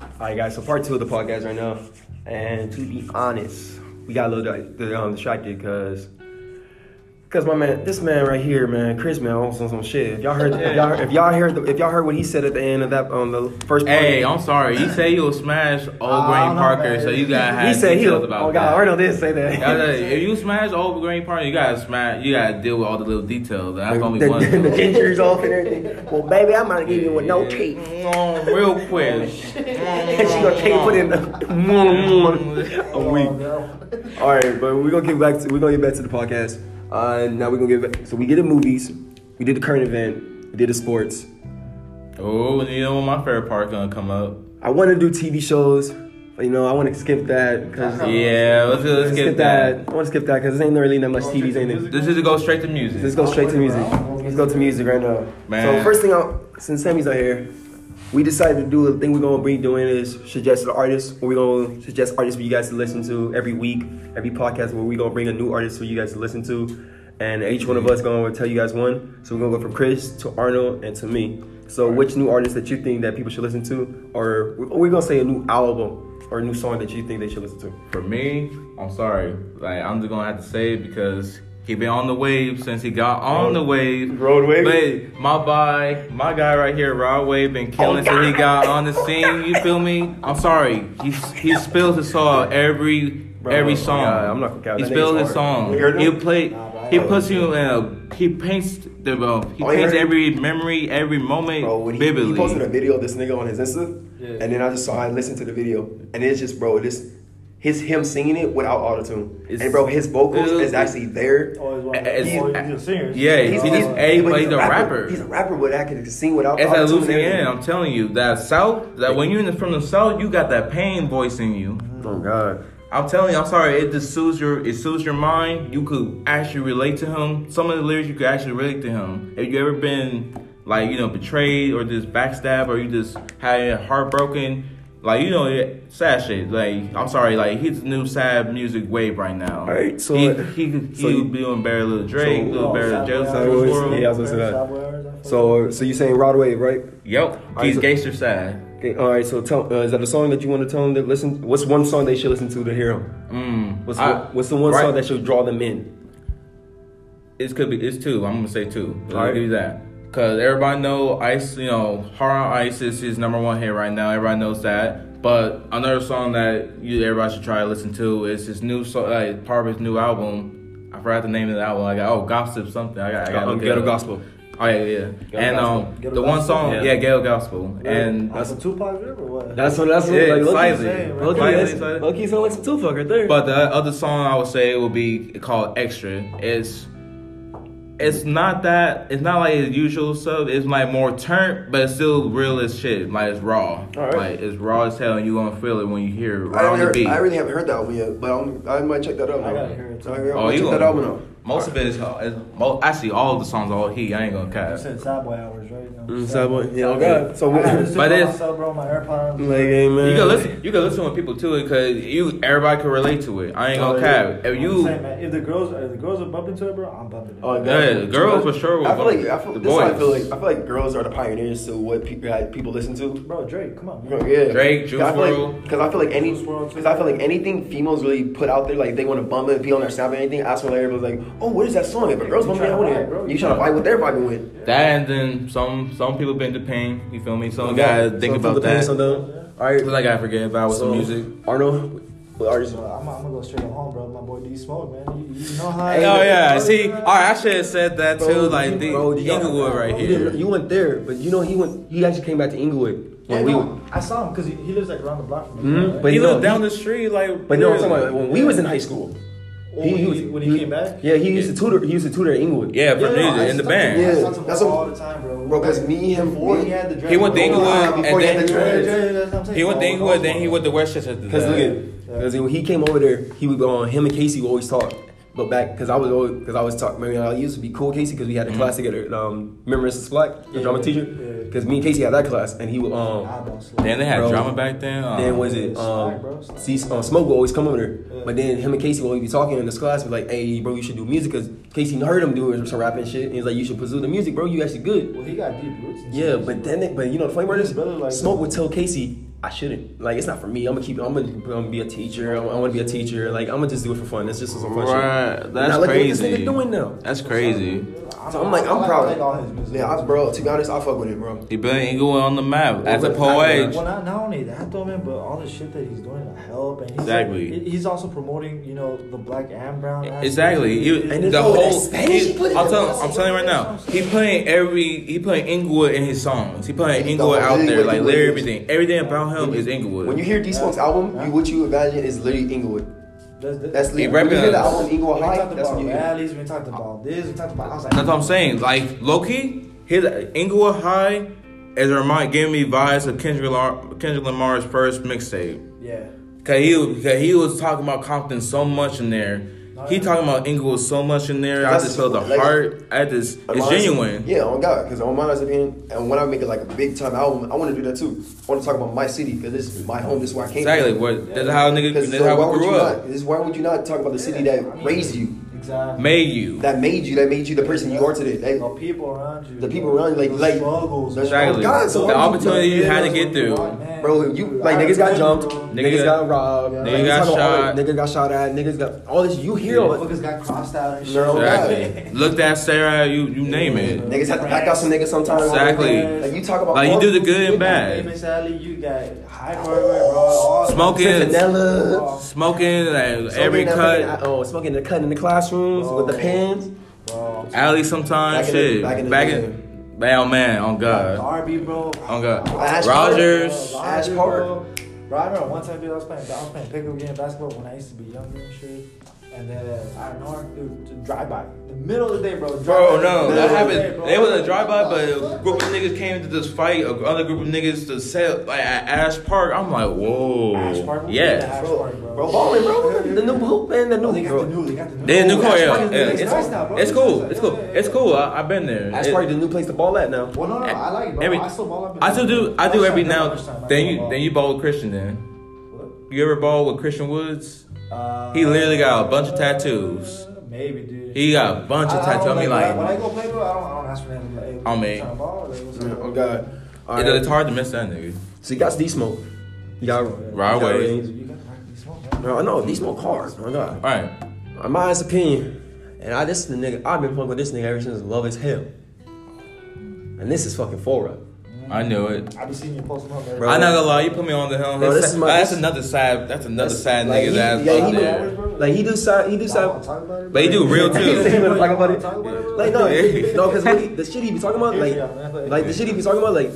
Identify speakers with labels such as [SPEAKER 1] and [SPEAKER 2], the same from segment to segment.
[SPEAKER 1] All right, guys. So part two of the podcast right now, and to be honest, we got a little di- um, distracted because. Cause my man, this man right here, man, Chris, man, on some, some shit. If y'all heard, if y'all, if y'all heard, the, if y'all heard what he said at the end of that on the first. part-
[SPEAKER 2] Hey, I'm sorry. You say you'll smash old
[SPEAKER 3] I
[SPEAKER 2] Green
[SPEAKER 3] don't know,
[SPEAKER 2] Parker,
[SPEAKER 3] man.
[SPEAKER 2] so you gotta have
[SPEAKER 1] Oh, he said he.
[SPEAKER 2] details
[SPEAKER 1] Oh
[SPEAKER 2] about
[SPEAKER 1] God,
[SPEAKER 2] that.
[SPEAKER 1] I already know this. Say that.
[SPEAKER 2] Yeah, like, If you smash old Green Parker, you gotta smash. You gotta deal with all the little details. That's
[SPEAKER 1] the,
[SPEAKER 2] only
[SPEAKER 1] the,
[SPEAKER 2] one.
[SPEAKER 1] the gingers off and everything. Well, baby, I'm gonna give you with no Oh, teeth.
[SPEAKER 2] Mm, real quick.
[SPEAKER 1] And she gonna can't put in the a week. All right, but we're gonna get back to we're gonna get back to the podcast. Uh, now we're gonna get back. So we did the movies, we did the current event, we did the sports.
[SPEAKER 2] Oh, and you know when my favorite part gonna come up?
[SPEAKER 1] I want to do TV shows, but you know I want to skip that because
[SPEAKER 2] Yeah, let's, let's get Uh-huh. that.
[SPEAKER 1] I want to skip that because there ain't really that much TVs ain't it.
[SPEAKER 2] This is to go straight to music.
[SPEAKER 1] Let's go straight to music. Let's go to music right now.
[SPEAKER 2] Man.
[SPEAKER 1] So first thing, out since Sammy's not here, we decided to do the thing we're gonna be doing is suggest the artists. We're gonna suggest artists for you guys to listen to every week, every podcast where we're gonna bring a new artist for you guys to listen to, and each one of us gonna tell you guys one. So we're gonna go from Chris to Arnold and to me. So which new artist that you think that people should listen to, or we're gonna say a new album or a new song that you think they should listen to?
[SPEAKER 2] For me, I'm sorry. Like I'm just gonna have to say it because he been on the wave since he got on the wave.
[SPEAKER 1] Road wave? Oh,
[SPEAKER 2] But my boy, my guy right here, Rod Wave, been killing since he got on the scene. You feel me? I'm sorry. He he spills his soul every every
[SPEAKER 1] oh my
[SPEAKER 2] song.
[SPEAKER 1] God, I'm not gonna count.
[SPEAKER 2] He
[SPEAKER 1] That
[SPEAKER 2] spills
[SPEAKER 1] nigga's
[SPEAKER 2] his
[SPEAKER 1] hard.
[SPEAKER 2] song.
[SPEAKER 1] You heard him?
[SPEAKER 2] He play.
[SPEAKER 3] Nah, bro, I
[SPEAKER 2] He
[SPEAKER 3] heard
[SPEAKER 2] puts you in a. He paints the. Uh, he
[SPEAKER 1] Oh, you
[SPEAKER 2] paints
[SPEAKER 1] heard him?
[SPEAKER 2] every memory, every moment
[SPEAKER 1] Bro, when he,
[SPEAKER 2] vividly.
[SPEAKER 1] he posted a video of this nigga on his Insta,
[SPEAKER 3] Yeah.
[SPEAKER 1] and then I just saw, I listened to the video, and it's just, bro, this, his him singing it without autotune,
[SPEAKER 2] It's-
[SPEAKER 1] and bro, his vocals
[SPEAKER 2] Ew.
[SPEAKER 1] is actually there.
[SPEAKER 3] Always
[SPEAKER 2] Uh,
[SPEAKER 3] wanted,
[SPEAKER 2] it's-
[SPEAKER 3] always he's a singer.
[SPEAKER 2] yeah,
[SPEAKER 3] so-
[SPEAKER 2] he's- he just- hey,
[SPEAKER 1] but
[SPEAKER 2] but he's a rapper.
[SPEAKER 1] He's a rapper, but I can sing without.
[SPEAKER 2] It's that
[SPEAKER 1] autotune and
[SPEAKER 2] Louisiana,
[SPEAKER 1] everything.
[SPEAKER 2] I'm telling you. That South, that when you're in the, from the South, you got that pain voice in you.
[SPEAKER 1] Oh God.
[SPEAKER 2] I'm telling you, I'm sorry, it just soothes your, it soothes your mind. You could actually relate to him. Some of the lyrics you could actually relate to him. Have you ever been, like, you know, betrayed or just backstabbed or you just had it heartbroken? Like, you know, it- sad shit. Like, I'm sorry, like, he's the new sad music wave right now.
[SPEAKER 1] Alright, so-
[SPEAKER 2] He, he, he,
[SPEAKER 1] so you-
[SPEAKER 2] be on Barry Little Drake,
[SPEAKER 1] So-
[SPEAKER 2] Little Barry
[SPEAKER 3] South
[SPEAKER 2] Little
[SPEAKER 3] Boy
[SPEAKER 2] Joseph.
[SPEAKER 1] South Boy,
[SPEAKER 2] World.
[SPEAKER 1] yeah, I was gonna say that.
[SPEAKER 3] South Boy Hours, I fuck
[SPEAKER 1] So so you saying Rod Wave, right?
[SPEAKER 2] Yep,
[SPEAKER 1] Alright,
[SPEAKER 2] he's
[SPEAKER 1] so-
[SPEAKER 2] gangster sad.
[SPEAKER 1] Okay, all right. So tell, uh, is that a song that you want to tell them to listen? What's one song they should listen to to hear them?
[SPEAKER 2] Mm.
[SPEAKER 1] What's
[SPEAKER 2] I-
[SPEAKER 1] what's the one
[SPEAKER 2] right-
[SPEAKER 1] song that should draw them in?
[SPEAKER 2] It could be. It's two. I'm gonna say two. I'll
[SPEAKER 1] Alright.
[SPEAKER 2] give you that. Cause everybody know Ice. You know, Hard on Ice is his number one hit right now. Everybody knows that. But another song that you everybody should try to listen to is his new song, like part of his new album. I forgot the name of the album. I got oh gossip something. I got I got
[SPEAKER 1] Um, Ghetto Gospel.
[SPEAKER 2] Oh yeah, yeah. and
[SPEAKER 1] Gospel.
[SPEAKER 2] um,
[SPEAKER 3] Ghetto
[SPEAKER 2] the one
[SPEAKER 3] Gospel?
[SPEAKER 2] song,
[SPEAKER 1] Yeah.
[SPEAKER 2] yeah, Ghetto Gospel. And
[SPEAKER 3] That's a Tupac drip or what?
[SPEAKER 1] That's what. That's what.
[SPEAKER 2] Yeah,
[SPEAKER 1] like,
[SPEAKER 2] slightly.
[SPEAKER 1] Loki,
[SPEAKER 2] Slightly,
[SPEAKER 1] that's,
[SPEAKER 2] slightly.
[SPEAKER 1] Loki's on like some Tupac right there.
[SPEAKER 2] But the other song I would say would be called Extra. It's it's not that it's not like his usual stuff. It's like more turnt, but it's still real as shit. Like it's raw.
[SPEAKER 1] All right.
[SPEAKER 2] Like it's raw as hell, and you gonna feel it when you hear it
[SPEAKER 1] I,
[SPEAKER 2] right
[SPEAKER 1] haven't
[SPEAKER 2] on the
[SPEAKER 1] heard,
[SPEAKER 2] beat.
[SPEAKER 1] I really haven't heard that one yet, but I'm, I might check that out.
[SPEAKER 3] I
[SPEAKER 1] now.
[SPEAKER 3] gotta hear it, too.
[SPEAKER 1] I might
[SPEAKER 2] oh, you
[SPEAKER 1] check
[SPEAKER 2] gonna,
[SPEAKER 1] that album out.
[SPEAKER 2] most of it is, uh, is mo- actually all of the songs are all he. I ain't gonna
[SPEAKER 3] You
[SPEAKER 2] cap.
[SPEAKER 3] said South Boy Hours, right? No,
[SPEAKER 1] Mm,
[SPEAKER 3] South
[SPEAKER 1] Sad
[SPEAKER 3] Boy.
[SPEAKER 1] Boy. Mm, Yeah, okay. So
[SPEAKER 3] I
[SPEAKER 1] what?
[SPEAKER 3] got this
[SPEAKER 2] But
[SPEAKER 3] but
[SPEAKER 2] it's-
[SPEAKER 3] myself, bro, my AirPods.
[SPEAKER 1] Like, hey, man.
[SPEAKER 2] You can listen. You can listen with people too, because you everybody can relate to it. I ain't gonna
[SPEAKER 1] Oh, yeah.
[SPEAKER 2] cap. If
[SPEAKER 3] I'm
[SPEAKER 2] you
[SPEAKER 3] saying, man, if the girls, if the girls are bumping to it, bro, I'm bumping.
[SPEAKER 1] Oh,
[SPEAKER 3] it.
[SPEAKER 2] Yeah, the girls for sure will
[SPEAKER 1] I feel
[SPEAKER 2] vote.
[SPEAKER 1] like I feel,
[SPEAKER 2] The
[SPEAKER 1] this is how I
[SPEAKER 2] boys.
[SPEAKER 1] feel like I feel like girls are the pioneers to what people like, people listen to.
[SPEAKER 3] Bro, Drake, come on, man.
[SPEAKER 1] Yeah,
[SPEAKER 2] Drake, Juice
[SPEAKER 1] Cause I feel
[SPEAKER 2] WRLD.
[SPEAKER 1] like, cause I feel like any,
[SPEAKER 3] Juice WRLD too.
[SPEAKER 1] cause I feel like anything females really put out there, like they want to bump it, be on their snap or anything. I feel like everybody's like, oh, what is that song? If a girl's
[SPEAKER 3] You
[SPEAKER 1] bumping, I
[SPEAKER 3] tryna
[SPEAKER 1] want to
[SPEAKER 3] vibe,
[SPEAKER 1] hear.
[SPEAKER 3] bro.
[SPEAKER 1] it. You trying to fight what they're vibing with?
[SPEAKER 2] that, and then some some people been to pain. You feel me? Some guys think about that.
[SPEAKER 1] All right,
[SPEAKER 2] Cause I gotta forget about with some music.
[SPEAKER 1] Arnold, what artist?
[SPEAKER 3] So I'm, I'm gonna go straight home, bro. My boy D Smoke, man. You, you know how.
[SPEAKER 2] Oh yeah, see, all right, I should have said that too, like the
[SPEAKER 1] bro, you got-
[SPEAKER 2] Inglewood right
[SPEAKER 1] you
[SPEAKER 2] here.
[SPEAKER 1] didn't- You went there, but you know he went. He actually came back to Inglewood
[SPEAKER 3] Yeah,
[SPEAKER 1] when we.
[SPEAKER 3] no, I saw him because he, he lives like around the block from me.
[SPEAKER 1] Mhm,
[SPEAKER 3] right?
[SPEAKER 1] but
[SPEAKER 2] he
[SPEAKER 1] no,
[SPEAKER 2] lived down
[SPEAKER 1] he-
[SPEAKER 2] the street, like.
[SPEAKER 1] But no, I'm
[SPEAKER 2] really.
[SPEAKER 1] talking about when we was in high school.
[SPEAKER 3] Oh, when he- when he came back?
[SPEAKER 1] Yeah, he used to tutor. He used to tutor at Inglewood.
[SPEAKER 2] Yeah, for
[SPEAKER 3] Yeah, no, I
[SPEAKER 2] music in
[SPEAKER 3] used
[SPEAKER 2] the
[SPEAKER 3] to talk to him.
[SPEAKER 2] band.
[SPEAKER 1] Yeah,
[SPEAKER 3] I used to talk to him
[SPEAKER 1] that's what-
[SPEAKER 3] all the time, bro.
[SPEAKER 1] bro, because me him
[SPEAKER 3] Before
[SPEAKER 1] me,
[SPEAKER 3] he had the dread.
[SPEAKER 2] He went to
[SPEAKER 3] bro.
[SPEAKER 2] Inglewood
[SPEAKER 1] Wow,
[SPEAKER 2] and
[SPEAKER 1] before he had
[SPEAKER 2] then
[SPEAKER 1] the
[SPEAKER 3] Yeah,
[SPEAKER 1] dreads.
[SPEAKER 3] yeah, that's what I'm saying.
[SPEAKER 2] He went to
[SPEAKER 3] Bro,
[SPEAKER 2] Inglewood, then
[SPEAKER 3] bro.
[SPEAKER 2] he went to Westchester. after
[SPEAKER 1] Cause
[SPEAKER 2] that.
[SPEAKER 1] look at, cause when he came over there, he would go on him and Casey would always talk. But back, cause I was always, cause I was talking. Man, I used to be cool with Casey, cause we
[SPEAKER 2] Mm-hmm.
[SPEAKER 1] had a class together. at, Um, remember Mrs. Black, the
[SPEAKER 3] Yeah,
[SPEAKER 1] drama
[SPEAKER 3] yeah,
[SPEAKER 1] teacher?
[SPEAKER 3] yeah.
[SPEAKER 1] Cause me and Casey had that class, and he would um.
[SPEAKER 3] Eyeball slap.
[SPEAKER 2] Then they had
[SPEAKER 1] Bro.
[SPEAKER 2] drama back then. uh,
[SPEAKER 1] Then was it
[SPEAKER 3] Slack, bro,
[SPEAKER 1] um,
[SPEAKER 3] slack.
[SPEAKER 1] see, um, Smoke would always come over there,
[SPEAKER 3] Yeah.
[SPEAKER 1] but then him and Casey would always be talking in this class, be like, "Hey, bro, you should do music," cause Casey heard him doing some rap and shit, and he's like, "You should pursue the music, bro. You actually good."
[SPEAKER 3] Well, he got deep roots. and
[SPEAKER 1] Yeah,
[SPEAKER 3] shit,
[SPEAKER 1] but
[SPEAKER 3] bro.
[SPEAKER 1] then, it, but you know, the flame
[SPEAKER 3] His
[SPEAKER 1] artist,
[SPEAKER 3] brother like- uh,
[SPEAKER 1] Smoke would tell Casey, I shouldn't. Like it's not for me. I'm gonna keep. I'm gonna, I'm gonna be a teacher. I'm, I want to be a teacher. Like I'm gonna just do it for fun. It's just some fun
[SPEAKER 2] Right,
[SPEAKER 1] shit.
[SPEAKER 2] that's
[SPEAKER 1] now, look at what this
[SPEAKER 2] crazy.
[SPEAKER 1] nigga doing now.
[SPEAKER 2] That's crazy.
[SPEAKER 1] So I'm like, I'm
[SPEAKER 3] I
[SPEAKER 1] proud.
[SPEAKER 3] like all his music.
[SPEAKER 1] Yeah, I, bro. To be honest, I fuck with it, bro.
[SPEAKER 2] He been he going on the map as a
[SPEAKER 1] Well,
[SPEAKER 2] poet.
[SPEAKER 3] Well, not, not only that though, man, but all the shit that he's doing to help and he's
[SPEAKER 2] Exactly.
[SPEAKER 3] he- he's also promoting, you know, the black and brown. aspect.
[SPEAKER 2] Exactly. He,
[SPEAKER 1] And it's
[SPEAKER 2] the
[SPEAKER 1] all that
[SPEAKER 2] whole.
[SPEAKER 1] Spanish
[SPEAKER 2] he-
[SPEAKER 1] he put in
[SPEAKER 2] I'm
[SPEAKER 1] the
[SPEAKER 2] telling.
[SPEAKER 1] music.
[SPEAKER 2] I'm telling you right now. He playing every. He playing Inglewood in his songs. He playing
[SPEAKER 1] He's
[SPEAKER 2] Inglewood
[SPEAKER 1] the
[SPEAKER 2] out
[SPEAKER 1] only
[SPEAKER 2] there.
[SPEAKER 1] way
[SPEAKER 2] Like
[SPEAKER 1] to
[SPEAKER 2] literally
[SPEAKER 1] do it.
[SPEAKER 2] everything. Everything about him
[SPEAKER 1] When
[SPEAKER 2] is
[SPEAKER 1] you
[SPEAKER 2] Inglewood.
[SPEAKER 1] hear D Smoke's album, you, what you imagine is literally Inglewood.
[SPEAKER 3] That's, that's,
[SPEAKER 1] That's
[SPEAKER 3] we
[SPEAKER 1] literally when you hear the
[SPEAKER 2] represents-
[SPEAKER 1] album Inglewood High.
[SPEAKER 3] talked
[SPEAKER 1] That's
[SPEAKER 3] about
[SPEAKER 1] what you hear.
[SPEAKER 3] rallies. We talked about this. We talked about. I was like,
[SPEAKER 2] That's what I'm saying. Like Loki, his Inglewood High, as a remind, gave me vibes of Kendrick Lamar, Kendrick Lamar's first mixtape.
[SPEAKER 3] yeah.
[SPEAKER 2] Cause he, was- cause he was talking about Compton so much in there. He talking about Inglewood so much in there. I
[SPEAKER 1] That's-
[SPEAKER 2] just felt the
[SPEAKER 1] like-
[SPEAKER 2] heart. I just it's
[SPEAKER 1] Honestly,
[SPEAKER 2] genuine.
[SPEAKER 1] Yeah, on God, because on my honest opinion, and when I make it like a big time album, I want to do that too. I want to talk about my city because this is my home. This is where I came.
[SPEAKER 2] Exactly.
[SPEAKER 1] From.
[SPEAKER 2] What that's how nigga.
[SPEAKER 1] Because
[SPEAKER 2] That's
[SPEAKER 1] why
[SPEAKER 2] how we
[SPEAKER 1] would
[SPEAKER 2] grew
[SPEAKER 1] you
[SPEAKER 2] up.
[SPEAKER 1] not? This why would you not talk about the city
[SPEAKER 3] Yeah,
[SPEAKER 1] that
[SPEAKER 3] I mean,
[SPEAKER 1] raised you,
[SPEAKER 3] Exactly.
[SPEAKER 2] Made you.
[SPEAKER 1] that made you, that made you the person you are today? That-
[SPEAKER 3] the people around you.
[SPEAKER 1] The people around you, like-
[SPEAKER 3] the
[SPEAKER 1] like-
[SPEAKER 3] struggles.
[SPEAKER 1] the
[SPEAKER 3] man.
[SPEAKER 1] struggles. God, so
[SPEAKER 2] the
[SPEAKER 1] what you-
[SPEAKER 2] opportunity you had to get through.
[SPEAKER 3] Man,
[SPEAKER 1] Bro, you like
[SPEAKER 3] I
[SPEAKER 1] niggas got
[SPEAKER 3] remember,
[SPEAKER 1] jumped,
[SPEAKER 3] bro.
[SPEAKER 1] niggas,
[SPEAKER 2] Nigga-
[SPEAKER 1] got robbed,
[SPEAKER 3] nigga
[SPEAKER 1] niggas
[SPEAKER 2] got
[SPEAKER 1] talking about all
[SPEAKER 2] shot.
[SPEAKER 1] that, niggas got shot at, niggas got all this. You hear all that.
[SPEAKER 3] Motherfuckers got crossed out and shit.
[SPEAKER 1] No,
[SPEAKER 2] Exactly. Looked at Sarah, you you name it.
[SPEAKER 1] Niggas have to back out some niggas sometimes.
[SPEAKER 2] Exactly.
[SPEAKER 1] Like you talk about
[SPEAKER 2] Like you
[SPEAKER 1] all
[SPEAKER 2] do the good and
[SPEAKER 3] You
[SPEAKER 2] bad.
[SPEAKER 3] got Alley, you got high bro. all-
[SPEAKER 2] Smoking,
[SPEAKER 1] Vanilla,
[SPEAKER 2] smoking, like
[SPEAKER 1] smoking
[SPEAKER 2] every
[SPEAKER 1] that
[SPEAKER 2] cut.
[SPEAKER 1] fucking- Oh, smoking the cut in the classrooms with
[SPEAKER 3] Oh.
[SPEAKER 1] the pens.
[SPEAKER 3] Bro.
[SPEAKER 2] Alley sometimes,
[SPEAKER 1] Back in the-
[SPEAKER 2] shit.
[SPEAKER 1] back in the
[SPEAKER 2] Back
[SPEAKER 1] day.
[SPEAKER 2] in, man, oh man, on God,
[SPEAKER 3] Darby, bro.
[SPEAKER 2] on God.
[SPEAKER 1] Ash
[SPEAKER 2] Rogers.
[SPEAKER 3] Bro,
[SPEAKER 1] Ash
[SPEAKER 3] Darby,
[SPEAKER 1] Park.
[SPEAKER 3] Bro, Bro, I remember one time, dude, I was playing, I was playing pickup game basketball when I used to be younger and shit. And then uh, I know dude, to drive by the middle of the day, bro. drive
[SPEAKER 2] Bro,
[SPEAKER 3] by.
[SPEAKER 2] no,
[SPEAKER 3] Middle of
[SPEAKER 2] that
[SPEAKER 3] the day,
[SPEAKER 2] happened.
[SPEAKER 3] bro.
[SPEAKER 2] It was a drive-by, but a group of niggas came to this fight. a Other group of niggas to sell like at Ash Park. I'm like,
[SPEAKER 3] Ash Park,
[SPEAKER 2] whoa,
[SPEAKER 3] we did the
[SPEAKER 2] yeah.
[SPEAKER 3] Ash
[SPEAKER 1] Bro,
[SPEAKER 3] Park, bro.
[SPEAKER 1] bro, balling, bro. The new hoop, man. The
[SPEAKER 3] Oh,
[SPEAKER 1] new
[SPEAKER 3] they
[SPEAKER 1] hoop,
[SPEAKER 3] got the
[SPEAKER 1] bro.
[SPEAKER 3] new, they got the new.
[SPEAKER 2] They in New
[SPEAKER 3] Oh,
[SPEAKER 2] Court,
[SPEAKER 3] Ash
[SPEAKER 2] yeah.
[SPEAKER 3] Park is
[SPEAKER 2] yeah,
[SPEAKER 3] nice
[SPEAKER 2] It's,
[SPEAKER 3] now, bro.
[SPEAKER 2] it's cool. It's cool.
[SPEAKER 3] nice, yeah,
[SPEAKER 2] It's
[SPEAKER 3] yeah.
[SPEAKER 2] cool. I, I've been there.
[SPEAKER 1] That's
[SPEAKER 2] It-
[SPEAKER 1] probably the new place to ball at now.
[SPEAKER 3] Well, no, no, I like it, bro.
[SPEAKER 2] Every-
[SPEAKER 3] I still ball up.
[SPEAKER 2] I still do. I do
[SPEAKER 3] Lunchtime,
[SPEAKER 2] every
[SPEAKER 3] no,
[SPEAKER 2] now.
[SPEAKER 3] lunchtime, I
[SPEAKER 2] Then
[SPEAKER 3] go
[SPEAKER 2] you
[SPEAKER 3] ball.
[SPEAKER 2] then you ball with Christian. Then you ever ball with Christian Woods?
[SPEAKER 3] Uh,
[SPEAKER 2] He literally got a bunch of tattoos.
[SPEAKER 3] Maybe, dude.
[SPEAKER 2] He got a bunch of
[SPEAKER 3] I- I don't
[SPEAKER 2] tattoos. I mean,
[SPEAKER 3] when I
[SPEAKER 2] like, Oh,
[SPEAKER 3] go play, bro, I don't, I don't ask for nothing. Like, hey,
[SPEAKER 2] I
[SPEAKER 3] we
[SPEAKER 2] mean-
[SPEAKER 3] trying to ball, like, what's up?
[SPEAKER 1] Oh God. All
[SPEAKER 2] it- it's
[SPEAKER 1] right.
[SPEAKER 2] hard to miss that nigga.
[SPEAKER 1] So you got D Smoke. You got
[SPEAKER 2] Rod
[SPEAKER 1] you got
[SPEAKER 2] Wave.
[SPEAKER 1] Reigns.
[SPEAKER 3] You got to smoke, man.
[SPEAKER 1] Bro, I know D Smoke hard. Oh God.
[SPEAKER 2] All right.
[SPEAKER 1] In my honest opinion, and I this is the nigga I've been fucking with this nigga ever since Love Is Hell. And this is fucking Fora.
[SPEAKER 2] I knew it.
[SPEAKER 3] I be seeing you post them up,
[SPEAKER 1] Bro,
[SPEAKER 2] I'm not gonna lie, you put me on the hill.
[SPEAKER 1] Bro, this is my-
[SPEAKER 2] that's another sad. That's another sad
[SPEAKER 1] like,
[SPEAKER 2] nigga's
[SPEAKER 1] he,
[SPEAKER 2] ass
[SPEAKER 1] yeah,
[SPEAKER 2] out
[SPEAKER 1] he,
[SPEAKER 2] there.
[SPEAKER 1] do- Like he do side, he do side.
[SPEAKER 2] But he do real
[SPEAKER 1] He
[SPEAKER 2] too.
[SPEAKER 1] say he wanna talk about it.
[SPEAKER 3] Talk about it, bro.
[SPEAKER 1] Like no, no, because the shit he be talking about, like, like the shit he be talking about, like,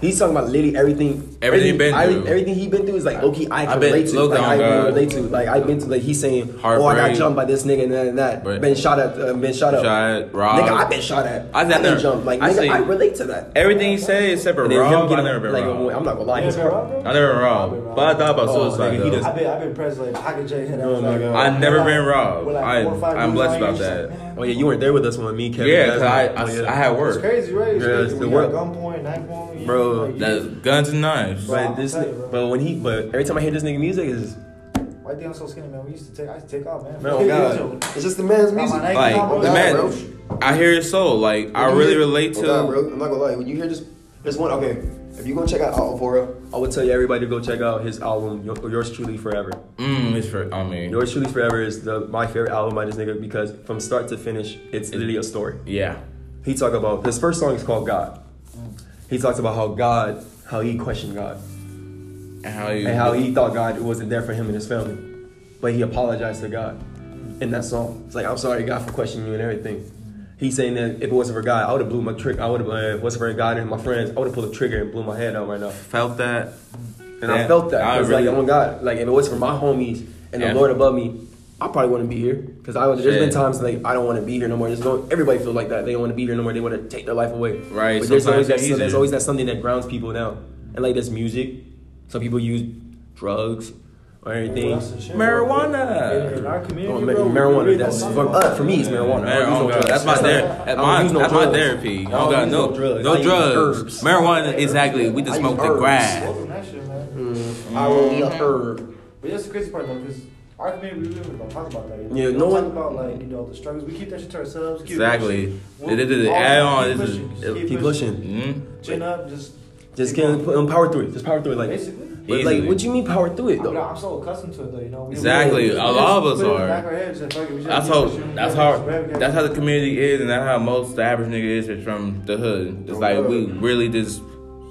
[SPEAKER 1] he's talking about literally everything,
[SPEAKER 2] Everything he been through.
[SPEAKER 1] I, everything he been through is like low key I
[SPEAKER 2] I
[SPEAKER 1] can
[SPEAKER 2] been-
[SPEAKER 1] relate to,
[SPEAKER 2] look
[SPEAKER 1] like I
[SPEAKER 2] down,
[SPEAKER 1] can
[SPEAKER 2] God.
[SPEAKER 1] relate to, like I've been to, like he's saying, oh I got
[SPEAKER 2] Heartbreak.
[SPEAKER 1] jumped by this nigga and that and that,
[SPEAKER 2] Right.
[SPEAKER 1] been shot at, uh, been shot up,
[SPEAKER 2] Shot, robbed.
[SPEAKER 1] nigga, I been shot at,
[SPEAKER 2] I
[SPEAKER 1] I,
[SPEAKER 2] said
[SPEAKER 1] been
[SPEAKER 2] never-
[SPEAKER 1] jumped, like
[SPEAKER 2] I
[SPEAKER 1] nigga,
[SPEAKER 2] say-
[SPEAKER 1] I relate to that.
[SPEAKER 2] Everything he said except for
[SPEAKER 1] And then him
[SPEAKER 2] Rob, I
[SPEAKER 1] getting-
[SPEAKER 2] never been
[SPEAKER 1] like,
[SPEAKER 2] robbed.
[SPEAKER 1] I'm not gonna lie, he's hard.
[SPEAKER 2] I never been robbed. But I thought about
[SPEAKER 1] Oh, nigga,
[SPEAKER 2] suicide.
[SPEAKER 1] he
[SPEAKER 2] though.
[SPEAKER 1] does-
[SPEAKER 3] I've been, I've been pressed like Haka J hit.
[SPEAKER 1] Oh, my God.
[SPEAKER 2] I've never been robbed. I- I'm blessed about that.
[SPEAKER 1] Oh yeah, you weren't there with us when me, and Kevin,
[SPEAKER 2] Yeah,
[SPEAKER 1] that's
[SPEAKER 2] cause I
[SPEAKER 1] right. Oh,
[SPEAKER 2] I,
[SPEAKER 1] yeah.
[SPEAKER 2] I had
[SPEAKER 3] It's
[SPEAKER 2] work.
[SPEAKER 3] crazy, right? It's
[SPEAKER 1] Yeah,
[SPEAKER 3] crazy.
[SPEAKER 1] it's
[SPEAKER 3] We
[SPEAKER 1] the
[SPEAKER 3] got
[SPEAKER 1] world.
[SPEAKER 3] gunpoint, knife point, you
[SPEAKER 1] Bro,
[SPEAKER 3] know, like,
[SPEAKER 2] That's guns and knives.
[SPEAKER 3] Bro,
[SPEAKER 1] But this,
[SPEAKER 3] I'll tell you, bro.
[SPEAKER 1] but when he, but every time I hear this nigga music is,
[SPEAKER 3] Why think I'm so skinny, man? We used to take, I used to take off, man.
[SPEAKER 1] oh god, it's just the man's music.
[SPEAKER 3] Got my
[SPEAKER 2] Like
[SPEAKER 3] Come on,
[SPEAKER 2] the
[SPEAKER 3] bro.
[SPEAKER 2] man,
[SPEAKER 1] Bro.
[SPEAKER 2] I hear his soul. Like I
[SPEAKER 1] When you
[SPEAKER 2] really
[SPEAKER 1] hear-
[SPEAKER 2] relate
[SPEAKER 1] Oh
[SPEAKER 2] to.
[SPEAKER 1] God, bro. I'm not gonna lie. When you hear this, this one, okay. If you go check out Alvora, I would tell you everybody to go check out his album, Yo- Yours Truly Forever.
[SPEAKER 2] Mm, it's for. I mean,
[SPEAKER 1] Yours Truly Forever is the my favorite album by this nigga because from start to finish, it's literally a story.
[SPEAKER 2] yeah.
[SPEAKER 1] He talk about his first song is called God. He talks about how God, how he questioned God,
[SPEAKER 2] And how you?
[SPEAKER 1] and how he thought God wasn't there for him and his family, but he apologized to God in that song. It's like I'm sorry, God, for questioning you and everything. He's saying that if it wasn't for God, I would have blew my trick. I would have, uh, if it wasn't for God and my friends, I would have pulled a trigger and blew my head out right now.
[SPEAKER 2] felt that.
[SPEAKER 1] And
[SPEAKER 2] Yeah,
[SPEAKER 1] I felt that.
[SPEAKER 2] I
[SPEAKER 1] Because,
[SPEAKER 2] really-
[SPEAKER 1] like, oh my God, like, if it was for my homies and
[SPEAKER 2] Yeah.
[SPEAKER 1] the Lord above me, I probably wouldn't be here. Because I was, there's
[SPEAKER 2] Shit.
[SPEAKER 1] been times, like, I don't want to be here no more. There's no, everybody feels like that. They don't want to be here no more. They want to take their life away.
[SPEAKER 2] Right,
[SPEAKER 1] But there's
[SPEAKER 2] sometimes
[SPEAKER 1] always, that,
[SPEAKER 2] it's easier.
[SPEAKER 1] there's always that something that grounds people down. And, like, there's music. Some people use drugs or anything.
[SPEAKER 3] That's the shit, bro.
[SPEAKER 2] Marijuana.
[SPEAKER 3] In, in our community,
[SPEAKER 1] Oh, ma-
[SPEAKER 3] bro, we- we
[SPEAKER 1] marijuana. That's
[SPEAKER 3] don't
[SPEAKER 1] for,
[SPEAKER 3] talk
[SPEAKER 1] uh, for me, it's marijuana. I
[SPEAKER 2] Mar-
[SPEAKER 1] don't use
[SPEAKER 2] oh,
[SPEAKER 1] no
[SPEAKER 2] God,
[SPEAKER 1] drugs.
[SPEAKER 2] That's my ther- at
[SPEAKER 1] I don't
[SPEAKER 2] my
[SPEAKER 1] use no
[SPEAKER 2] That's my
[SPEAKER 1] drugs.
[SPEAKER 2] therapy. I
[SPEAKER 1] I
[SPEAKER 2] don't got
[SPEAKER 1] use
[SPEAKER 2] no
[SPEAKER 1] drugs. I
[SPEAKER 2] no
[SPEAKER 1] use
[SPEAKER 2] drugs.
[SPEAKER 1] herbs.
[SPEAKER 2] Marijuana exactly. We
[SPEAKER 1] I
[SPEAKER 2] just
[SPEAKER 1] use
[SPEAKER 2] smoked the
[SPEAKER 1] herbs.
[SPEAKER 2] grass.
[SPEAKER 3] Welcome that shit, man. Mm.
[SPEAKER 1] I will be a herb.
[SPEAKER 3] But that's the crazy part, though, because our community, we really don't talk about that. You know?
[SPEAKER 1] Yeah,
[SPEAKER 3] we
[SPEAKER 1] no
[SPEAKER 3] don't
[SPEAKER 1] one-
[SPEAKER 3] talk about, like, you know, the struggles. We keep that shit to ourselves. Keep
[SPEAKER 2] Exactly.
[SPEAKER 3] pushing.
[SPEAKER 2] They did the
[SPEAKER 3] All
[SPEAKER 2] add on,
[SPEAKER 3] Keep
[SPEAKER 2] this is-
[SPEAKER 3] pushing. just
[SPEAKER 1] Keep pushing.
[SPEAKER 2] Mm.
[SPEAKER 3] Chin up, just.
[SPEAKER 1] Just
[SPEAKER 3] keep
[SPEAKER 1] can't um, power through it. Just power through it.
[SPEAKER 3] going.
[SPEAKER 1] Like
[SPEAKER 3] Basically.
[SPEAKER 1] But
[SPEAKER 2] Easily.
[SPEAKER 1] like, what you mean power through it
[SPEAKER 3] I'm,
[SPEAKER 1] though?
[SPEAKER 3] I'm so accustomed to it though, you know. We-
[SPEAKER 2] Exactly.
[SPEAKER 3] we-
[SPEAKER 2] A lot of
[SPEAKER 3] we
[SPEAKER 2] us
[SPEAKER 3] put it in the
[SPEAKER 2] are.
[SPEAKER 3] back of our heads and fuck it, we just
[SPEAKER 2] That's
[SPEAKER 3] get
[SPEAKER 2] how.
[SPEAKER 3] this shit,
[SPEAKER 2] That's
[SPEAKER 3] we
[SPEAKER 2] how.
[SPEAKER 3] just grab it,
[SPEAKER 2] That's how the
[SPEAKER 3] grab it.
[SPEAKER 2] community is, and that's how most the average nigga is. Is from the hood. It's like we really just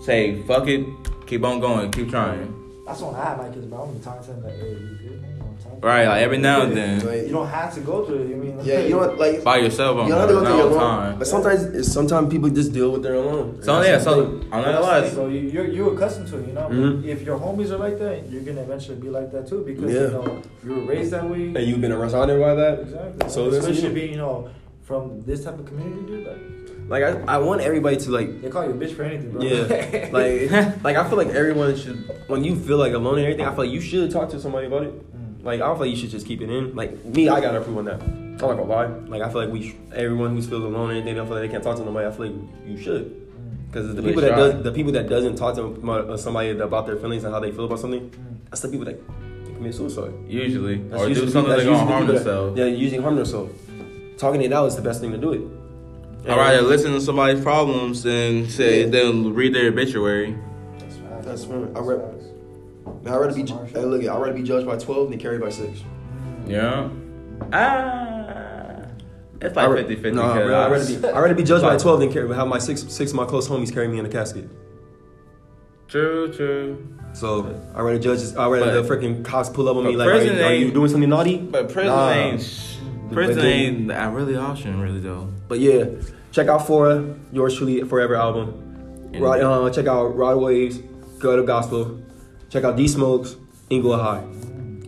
[SPEAKER 2] say fuck it, keep on going, keep trying.
[SPEAKER 3] That's when I had my kids, bro. I'm gonna talk to them like, hey, you good? man? You wanna talk?
[SPEAKER 2] Right, like every now and then,
[SPEAKER 3] You
[SPEAKER 1] Like,
[SPEAKER 3] don't have to go through it. You mean?
[SPEAKER 1] yeah, you know what? Like,
[SPEAKER 2] by yourself on
[SPEAKER 1] you don't have
[SPEAKER 2] not
[SPEAKER 1] to go through
[SPEAKER 2] all
[SPEAKER 1] your
[SPEAKER 2] the
[SPEAKER 1] own.
[SPEAKER 2] time.
[SPEAKER 1] But sometimes, sometimes people just deal with their own.
[SPEAKER 2] So yeah, so I'm not gonna lie.
[SPEAKER 3] So you, you're you accustomed to it, you know.
[SPEAKER 2] Mm-hmm.
[SPEAKER 1] Mhm.
[SPEAKER 3] If your homies are like that, you're gonna eventually be like that too, because
[SPEAKER 1] Yeah.
[SPEAKER 3] you know you were raised that way.
[SPEAKER 1] and you've been surrounded by that. So
[SPEAKER 3] Exactly. So
[SPEAKER 1] that's
[SPEAKER 3] especially
[SPEAKER 1] you.
[SPEAKER 3] being you know from this type of community, dude. Like
[SPEAKER 1] Like, I, I want everybody to like
[SPEAKER 3] they call you a bitch for anything, bro.
[SPEAKER 1] Yeah, like, like I feel like everyone should. When you feel like alone and everything, I feel like you should talk to somebody about it.
[SPEAKER 3] Mm.
[SPEAKER 1] Like I don't feel like you should just keep it in. Like me, I gotta approve on that. I'm not gonna lie. Like I feel like we, sh- everyone who feels alone and anything, they feel like they can't talk to nobody. I feel like you should,
[SPEAKER 3] Mm.
[SPEAKER 1] because the
[SPEAKER 2] They
[SPEAKER 1] people that
[SPEAKER 2] should.
[SPEAKER 1] does, the people that doesn't talk to mo- uh, somebody about their feelings and how they feel about something, that's the people that commit suicide.
[SPEAKER 2] Usually,
[SPEAKER 1] That's
[SPEAKER 2] or do
[SPEAKER 1] usually-
[SPEAKER 2] something
[SPEAKER 1] that's
[SPEAKER 2] that's gonna
[SPEAKER 1] usually
[SPEAKER 2] harm
[SPEAKER 1] people that-
[SPEAKER 2] themselves.
[SPEAKER 1] Yeah, usually harm themselves. Talking it out is the best thing to do it.
[SPEAKER 2] All right, then listen to somebody's problems and say
[SPEAKER 1] Yeah.
[SPEAKER 2] then read their obituary.
[SPEAKER 3] That's facts.
[SPEAKER 1] That's right. I
[SPEAKER 3] That's
[SPEAKER 1] rep-
[SPEAKER 3] facts.
[SPEAKER 1] Man, I'd rather
[SPEAKER 3] be ju- hey,
[SPEAKER 1] look, I'd rather be judged by twelve than carried by six.
[SPEAKER 2] Yeah. Ah. It's like
[SPEAKER 1] I re-
[SPEAKER 2] 50 50.
[SPEAKER 1] Nah, bro, I'd rather be, I'd rather be judged by 12 than carry, have my six six of my close homies carry me in a casket.
[SPEAKER 2] True, true.
[SPEAKER 1] So I'd rather judge, I'd rather
[SPEAKER 2] But-
[SPEAKER 1] the freaking cops pull up on me
[SPEAKER 2] but
[SPEAKER 1] like, are
[SPEAKER 2] prison
[SPEAKER 1] you, are you
[SPEAKER 2] ain't-
[SPEAKER 1] doing something naughty?
[SPEAKER 2] But prison
[SPEAKER 1] Nah.
[SPEAKER 2] ain't sh-
[SPEAKER 1] But
[SPEAKER 2] prison
[SPEAKER 1] they-
[SPEAKER 2] ain't a really option, really though.
[SPEAKER 1] But yeah, check out Fora, yours truly Forever album.
[SPEAKER 2] And-
[SPEAKER 1] Rod, uh, check out Rod Waves, Go to Gospel. Check out D Smokes, Inglewood High.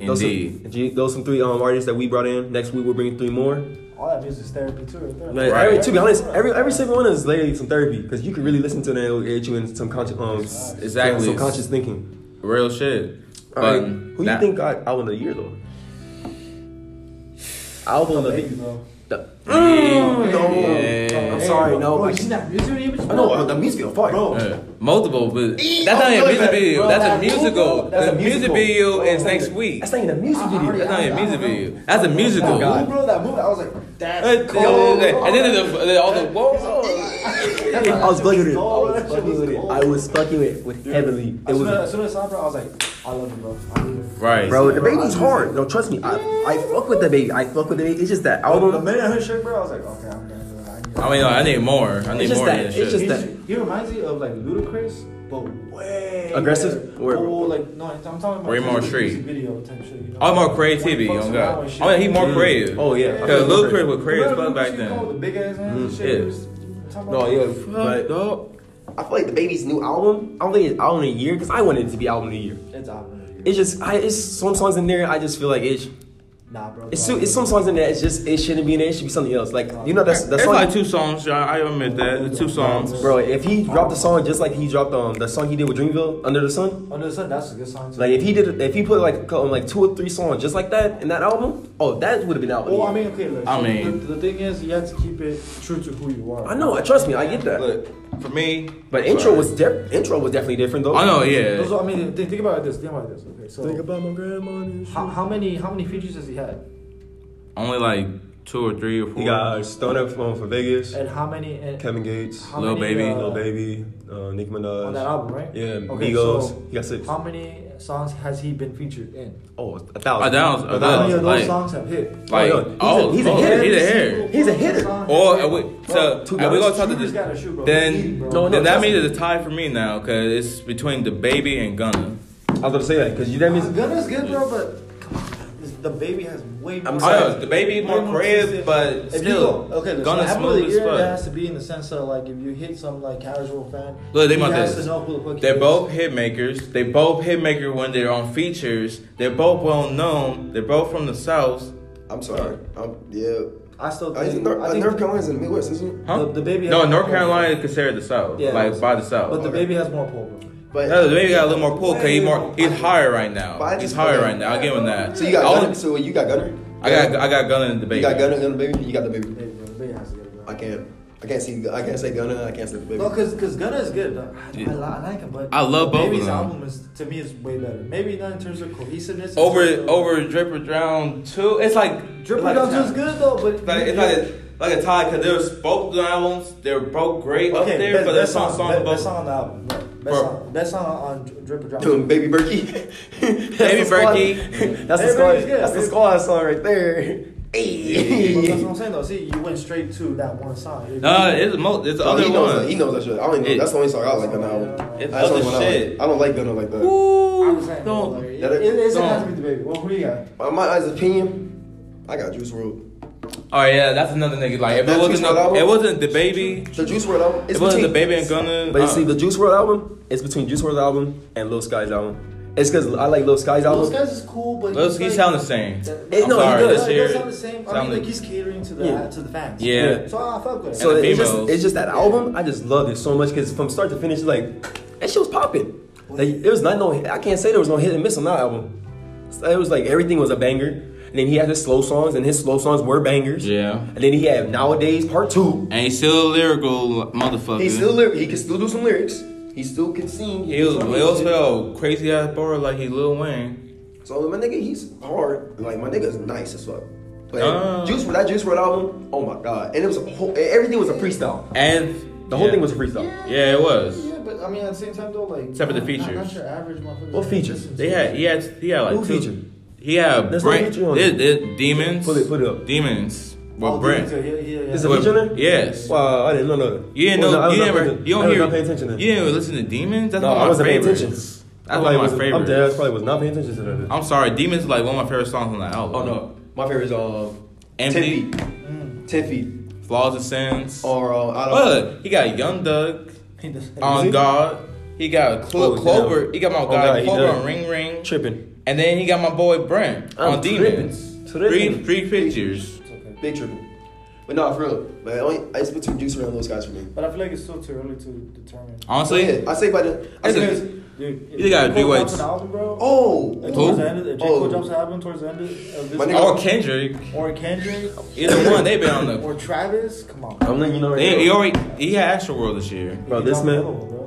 [SPEAKER 1] Those
[SPEAKER 2] Indeed.
[SPEAKER 1] Some, gee, those some three um, artists that we brought in. Next week we'll bring three more.
[SPEAKER 3] All that music's therapy too, right there.
[SPEAKER 1] Like,
[SPEAKER 2] Right.
[SPEAKER 1] every- to be honest, every every single one is literally some therapy because you can really listen to them and it'll get you in some conscious um s-
[SPEAKER 2] Exactly.
[SPEAKER 1] some conscious thinking.
[SPEAKER 2] Real shit.
[SPEAKER 1] All right,
[SPEAKER 2] But
[SPEAKER 1] who
[SPEAKER 2] that-
[SPEAKER 1] you think got album of the year though? Album of
[SPEAKER 3] Baby,
[SPEAKER 1] the
[SPEAKER 3] bro.
[SPEAKER 1] the-
[SPEAKER 2] Mm,
[SPEAKER 1] no.
[SPEAKER 2] yeah.
[SPEAKER 1] I'm sorry, no,
[SPEAKER 3] Bro,
[SPEAKER 1] like-
[SPEAKER 3] you seen that music video?
[SPEAKER 1] I know uh, Oh the music on fire.
[SPEAKER 3] Bro.
[SPEAKER 2] Uh, multiple, but that's not
[SPEAKER 1] I'm
[SPEAKER 2] a music
[SPEAKER 1] good,
[SPEAKER 2] video.
[SPEAKER 1] bro.
[SPEAKER 2] That's a
[SPEAKER 3] That's
[SPEAKER 2] musical.
[SPEAKER 3] cool,
[SPEAKER 2] That's a music
[SPEAKER 1] musical.
[SPEAKER 2] video is next week.
[SPEAKER 1] That's not even a music
[SPEAKER 3] I- I
[SPEAKER 1] video.
[SPEAKER 3] already-
[SPEAKER 2] That's not even a
[SPEAKER 3] I- I
[SPEAKER 2] music
[SPEAKER 3] don't know.
[SPEAKER 2] video. That's a musical.
[SPEAKER 1] Oh
[SPEAKER 3] That move, bro, that move, I was like,
[SPEAKER 2] And
[SPEAKER 3] that's cold.
[SPEAKER 2] then the- the- all the whoa.
[SPEAKER 1] I was fucking with it. I
[SPEAKER 3] Gold,
[SPEAKER 1] was
[SPEAKER 3] that shit
[SPEAKER 1] fucking
[SPEAKER 3] was
[SPEAKER 1] with it.
[SPEAKER 3] gold.
[SPEAKER 1] I was fucking with it with heavily. It
[SPEAKER 3] As soon as,
[SPEAKER 1] was
[SPEAKER 3] as soon as I saw it, bro, I was like, I love you, bro. I love you.
[SPEAKER 2] Right.
[SPEAKER 1] bro. The baby's hard. No, trust me. I I fuck with the baby. I fuck with the baby. It's just that
[SPEAKER 3] The
[SPEAKER 1] album.
[SPEAKER 3] minute I heard Shake, bro, I was like, okay, I'm done. bro. I need
[SPEAKER 2] I mean, like, I need more. I need
[SPEAKER 1] just
[SPEAKER 2] more
[SPEAKER 1] that-
[SPEAKER 2] than
[SPEAKER 1] it's
[SPEAKER 2] shit.
[SPEAKER 1] just
[SPEAKER 3] He
[SPEAKER 1] that-
[SPEAKER 3] just- He reminds me of like Ludacris, but way
[SPEAKER 1] Aggressive?
[SPEAKER 3] better.
[SPEAKER 1] Or-
[SPEAKER 3] oh, like no, I'm talking about
[SPEAKER 2] Way more
[SPEAKER 3] music
[SPEAKER 2] street.
[SPEAKER 3] video type shit. You know?
[SPEAKER 2] Oh, more creativity.
[SPEAKER 3] When he
[SPEAKER 2] Oh,
[SPEAKER 3] fucks around
[SPEAKER 2] God.
[SPEAKER 3] and shit.
[SPEAKER 2] Oh, yeah, he more creative.
[SPEAKER 1] Oh yeah. I
[SPEAKER 2] Because
[SPEAKER 1] fuck with
[SPEAKER 2] Lil
[SPEAKER 1] it.
[SPEAKER 2] Crit was crazy as
[SPEAKER 3] Remember
[SPEAKER 2] fuck
[SPEAKER 3] Ludacris
[SPEAKER 2] back
[SPEAKER 3] used to go
[SPEAKER 2] then.
[SPEAKER 3] with The big ass hands and shit.
[SPEAKER 2] yeah.
[SPEAKER 3] He was- I'm talking
[SPEAKER 1] No,
[SPEAKER 3] about-
[SPEAKER 1] yeah,
[SPEAKER 2] But,
[SPEAKER 1] but I feel like the baby's new album. I don't think it's album of the year because I wanted it to be album of the year.
[SPEAKER 3] It's album.
[SPEAKER 1] It's just I it's some songs in there. I just feel like it's
[SPEAKER 3] Nah, bro.
[SPEAKER 1] it's, so- it's some songs in there. It's just it shouldn't be in there. It should be something else. Like you know that's that's
[SPEAKER 2] it's like
[SPEAKER 1] song.
[SPEAKER 2] two songs, y'all. I admit that. It's two songs.
[SPEAKER 1] Bro, if he dropped a song just like he dropped um the song he did with Dreamville Under the Sun,
[SPEAKER 3] Under the sun, Oh, that's a good song. too.
[SPEAKER 1] like if he did if he put like um, like two or three songs just like that in that album, oh that would have been out.
[SPEAKER 3] Well, I mean, okay, look.
[SPEAKER 2] I
[SPEAKER 3] so
[SPEAKER 2] mean-
[SPEAKER 3] the, the thing is, you have to keep it true to who you are.
[SPEAKER 1] I know. I trust me. I get that.
[SPEAKER 2] Look, for me.
[SPEAKER 1] but intro was def- intro was definitely different though.
[SPEAKER 2] I know,
[SPEAKER 3] Those
[SPEAKER 2] yeah.
[SPEAKER 3] are- I mean, think, think about it this. Think about it this. Okay, so
[SPEAKER 1] about my grandma. And
[SPEAKER 3] how, how many how many features has he had,
[SPEAKER 2] Only like two or three or four.
[SPEAKER 1] He got Stoner from for Vegas.
[SPEAKER 3] and how many and
[SPEAKER 1] Kevin Gates.
[SPEAKER 3] how
[SPEAKER 2] Lil
[SPEAKER 3] many,
[SPEAKER 2] Baby.
[SPEAKER 3] uh,
[SPEAKER 1] Lil Baby, uh, Nicki Minaj.
[SPEAKER 3] on that album, right?
[SPEAKER 1] Yeah,
[SPEAKER 3] Okay,
[SPEAKER 1] Migos.
[SPEAKER 3] so
[SPEAKER 1] he got six.
[SPEAKER 3] How many songs has he been featured in?
[SPEAKER 1] Oh, a thousand.
[SPEAKER 2] A thousand, a
[SPEAKER 3] How many of
[SPEAKER 2] thousand.
[SPEAKER 3] those
[SPEAKER 2] like-
[SPEAKER 3] songs have hit?
[SPEAKER 2] Like,
[SPEAKER 1] Oh, yeah. He's a-
[SPEAKER 2] oh,
[SPEAKER 1] he's a
[SPEAKER 2] oh,
[SPEAKER 1] hitter.
[SPEAKER 2] He's a hitter.
[SPEAKER 1] He's a hitter.
[SPEAKER 2] Or are we, so
[SPEAKER 1] Two
[SPEAKER 2] are we gonna
[SPEAKER 1] dollars.
[SPEAKER 2] talk to
[SPEAKER 3] Shooters
[SPEAKER 2] this?
[SPEAKER 3] gotta shoot, bro.
[SPEAKER 2] Then,
[SPEAKER 3] Bro.
[SPEAKER 1] No, no,
[SPEAKER 2] then that
[SPEAKER 1] trust
[SPEAKER 2] means
[SPEAKER 1] me.
[SPEAKER 2] it's a tie for me now because it's between the baby and Gunna.
[SPEAKER 1] I was gonna say that because you that means
[SPEAKER 3] Gunna's good, bro, but come on, this- the baby has way more.
[SPEAKER 1] I'm
[SPEAKER 2] I know
[SPEAKER 1] sorry.
[SPEAKER 2] the baby more creative, but
[SPEAKER 3] If you
[SPEAKER 2] still,
[SPEAKER 3] go- okay, look, so
[SPEAKER 2] Gunna
[SPEAKER 3] album of the
[SPEAKER 2] smooth as
[SPEAKER 3] year,
[SPEAKER 2] fuck.
[SPEAKER 3] that has to be in the sense of like if you hit some like casual fan,
[SPEAKER 2] Look, they
[SPEAKER 3] he
[SPEAKER 2] my
[SPEAKER 3] has
[SPEAKER 2] this.
[SPEAKER 3] to know who the fuck he
[SPEAKER 2] They're
[SPEAKER 3] is.
[SPEAKER 2] both hit makers. They both hit maker when they're on features. They're both well known. They're both from the south.
[SPEAKER 1] I'm sorry. I'm, yeah.
[SPEAKER 3] I still
[SPEAKER 1] I think
[SPEAKER 3] think,
[SPEAKER 1] North,
[SPEAKER 3] I think
[SPEAKER 1] North Carolina's in the Midwest, isn't it?
[SPEAKER 2] Huh?
[SPEAKER 3] The- the baby
[SPEAKER 2] No,
[SPEAKER 3] has-
[SPEAKER 2] North Carolina is considered the south,
[SPEAKER 3] Yeah.
[SPEAKER 2] like by the south.
[SPEAKER 3] but the baby has more pull, bro.
[SPEAKER 1] But
[SPEAKER 2] No, the baby got a little more pull. Cause he more, he's higher right
[SPEAKER 1] But I
[SPEAKER 2] now. He's
[SPEAKER 1] just-
[SPEAKER 2] higher right now. I'll give him that.
[SPEAKER 1] so you got
[SPEAKER 2] I
[SPEAKER 1] Gunner.
[SPEAKER 2] only-
[SPEAKER 1] So you got Gunner.
[SPEAKER 2] I got I got Gunna in the baby.
[SPEAKER 1] You got Gunner and the baby. You got the baby.
[SPEAKER 3] Baby, bro, the baby has to get it, bro.
[SPEAKER 1] I can't. I can't see. I can't say Gunner. I can't say the baby.
[SPEAKER 3] No, cause cause Gunna is good. though. I,
[SPEAKER 2] Yeah.
[SPEAKER 3] I, li- I like him, but
[SPEAKER 2] I love both of
[SPEAKER 3] Baby's
[SPEAKER 2] them.
[SPEAKER 3] album is to me is way better. Maybe not in terms of cohesiveness. in
[SPEAKER 2] over
[SPEAKER 3] terms of-
[SPEAKER 2] over Drip or Drown too. It's like
[SPEAKER 3] Drip
[SPEAKER 2] like
[SPEAKER 3] like Down's
[SPEAKER 2] a-
[SPEAKER 3] just good though, but
[SPEAKER 2] It's like it's like a, like a tie because there's both the albums. They're both great up
[SPEAKER 3] okay,
[SPEAKER 2] there,
[SPEAKER 3] best,
[SPEAKER 2] but
[SPEAKER 3] best
[SPEAKER 2] there's some
[SPEAKER 3] song,
[SPEAKER 2] songs
[SPEAKER 3] best,
[SPEAKER 2] above.
[SPEAKER 3] best song on the album. Best
[SPEAKER 2] For-
[SPEAKER 3] song, best song on Drip or Drop.
[SPEAKER 1] To Baby Berkey.
[SPEAKER 2] Baby
[SPEAKER 1] That's the squad-
[SPEAKER 2] Berkey.
[SPEAKER 1] That's the
[SPEAKER 3] Baby
[SPEAKER 1] squad.
[SPEAKER 3] Berkey's good.
[SPEAKER 1] That's the
[SPEAKER 3] Baby-
[SPEAKER 1] squad song right there.
[SPEAKER 3] Well, that's
[SPEAKER 1] Hey.
[SPEAKER 3] what I'm saying though. See, you went straight to that one song. If
[SPEAKER 2] Nah,
[SPEAKER 3] you-
[SPEAKER 2] it's mo- it's the
[SPEAKER 4] Oh,
[SPEAKER 1] No,
[SPEAKER 2] other
[SPEAKER 1] he knows that. He
[SPEAKER 2] one.
[SPEAKER 1] knows that shit. I don't even know.
[SPEAKER 2] It-
[SPEAKER 1] That's the only song I like on the album.
[SPEAKER 2] It's
[SPEAKER 1] That's the
[SPEAKER 2] other
[SPEAKER 1] only one I like.
[SPEAKER 2] shit.
[SPEAKER 1] I don't like Gunna like that.
[SPEAKER 2] Ooh,
[SPEAKER 3] I was saying, though, like,
[SPEAKER 2] don't.
[SPEAKER 3] it,
[SPEAKER 1] That-
[SPEAKER 3] it, it doesn't have to
[SPEAKER 2] don't.
[SPEAKER 3] be the baby. Well, who do you got?
[SPEAKER 1] My, my honest opinion, I got Juice WRLD.
[SPEAKER 2] Oh yeah, that's another nigga. Like if
[SPEAKER 1] That
[SPEAKER 2] it wasn't,
[SPEAKER 1] Juice WRLD?
[SPEAKER 2] it wasn't the baby.
[SPEAKER 1] The Juice WRLD album. It's
[SPEAKER 2] It wasn't the
[SPEAKER 1] between-
[SPEAKER 2] baby and Gunna.
[SPEAKER 1] But you
[SPEAKER 2] uh,
[SPEAKER 1] see, the Juice WRLD album is between Juice WRLD album and Lil Sky's album. It's because I like Lil Sky's
[SPEAKER 3] Those
[SPEAKER 1] album.
[SPEAKER 3] guys is cool, but
[SPEAKER 2] Those-
[SPEAKER 3] he's
[SPEAKER 2] he
[SPEAKER 3] like-
[SPEAKER 2] sound the same.
[SPEAKER 3] That-
[SPEAKER 1] It-
[SPEAKER 2] I'm
[SPEAKER 1] no, he
[SPEAKER 2] sorry,
[SPEAKER 1] does.
[SPEAKER 2] let's
[SPEAKER 3] It
[SPEAKER 2] hear
[SPEAKER 3] does
[SPEAKER 2] it.
[SPEAKER 3] sound the same. I
[SPEAKER 2] Sound
[SPEAKER 3] mean, like
[SPEAKER 2] the-
[SPEAKER 3] he's catering to the
[SPEAKER 1] Yeah.
[SPEAKER 3] to the fans.
[SPEAKER 2] Yeah.
[SPEAKER 3] So I fuck with it.
[SPEAKER 1] So
[SPEAKER 2] And the
[SPEAKER 1] it's just,
[SPEAKER 2] females.
[SPEAKER 1] it's just that album. I just loved it so much because from start to finish, it's like that shit was popping. Like there was not no. I can't say there was no hit and miss on that album. So It was like everything was a banger. And then he had his slow songs, and his slow songs were bangers.
[SPEAKER 2] Yeah.
[SPEAKER 1] And then he had nowadays part two.
[SPEAKER 2] And he's still a lyrical motherfucker.
[SPEAKER 1] He still lyric. He can still do some lyrics. He still can sing.
[SPEAKER 2] He was
[SPEAKER 1] can do
[SPEAKER 2] he
[SPEAKER 1] some shit.
[SPEAKER 2] also crazy ass bar like he Lil Wayne.
[SPEAKER 1] So my nigga, he's hard. Like my nigga's nice as fuck. But
[SPEAKER 2] Ah.
[SPEAKER 1] Juice for that Juice WRLD album, oh my god! And it was a whole, everything was a freestyle.
[SPEAKER 2] And
[SPEAKER 1] The whole
[SPEAKER 2] yeah.
[SPEAKER 1] thing was a freestyle.
[SPEAKER 2] Yeah, it was.
[SPEAKER 3] Yeah, but I mean, at the same time though, like
[SPEAKER 2] Except for the
[SPEAKER 3] not-
[SPEAKER 2] features.
[SPEAKER 3] Not, not your average motherfucker.
[SPEAKER 1] What features?
[SPEAKER 2] They had he had he had like
[SPEAKER 1] Who
[SPEAKER 2] two.
[SPEAKER 1] featured?
[SPEAKER 2] He had
[SPEAKER 1] There's no
[SPEAKER 2] Brent.
[SPEAKER 1] feature on
[SPEAKER 2] it-
[SPEAKER 1] it.
[SPEAKER 2] it- demons.
[SPEAKER 1] Pull it- put it up.
[SPEAKER 2] Demons. With
[SPEAKER 3] Oh,
[SPEAKER 2] Brent.
[SPEAKER 3] dude, yeah, yeah, yeah.
[SPEAKER 1] Is it
[SPEAKER 2] With-
[SPEAKER 1] feature on there?
[SPEAKER 2] Yes.
[SPEAKER 1] Wow, I didn't know that.
[SPEAKER 2] You didn't know.
[SPEAKER 1] Well, no, I was
[SPEAKER 2] you
[SPEAKER 1] not
[SPEAKER 2] never.
[SPEAKER 1] paying-
[SPEAKER 2] You
[SPEAKER 1] I
[SPEAKER 2] don't
[SPEAKER 1] was
[SPEAKER 2] hear.
[SPEAKER 1] not paying attention. Then.
[SPEAKER 2] You didn't listen to demons. That's
[SPEAKER 1] no,
[SPEAKER 2] one
[SPEAKER 1] I
[SPEAKER 2] of my
[SPEAKER 1] wasn't paying
[SPEAKER 2] favorites.
[SPEAKER 1] attention. I
[SPEAKER 2] That's
[SPEAKER 1] probably
[SPEAKER 2] one of my
[SPEAKER 1] wasn't- I'm
[SPEAKER 2] favorites.
[SPEAKER 1] dead. I probably was not paying attention to that.
[SPEAKER 2] I'm sorry, demons is like one of my favorite songs on that album.
[SPEAKER 1] Oh no, my favorite is um,
[SPEAKER 2] Empty.
[SPEAKER 1] ten feet, ten feet,
[SPEAKER 2] Flaws and sins.
[SPEAKER 1] or uh, I don't. know.
[SPEAKER 2] Look, he got Young Doug
[SPEAKER 1] see?
[SPEAKER 2] on God. He got Clo-
[SPEAKER 1] Oh, damn.
[SPEAKER 2] Clover. He got my
[SPEAKER 1] Oh, God,
[SPEAKER 2] guy
[SPEAKER 1] he
[SPEAKER 2] Clover
[SPEAKER 1] does.
[SPEAKER 2] on Ring Ring.
[SPEAKER 1] Tripping,
[SPEAKER 2] And then he got my boy Brent
[SPEAKER 1] I'm
[SPEAKER 2] on
[SPEAKER 1] tripping.
[SPEAKER 2] Demons.
[SPEAKER 1] Tripping.
[SPEAKER 2] Three three pictures.
[SPEAKER 1] big tripping. But no, for real. But only it's between Juice and those guys for me.
[SPEAKER 3] But I feel like it's still too early to determine.
[SPEAKER 2] Honestly,
[SPEAKER 1] Yeah, I say by the. I
[SPEAKER 2] It's
[SPEAKER 1] say,
[SPEAKER 2] a-
[SPEAKER 3] Dude,
[SPEAKER 2] You gotta
[SPEAKER 3] J. Cole
[SPEAKER 2] do
[SPEAKER 3] drops
[SPEAKER 2] it.
[SPEAKER 3] an album, bro.
[SPEAKER 1] oh,
[SPEAKER 3] Like,
[SPEAKER 2] Who?
[SPEAKER 3] towards the end of the, if J. Cole
[SPEAKER 1] Oh.
[SPEAKER 3] drops an album towards the end of of this
[SPEAKER 1] My nigga-
[SPEAKER 2] or Kendrick.
[SPEAKER 3] or Kendrick
[SPEAKER 2] Either one, they been on the.
[SPEAKER 3] or Travis, come on.
[SPEAKER 1] I'm letting you know right
[SPEAKER 2] They,
[SPEAKER 1] now.
[SPEAKER 2] he already he had Astro World this year.
[SPEAKER 1] Bro, this man,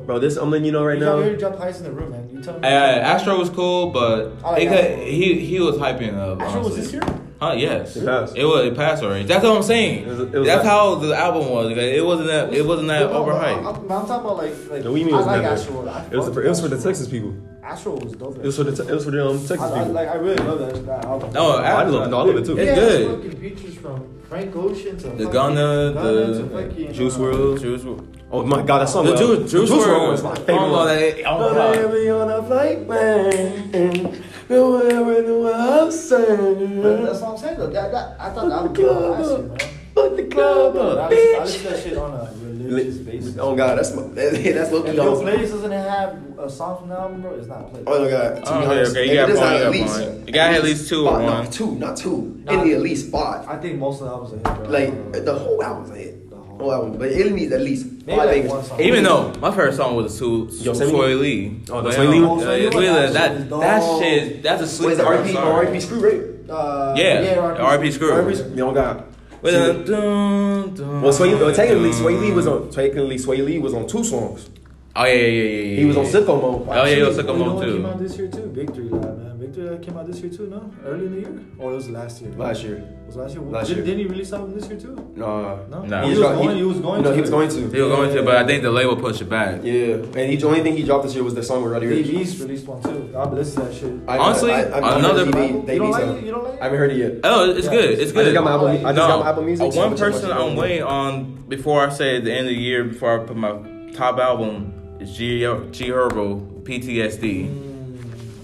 [SPEAKER 1] bro, this I'm letting you know right
[SPEAKER 3] You already
[SPEAKER 1] now.
[SPEAKER 3] dropped highest in the room, man. You tell me.
[SPEAKER 2] Uh, Astro was cool, but
[SPEAKER 3] I like
[SPEAKER 2] it could,
[SPEAKER 3] Astro.
[SPEAKER 2] he he was hyping up.
[SPEAKER 3] Oh, Astro was
[SPEAKER 2] honestly.
[SPEAKER 3] this year?
[SPEAKER 2] Huh? Yes.
[SPEAKER 1] It passed.
[SPEAKER 2] It was. It passed already. That's what I'm saying.
[SPEAKER 1] It was- it was
[SPEAKER 2] That's
[SPEAKER 1] like-
[SPEAKER 2] how the album was. like, It wasn't that. It wasn't that
[SPEAKER 3] No, no, I'm,
[SPEAKER 2] overhyped.
[SPEAKER 3] I'm talking about like, like
[SPEAKER 1] No, what you mean
[SPEAKER 3] I
[SPEAKER 1] it was
[SPEAKER 3] like
[SPEAKER 1] never-
[SPEAKER 3] Astro. I
[SPEAKER 1] It was,
[SPEAKER 3] fuck
[SPEAKER 1] for, it was for
[SPEAKER 3] with
[SPEAKER 1] the
[SPEAKER 3] Astro.
[SPEAKER 1] Texas people.
[SPEAKER 3] Astro was dope.
[SPEAKER 1] It was for the te- it was for the um, Texas
[SPEAKER 3] I, I,
[SPEAKER 1] people.
[SPEAKER 3] like, I really love that, that album.
[SPEAKER 2] No,
[SPEAKER 1] I love- no, I love it too.
[SPEAKER 2] It's
[SPEAKER 3] yeah,
[SPEAKER 2] good.
[SPEAKER 3] Fucking features from Frank Ocean to
[SPEAKER 2] The
[SPEAKER 3] fucking
[SPEAKER 2] Ghana,
[SPEAKER 3] to fucking,
[SPEAKER 2] the
[SPEAKER 3] uh,
[SPEAKER 1] Juice WRLD.
[SPEAKER 2] Juice World.
[SPEAKER 1] Oh my god, that song.
[SPEAKER 2] The
[SPEAKER 1] uh,
[SPEAKER 2] Juice, Juice
[SPEAKER 1] WRLD
[SPEAKER 2] World
[SPEAKER 1] was my favorite.
[SPEAKER 2] Oh,
[SPEAKER 1] one.
[SPEAKER 2] that- oh, God.
[SPEAKER 1] But we on a flight, man. No one ever knew what I'm saying.
[SPEAKER 3] But That's what I'm saying. Though. That, that, I thought that album was last year, man.
[SPEAKER 1] Fuck the club
[SPEAKER 3] I
[SPEAKER 1] up,
[SPEAKER 3] listen, I
[SPEAKER 1] bitch.
[SPEAKER 3] listen to that shit on a religious basis.
[SPEAKER 1] Oh god, that's my, that's what
[SPEAKER 3] If your playlist doesn't have a song from the album, bro, it's not played.
[SPEAKER 1] Oh my god, to
[SPEAKER 2] Oh,
[SPEAKER 1] be
[SPEAKER 2] okay,
[SPEAKER 1] honest,
[SPEAKER 2] okay, you
[SPEAKER 1] if
[SPEAKER 2] got
[SPEAKER 1] it is
[SPEAKER 2] one,
[SPEAKER 1] not
[SPEAKER 2] you
[SPEAKER 1] at
[SPEAKER 2] got
[SPEAKER 1] least,
[SPEAKER 2] one. You gotta have at least two or
[SPEAKER 1] five,
[SPEAKER 2] one.
[SPEAKER 1] No, two, not two.
[SPEAKER 3] Nah.
[SPEAKER 1] it needs at least five.
[SPEAKER 3] I think most of the albums are hit, bro.
[SPEAKER 1] Like the whole album's a hit. The
[SPEAKER 3] The whole
[SPEAKER 1] whole album, but it needs at least
[SPEAKER 3] Maybe
[SPEAKER 1] five
[SPEAKER 3] like
[SPEAKER 1] bangers.
[SPEAKER 3] one song.
[SPEAKER 2] Even though my favorite song was Su- Su-
[SPEAKER 1] Yosemite?
[SPEAKER 2] Soy Lee.
[SPEAKER 1] Oh, the
[SPEAKER 2] But,
[SPEAKER 1] Soy Lee
[SPEAKER 2] um,
[SPEAKER 1] one?
[SPEAKER 2] yeah,
[SPEAKER 3] Soy Lee
[SPEAKER 2] Soy
[SPEAKER 3] one
[SPEAKER 2] Lee,
[SPEAKER 3] actually
[SPEAKER 2] That
[SPEAKER 3] is
[SPEAKER 2] that
[SPEAKER 3] dope.
[SPEAKER 2] shit. That's a
[SPEAKER 1] What
[SPEAKER 2] sleeper.
[SPEAKER 1] is it,
[SPEAKER 2] I'm
[SPEAKER 1] RP,
[SPEAKER 2] sorry.
[SPEAKER 1] RP Screw Rape?
[SPEAKER 3] Uh,
[SPEAKER 2] Yeah,
[SPEAKER 3] R.I.P.
[SPEAKER 2] RP Screw.
[SPEAKER 1] Oh god.
[SPEAKER 2] Wait, uh, dun, dun,
[SPEAKER 1] Well, Sway, well, technically,
[SPEAKER 2] dun.
[SPEAKER 1] Sway Lee was on. Technically, Sway Lee was on two songs.
[SPEAKER 2] Oh yeah, yeah, yeah, yeah.
[SPEAKER 1] He was on
[SPEAKER 2] yeah.
[SPEAKER 1] Sicko Mode.
[SPEAKER 2] Oh yeah, he was
[SPEAKER 3] You
[SPEAKER 2] Sicko
[SPEAKER 3] know
[SPEAKER 2] Mode
[SPEAKER 3] what came out
[SPEAKER 2] too.
[SPEAKER 3] this year too? Big Three Live, man. Big Three Live came out this year too, no? Early in the year? Or it was last year?
[SPEAKER 1] last year.
[SPEAKER 3] It was last year?
[SPEAKER 1] Last
[SPEAKER 3] Did,
[SPEAKER 1] year.
[SPEAKER 3] Didn't he release an album this year too?
[SPEAKER 1] No,
[SPEAKER 3] No?
[SPEAKER 2] No.
[SPEAKER 3] He,
[SPEAKER 2] He's
[SPEAKER 3] was going, he was going
[SPEAKER 1] No,
[SPEAKER 3] to.
[SPEAKER 1] he was going to.
[SPEAKER 2] He was going to, but I think the label pushed it back.
[SPEAKER 1] Yeah, and he, the only thing he dropped this year was the song with Roddy
[SPEAKER 3] Dave
[SPEAKER 1] Rich.
[SPEAKER 3] East released one too. I listened to that shit.
[SPEAKER 1] I-
[SPEAKER 2] Honestly,
[SPEAKER 1] I've never
[SPEAKER 2] another-
[SPEAKER 1] heard Dave
[SPEAKER 2] Dave-
[SPEAKER 1] East
[SPEAKER 3] you don't like
[SPEAKER 1] song.
[SPEAKER 3] it? You don't like it?
[SPEAKER 1] I haven't heard it yet.
[SPEAKER 2] Oh, it's good. It's
[SPEAKER 1] I
[SPEAKER 2] good.
[SPEAKER 1] just got my album. I just
[SPEAKER 2] no,
[SPEAKER 1] got my Apple Music.
[SPEAKER 2] uh,
[SPEAKER 1] so
[SPEAKER 2] one
[SPEAKER 1] I'm gonna check
[SPEAKER 2] person
[SPEAKER 1] my shit
[SPEAKER 2] I'm
[SPEAKER 1] out.
[SPEAKER 2] waiting on before I say at the end of the year before I put my top album is G G Herbo PTSD.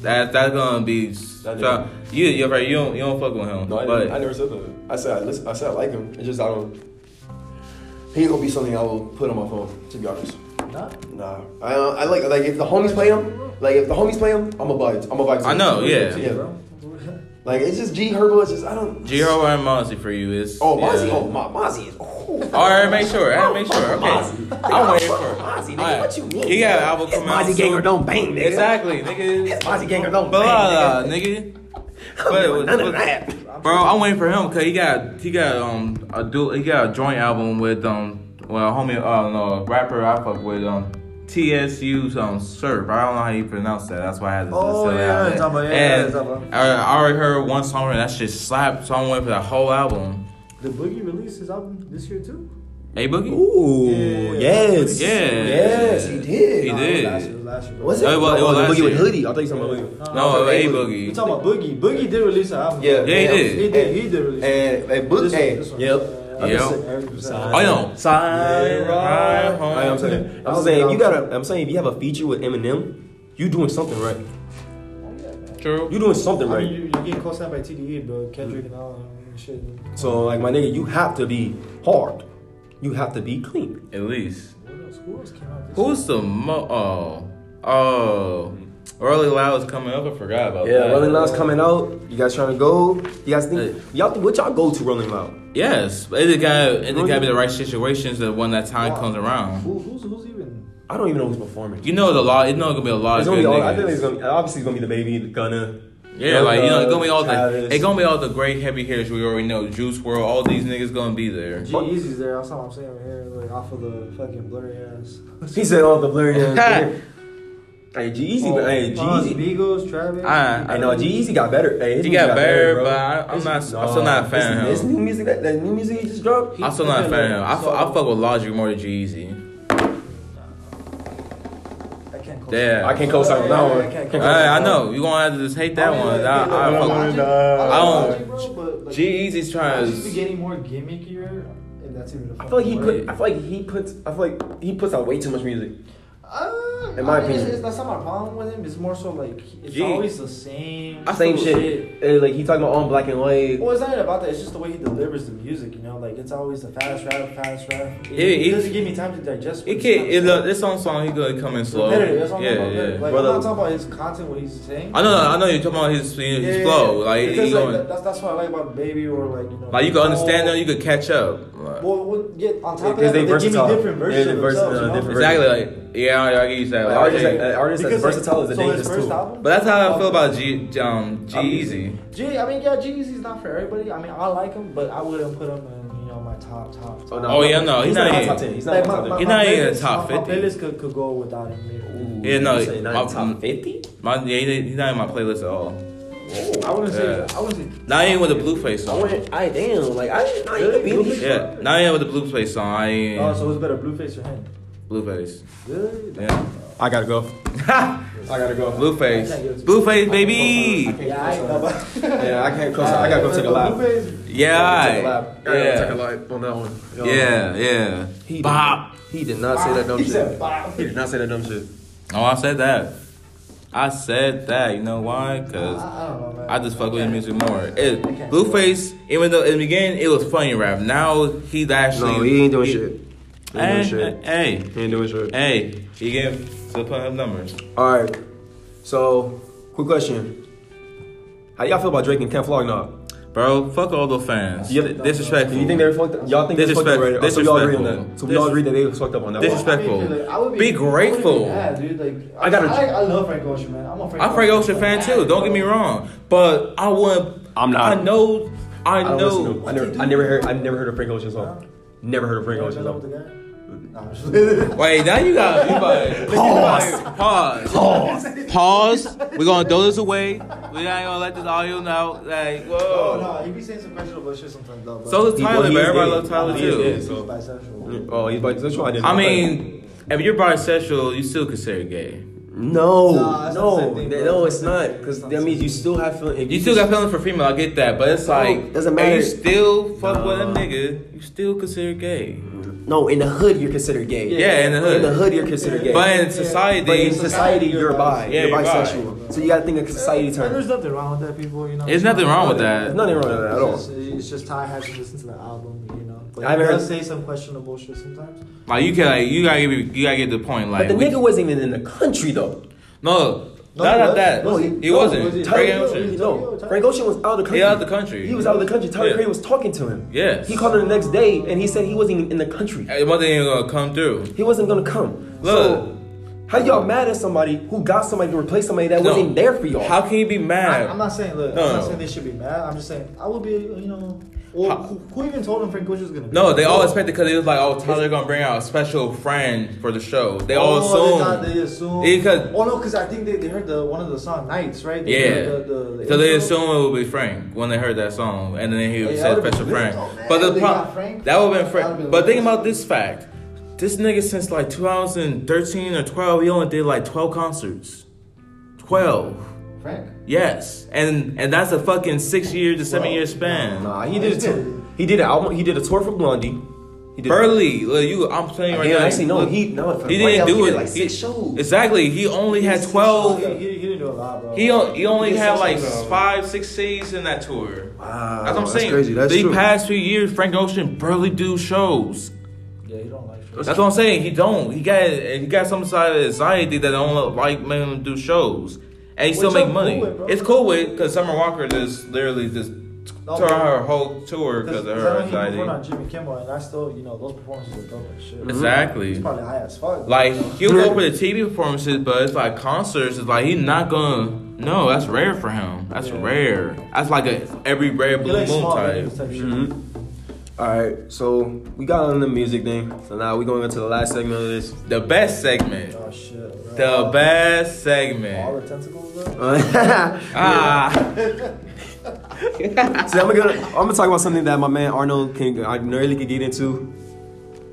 [SPEAKER 2] That that's gonna be
[SPEAKER 1] That
[SPEAKER 2] so, you you right, you don't you don't fuck with him.
[SPEAKER 1] No, I,
[SPEAKER 2] but
[SPEAKER 1] didn't, I never said that. I said I, listen, I said I like him. It's just I don't. He ain't gonna be something I will put on my phone. To be honest,
[SPEAKER 3] Nah.
[SPEAKER 1] nah. I uh, I like like if the homies play him, like if the homies play him, I'ma buy it. I'ma buy it.
[SPEAKER 2] I know, yeah.
[SPEAKER 1] yeah.
[SPEAKER 3] bro.
[SPEAKER 1] Like it's just G Herbo. It's just I don't.
[SPEAKER 2] G Herbo and Mozzie for you is
[SPEAKER 1] Oh, Mozzie.
[SPEAKER 2] yeah.
[SPEAKER 1] Oh, Ma- Mozzie is. Oh,
[SPEAKER 2] All right, make sure. I make sure. Okay, I'm waiting for. it.
[SPEAKER 1] Mozzie, nigga,
[SPEAKER 2] All right.
[SPEAKER 1] what you mean?
[SPEAKER 2] He got an album
[SPEAKER 1] It's
[SPEAKER 2] coming out.
[SPEAKER 1] Mozzie Gang
[SPEAKER 2] soon.
[SPEAKER 1] or Don't Bang, nigga.
[SPEAKER 2] Exactly, nigga.
[SPEAKER 1] It's Mozzie Gang or Don't Bang,
[SPEAKER 2] Blah, nigga. But it was-
[SPEAKER 1] None of
[SPEAKER 2] was-
[SPEAKER 1] that.
[SPEAKER 2] Bro, I'm waiting for him because he got he got um a dual he got a joint album with um well homie uh no rapper I fuck with um TSU um Surf I don't know how you pronounce that that's why I had to
[SPEAKER 3] Oh,
[SPEAKER 2] say
[SPEAKER 3] yeah,
[SPEAKER 2] that.
[SPEAKER 3] it's about- yeah,
[SPEAKER 2] And
[SPEAKER 3] it's about-
[SPEAKER 2] I, I already heard one song and that shit slapped so I'm waiting for the whole album.
[SPEAKER 3] Did Boogie release his album this year too?
[SPEAKER 2] A Boogie?
[SPEAKER 1] Ooh,
[SPEAKER 3] Yeah.
[SPEAKER 1] yes.
[SPEAKER 2] Yeah.
[SPEAKER 1] Yes, he did.
[SPEAKER 2] He
[SPEAKER 3] No,
[SPEAKER 2] did.
[SPEAKER 3] It was last year. It was last year. bro.
[SPEAKER 1] What's it?
[SPEAKER 2] Oh, it was- it was
[SPEAKER 1] oh,
[SPEAKER 2] last
[SPEAKER 1] Boogie with
[SPEAKER 2] year.
[SPEAKER 1] Hoodie. I thought you talking about Hoodie.
[SPEAKER 2] No,
[SPEAKER 1] A
[SPEAKER 2] A
[SPEAKER 1] Boogie.
[SPEAKER 2] Boogie.
[SPEAKER 3] You talking about Boogie? Boogie did release an album.
[SPEAKER 4] Yeah.
[SPEAKER 2] Yeah, he did.
[SPEAKER 3] He did. He did release.
[SPEAKER 4] And hey, book,
[SPEAKER 3] This one,
[SPEAKER 4] hey,
[SPEAKER 3] this one.
[SPEAKER 1] Yep.
[SPEAKER 3] Yeah.
[SPEAKER 2] Yep.
[SPEAKER 3] Besides-
[SPEAKER 2] Oh, no. Sign right home.
[SPEAKER 1] I am saying. I'm saying you gotta. I'm saying if you have a feature with Eminem, you doing something right.
[SPEAKER 3] Oh, yeah, man.
[SPEAKER 2] True.
[SPEAKER 1] You doing something
[SPEAKER 3] I mean,
[SPEAKER 1] right.
[SPEAKER 3] you, you're getting close out by TDE, bro. Kendrick and all and shit.
[SPEAKER 1] So like my nigga, you have to be hard. You have to be clean.
[SPEAKER 2] At least.
[SPEAKER 3] What else? Who else came out this year?
[SPEAKER 2] Who's the mo? Oh, oh, Early Loud is coming up. I forgot about
[SPEAKER 1] Yeah,
[SPEAKER 2] that.
[SPEAKER 1] Rolling Loud's coming out. You guys trying to go? You guys think?
[SPEAKER 2] Hey.
[SPEAKER 1] Y'all think what y'all go to Rolling Loud?
[SPEAKER 2] Yes, but it got it got be the right situations that when that time comes around.
[SPEAKER 3] Who, who's who's even?
[SPEAKER 1] I don't even know who's performing.
[SPEAKER 2] You know the law. It's not gonna be a lot
[SPEAKER 1] It's
[SPEAKER 2] of
[SPEAKER 1] gonna
[SPEAKER 2] good
[SPEAKER 1] be all, I think
[SPEAKER 2] niggas.
[SPEAKER 1] it's gonna be, obviously it's gonna be the baby, the gunner.
[SPEAKER 2] Yeah, like you know, it's gonna be all
[SPEAKER 1] Travis.
[SPEAKER 2] the it's gonna be all the great heavy hitters we already know. Juice World, all these niggas gonna be there.
[SPEAKER 3] G Easy's there. That's all I'm saying right here. Like off of the fucking blurry ass.
[SPEAKER 1] He said all the blurry ass. Hey, G-Eazy, but hey,
[SPEAKER 3] Fonz,
[SPEAKER 1] G-Eazy.
[SPEAKER 3] Migos, Travis.
[SPEAKER 2] I-
[SPEAKER 1] I know G-Eazy got better. Hey, his
[SPEAKER 2] He
[SPEAKER 1] music
[SPEAKER 2] got better,
[SPEAKER 1] bro.
[SPEAKER 2] but I, I'm
[SPEAKER 1] His-
[SPEAKER 2] not. I'm still not a fan of
[SPEAKER 1] His, his
[SPEAKER 2] him.
[SPEAKER 1] new music, that, that new music he just dropped. he-
[SPEAKER 2] I'm still not a fan of him. I, fu- I
[SPEAKER 3] So-
[SPEAKER 2] fuck with Logic more than Jeezy.
[SPEAKER 3] I can't. call
[SPEAKER 2] Yeah.
[SPEAKER 1] I can't co-sign with that one.
[SPEAKER 3] I can't
[SPEAKER 2] Hey,
[SPEAKER 3] co-sign.
[SPEAKER 2] I know you gonna have to just hate that one. I, I, fuck with- I don't- G Easy's trying
[SPEAKER 3] He's
[SPEAKER 2] to.
[SPEAKER 3] getting more gimmickier, and that's even. a
[SPEAKER 1] I feel like he
[SPEAKER 3] fucking
[SPEAKER 1] put.
[SPEAKER 3] word.
[SPEAKER 1] I feel like he puts. I feel like he puts out way too much music.
[SPEAKER 3] Uh,
[SPEAKER 1] In my
[SPEAKER 3] I mean, it's-
[SPEAKER 1] opinion.
[SPEAKER 3] it's- that's not my problem with him. It's more so like it's
[SPEAKER 2] Gee.
[SPEAKER 3] always the same.
[SPEAKER 2] I
[SPEAKER 1] Same
[SPEAKER 2] feel
[SPEAKER 1] shit. Eh, Like he talking about on black and white.
[SPEAKER 3] Well, it's not even about that. It's just the way he delivers the music. You know, like it's always the fast rap, fast rap. It,
[SPEAKER 2] Yeah, it-
[SPEAKER 3] doesn't give me time to digest.
[SPEAKER 2] It
[SPEAKER 3] what
[SPEAKER 2] can.
[SPEAKER 3] he's
[SPEAKER 2] It,
[SPEAKER 3] saying.
[SPEAKER 2] look, this song song he gonna come in slow.
[SPEAKER 3] Repetitive, that's
[SPEAKER 2] Yeah,
[SPEAKER 3] what I'm talking about.
[SPEAKER 2] yeah.
[SPEAKER 3] Like
[SPEAKER 1] Brother-
[SPEAKER 3] I'm not talking about his content, what he's saying.
[SPEAKER 2] I know. I know you're talking about his, his flow. Like
[SPEAKER 3] It's
[SPEAKER 2] he
[SPEAKER 3] just
[SPEAKER 2] going.
[SPEAKER 3] that- that's that's what I like about Baby or like you know.
[SPEAKER 2] Like you can understand them,
[SPEAKER 3] Cole.
[SPEAKER 2] you can catch up. Like,
[SPEAKER 3] Well, well, yeah, on top
[SPEAKER 1] Yeah, 'cause
[SPEAKER 3] of
[SPEAKER 1] they
[SPEAKER 3] that, they, give
[SPEAKER 1] versatile.
[SPEAKER 3] me different versions
[SPEAKER 1] Yeah,
[SPEAKER 3] of
[SPEAKER 1] they
[SPEAKER 3] themselves.
[SPEAKER 1] versatile,
[SPEAKER 3] you know?
[SPEAKER 1] different
[SPEAKER 2] exactly. Like yeah, I, I get you that.
[SPEAKER 1] Like,
[SPEAKER 2] Like,
[SPEAKER 1] artists,
[SPEAKER 2] okay.
[SPEAKER 1] like, uh, artists that's
[SPEAKER 3] Because, like,
[SPEAKER 1] versatile is a
[SPEAKER 3] so his
[SPEAKER 1] dangerous
[SPEAKER 3] first
[SPEAKER 1] tool.
[SPEAKER 3] album-
[SPEAKER 2] but that's how I feel about G um G
[SPEAKER 3] I mean,
[SPEAKER 2] Easy.
[SPEAKER 3] G, I mean, yeah, Jeezy's not for everybody. I mean, I like him, but I wouldn't put him in, you know, my top, top, top.
[SPEAKER 1] no,
[SPEAKER 2] Oh, yeah, no, he's not
[SPEAKER 1] in my
[SPEAKER 2] in.
[SPEAKER 1] top ten. He's not in my top ten.
[SPEAKER 2] He's not even in
[SPEAKER 3] playlist-
[SPEAKER 2] top
[SPEAKER 3] my-
[SPEAKER 2] 50.
[SPEAKER 3] My playlist could, could go without him. maybe.
[SPEAKER 1] Ooh,
[SPEAKER 2] Yeah, no,
[SPEAKER 1] you say not
[SPEAKER 2] I-
[SPEAKER 1] in top fifty.
[SPEAKER 2] My yeah, he- he's not in my playlist at all.
[SPEAKER 3] I wouldn't
[SPEAKER 2] Yeah.
[SPEAKER 3] say, I wouldn't say.
[SPEAKER 2] Not even with the Blueface
[SPEAKER 1] I
[SPEAKER 2] song.
[SPEAKER 1] went. I damn. Like I didn't. I
[SPEAKER 3] Really?
[SPEAKER 1] ain't beat him.
[SPEAKER 2] Yeah, not even with the Blueface song. I ain't
[SPEAKER 3] Oh, so who's better, Blueface or him?
[SPEAKER 2] Blueface.
[SPEAKER 3] Really?
[SPEAKER 2] Yeah,
[SPEAKER 1] I gotta go. I gotta go.
[SPEAKER 2] Blueface. Blueface, baby.
[SPEAKER 3] Yeah, I ain't know, but-
[SPEAKER 1] Yeah, I can't close. I gotta go take a lap.
[SPEAKER 3] Blueface,
[SPEAKER 2] Yeah, I- yeah,
[SPEAKER 1] lap on that one.
[SPEAKER 2] yeah, yeah.
[SPEAKER 1] He
[SPEAKER 2] Bop.
[SPEAKER 1] Did, he did not say that dumb
[SPEAKER 3] he
[SPEAKER 1] shit.
[SPEAKER 3] said bop.
[SPEAKER 1] He did not say that dumb shit.
[SPEAKER 2] Oh, I said that. I said that. You know why?
[SPEAKER 3] I,
[SPEAKER 2] Cause.
[SPEAKER 3] I don't know, man.
[SPEAKER 2] I just fuck with his music more. It,
[SPEAKER 3] Okay.
[SPEAKER 2] Blueface, even though in the beginning it was funny rap, now he's actually
[SPEAKER 1] No, he ain't doing
[SPEAKER 2] he-
[SPEAKER 1] shit. He
[SPEAKER 2] Hey,
[SPEAKER 1] ain't doing
[SPEAKER 2] hey,
[SPEAKER 1] shit.
[SPEAKER 2] hey,
[SPEAKER 1] He ain't doing shit.
[SPEAKER 2] hey, he gave still putting up numbers.
[SPEAKER 1] All right. So, quick question. How y'all feel about Drake and Ken Flog now?
[SPEAKER 2] Bro, fuck all those fans.
[SPEAKER 1] Yep.
[SPEAKER 2] Disrespectful.
[SPEAKER 1] Do you think they were fucked up? Y'all think they fucked up
[SPEAKER 2] Disrespect-
[SPEAKER 1] right? Oh, So y'all agree on that.
[SPEAKER 2] disrespectful.
[SPEAKER 1] So we all
[SPEAKER 2] Dis-
[SPEAKER 1] agree that they was fucked up on that.
[SPEAKER 2] Disrespect-
[SPEAKER 1] one.
[SPEAKER 2] Respectful.
[SPEAKER 3] I mean, dude, like, I would
[SPEAKER 2] Be
[SPEAKER 3] I would
[SPEAKER 2] grateful.
[SPEAKER 3] mad, dude. Like, I,
[SPEAKER 1] I gotta-
[SPEAKER 3] I, I love Frank Ocean, man. I'm a Frank.
[SPEAKER 2] I'm Frank
[SPEAKER 3] Ocean
[SPEAKER 2] Ocean fan too. Don't get me wrong, but I want.
[SPEAKER 1] I'm not.
[SPEAKER 2] I know. I,
[SPEAKER 1] I don't listen to
[SPEAKER 2] know.
[SPEAKER 1] him. I never, I never heard, I never heard a Frank Ocean song. Never heard a Frank
[SPEAKER 3] Frank
[SPEAKER 1] Ocean
[SPEAKER 3] Ocean.
[SPEAKER 1] song.
[SPEAKER 3] Nah,
[SPEAKER 2] Wait, now you got you about pause. Pause. Pause. Pause. We're gonna throw this away. We're not gonna let this audio out. Like
[SPEAKER 3] oh,
[SPEAKER 2] whoa.
[SPEAKER 3] no, he be saying some questionable shit sometimes though. but-
[SPEAKER 2] So does
[SPEAKER 1] He- well,
[SPEAKER 2] Tyler,
[SPEAKER 1] he
[SPEAKER 2] but
[SPEAKER 1] is
[SPEAKER 2] everybody
[SPEAKER 1] gay.
[SPEAKER 2] loves Tyler
[SPEAKER 1] He is
[SPEAKER 2] too.
[SPEAKER 1] gay.
[SPEAKER 3] He's bisexual.
[SPEAKER 1] Oh, he's like, that's why I didn't.
[SPEAKER 2] I mean, if you're bisexual, you still consider gay.
[SPEAKER 1] no,
[SPEAKER 3] Nah, it's not the
[SPEAKER 1] no,
[SPEAKER 3] same thing,
[SPEAKER 1] th-
[SPEAKER 3] bro.
[SPEAKER 1] no, it's not. Because that means you still have feeling. if
[SPEAKER 2] You still got feelings for female, I get that, but it's like,
[SPEAKER 1] Oh, doesn't
[SPEAKER 2] if
[SPEAKER 1] matter.
[SPEAKER 2] you still fuck with a
[SPEAKER 1] Nah.
[SPEAKER 2] nigga, you still consider gay.
[SPEAKER 1] No, in the hood you're considered gay.
[SPEAKER 2] Yeah, in the hood.
[SPEAKER 1] In the hood you're considered gay.
[SPEAKER 2] But in
[SPEAKER 1] But in
[SPEAKER 2] society,
[SPEAKER 1] society, you're bi.
[SPEAKER 2] Yeah,
[SPEAKER 1] you're
[SPEAKER 2] you're bi.
[SPEAKER 1] bisexual. So you gotta think of society
[SPEAKER 3] And
[SPEAKER 1] terms.
[SPEAKER 3] There's nothing wrong with that, people. You know,
[SPEAKER 2] There's nothing wrong with that.
[SPEAKER 1] There's nothing wrong with that at
[SPEAKER 3] It's
[SPEAKER 1] all.
[SPEAKER 3] just, it's just Ty has to listen to the album, you know. But
[SPEAKER 1] I
[SPEAKER 3] he
[SPEAKER 1] haven't
[SPEAKER 3] does
[SPEAKER 1] heard-
[SPEAKER 3] say some questionable shit sometimes.
[SPEAKER 2] like you can, like you gotta give, you gotta get the point.
[SPEAKER 1] But
[SPEAKER 2] Like,
[SPEAKER 1] the
[SPEAKER 2] we-
[SPEAKER 1] nigga wasn't even in the country though.
[SPEAKER 2] no,
[SPEAKER 3] No,
[SPEAKER 2] not like
[SPEAKER 3] he was-
[SPEAKER 2] that.
[SPEAKER 3] was
[SPEAKER 2] he,
[SPEAKER 3] he- no,
[SPEAKER 2] wasn't.
[SPEAKER 3] was he-
[SPEAKER 2] Frank
[SPEAKER 1] Tyler-
[SPEAKER 2] Ocean.
[SPEAKER 1] No, Frank Ocean was out of the country.
[SPEAKER 2] He out the country.
[SPEAKER 1] He was out of the country. Tyler
[SPEAKER 2] Yeah.
[SPEAKER 1] Perry was talking to him.
[SPEAKER 2] Yes.
[SPEAKER 1] He called him the next day and he said he wasn't even in the country.
[SPEAKER 2] It wasn't even gonna come through.
[SPEAKER 1] He wasn't gonna come.
[SPEAKER 2] Look.
[SPEAKER 1] So how y'all mad at somebody who got somebody to replace somebody that
[SPEAKER 2] No.
[SPEAKER 1] wasn't there for y'all?
[SPEAKER 2] How can you be
[SPEAKER 3] I,
[SPEAKER 2] mad?
[SPEAKER 3] I'm not saying look.
[SPEAKER 2] No,
[SPEAKER 3] I'm
[SPEAKER 2] no.
[SPEAKER 3] not saying they should be mad. I'm just saying I would be, you know. Well, who, who even told him Frank Ocean was gonna? be
[SPEAKER 2] No, they all
[SPEAKER 3] Oh.
[SPEAKER 2] expected because it was like, oh, Tyler gonna bring out a special friend for the show. They all
[SPEAKER 3] Oh,
[SPEAKER 2] assumed.
[SPEAKER 3] They, thought they assumed.
[SPEAKER 2] Yeah, 'cause-
[SPEAKER 3] oh no, because I think they, they heard the one of the song Nights, right? They
[SPEAKER 2] Yeah.
[SPEAKER 3] heard The, the, the
[SPEAKER 2] so they
[SPEAKER 3] intro.
[SPEAKER 2] assumed it would be Frank when they heard that song, and then he
[SPEAKER 3] Yeah,
[SPEAKER 2] would
[SPEAKER 3] that
[SPEAKER 2] said
[SPEAKER 3] would've
[SPEAKER 2] special
[SPEAKER 3] been lit.
[SPEAKER 2] Frank.
[SPEAKER 3] Oh, man,
[SPEAKER 2] but the
[SPEAKER 3] they
[SPEAKER 2] pro-
[SPEAKER 3] got Frank.
[SPEAKER 2] that would have been
[SPEAKER 3] That
[SPEAKER 2] Frank.
[SPEAKER 3] would've been
[SPEAKER 2] but think
[SPEAKER 3] lit.
[SPEAKER 2] about this fact: this nigga since like 2013 or 12, he only did like 12 concerts. 12.
[SPEAKER 3] Frank.
[SPEAKER 2] Yes, and and that's a fucking six year to seven year span.
[SPEAKER 1] Nah, he did a tour. He did an album. He did a tour for Blondie. He did
[SPEAKER 2] Burley, look, you, I'm telling you right
[SPEAKER 1] Again,
[SPEAKER 2] now.
[SPEAKER 1] actually, no,
[SPEAKER 2] look,
[SPEAKER 1] he- no, for
[SPEAKER 2] he
[SPEAKER 1] the
[SPEAKER 2] didn't
[SPEAKER 1] White
[SPEAKER 2] do
[SPEAKER 1] Album, he
[SPEAKER 2] it.
[SPEAKER 1] did, like, six shows.
[SPEAKER 2] Exactly, he only had
[SPEAKER 3] Six
[SPEAKER 2] twelve.
[SPEAKER 3] shows. Oh, He, he, he didn't do a lot, bro.
[SPEAKER 2] He on- he only
[SPEAKER 3] did
[SPEAKER 2] had
[SPEAKER 3] six
[SPEAKER 2] like
[SPEAKER 3] shows.
[SPEAKER 2] five, six C's in that
[SPEAKER 1] Wow,
[SPEAKER 2] tour. that's what I'm
[SPEAKER 1] that's
[SPEAKER 2] saying.
[SPEAKER 1] crazy. That's
[SPEAKER 2] the
[SPEAKER 1] true.
[SPEAKER 2] past few years, Frank Ocean barely do shows.
[SPEAKER 3] Yeah, he don't like.
[SPEAKER 2] That's what I'm saying. He don't. He got he got some side of anxiety that don't like making him do shows, and he still
[SPEAKER 3] Which
[SPEAKER 2] make
[SPEAKER 3] I'm
[SPEAKER 2] money.
[SPEAKER 3] cool with, bro.
[SPEAKER 2] it's cool with because Summer Walker just literally just
[SPEAKER 3] No,
[SPEAKER 2] tore
[SPEAKER 3] bro.
[SPEAKER 2] her whole tour because of
[SPEAKER 3] Because I
[SPEAKER 2] her
[SPEAKER 3] know he
[SPEAKER 2] anxiety.
[SPEAKER 3] performed on Jimmy Kimmel, and I still, you know, those performances are dope as shit.
[SPEAKER 2] Exactly.
[SPEAKER 3] He's probably high as fuck.
[SPEAKER 2] Like
[SPEAKER 3] you know?
[SPEAKER 2] he'll go for the TV performances, but it's like concerts. It's like he's not gonna. No, that's rare for him. That's
[SPEAKER 3] Yeah.
[SPEAKER 2] rare. That's like a every rare
[SPEAKER 3] He
[SPEAKER 2] blue
[SPEAKER 3] likes
[SPEAKER 2] moon
[SPEAKER 3] small
[SPEAKER 2] type.
[SPEAKER 3] venues type shit.
[SPEAKER 1] All right, so we got on the music thing. So now we're going into the last segment of this.
[SPEAKER 2] The best segment.
[SPEAKER 3] Oh shit. bro.
[SPEAKER 2] The best
[SPEAKER 3] All
[SPEAKER 2] segment.
[SPEAKER 3] the tentacles.
[SPEAKER 1] Uh,
[SPEAKER 3] Bro?
[SPEAKER 2] Ah,
[SPEAKER 1] See, I'm gonna I'm gonna talk about something that my man Arnold can I really can get into.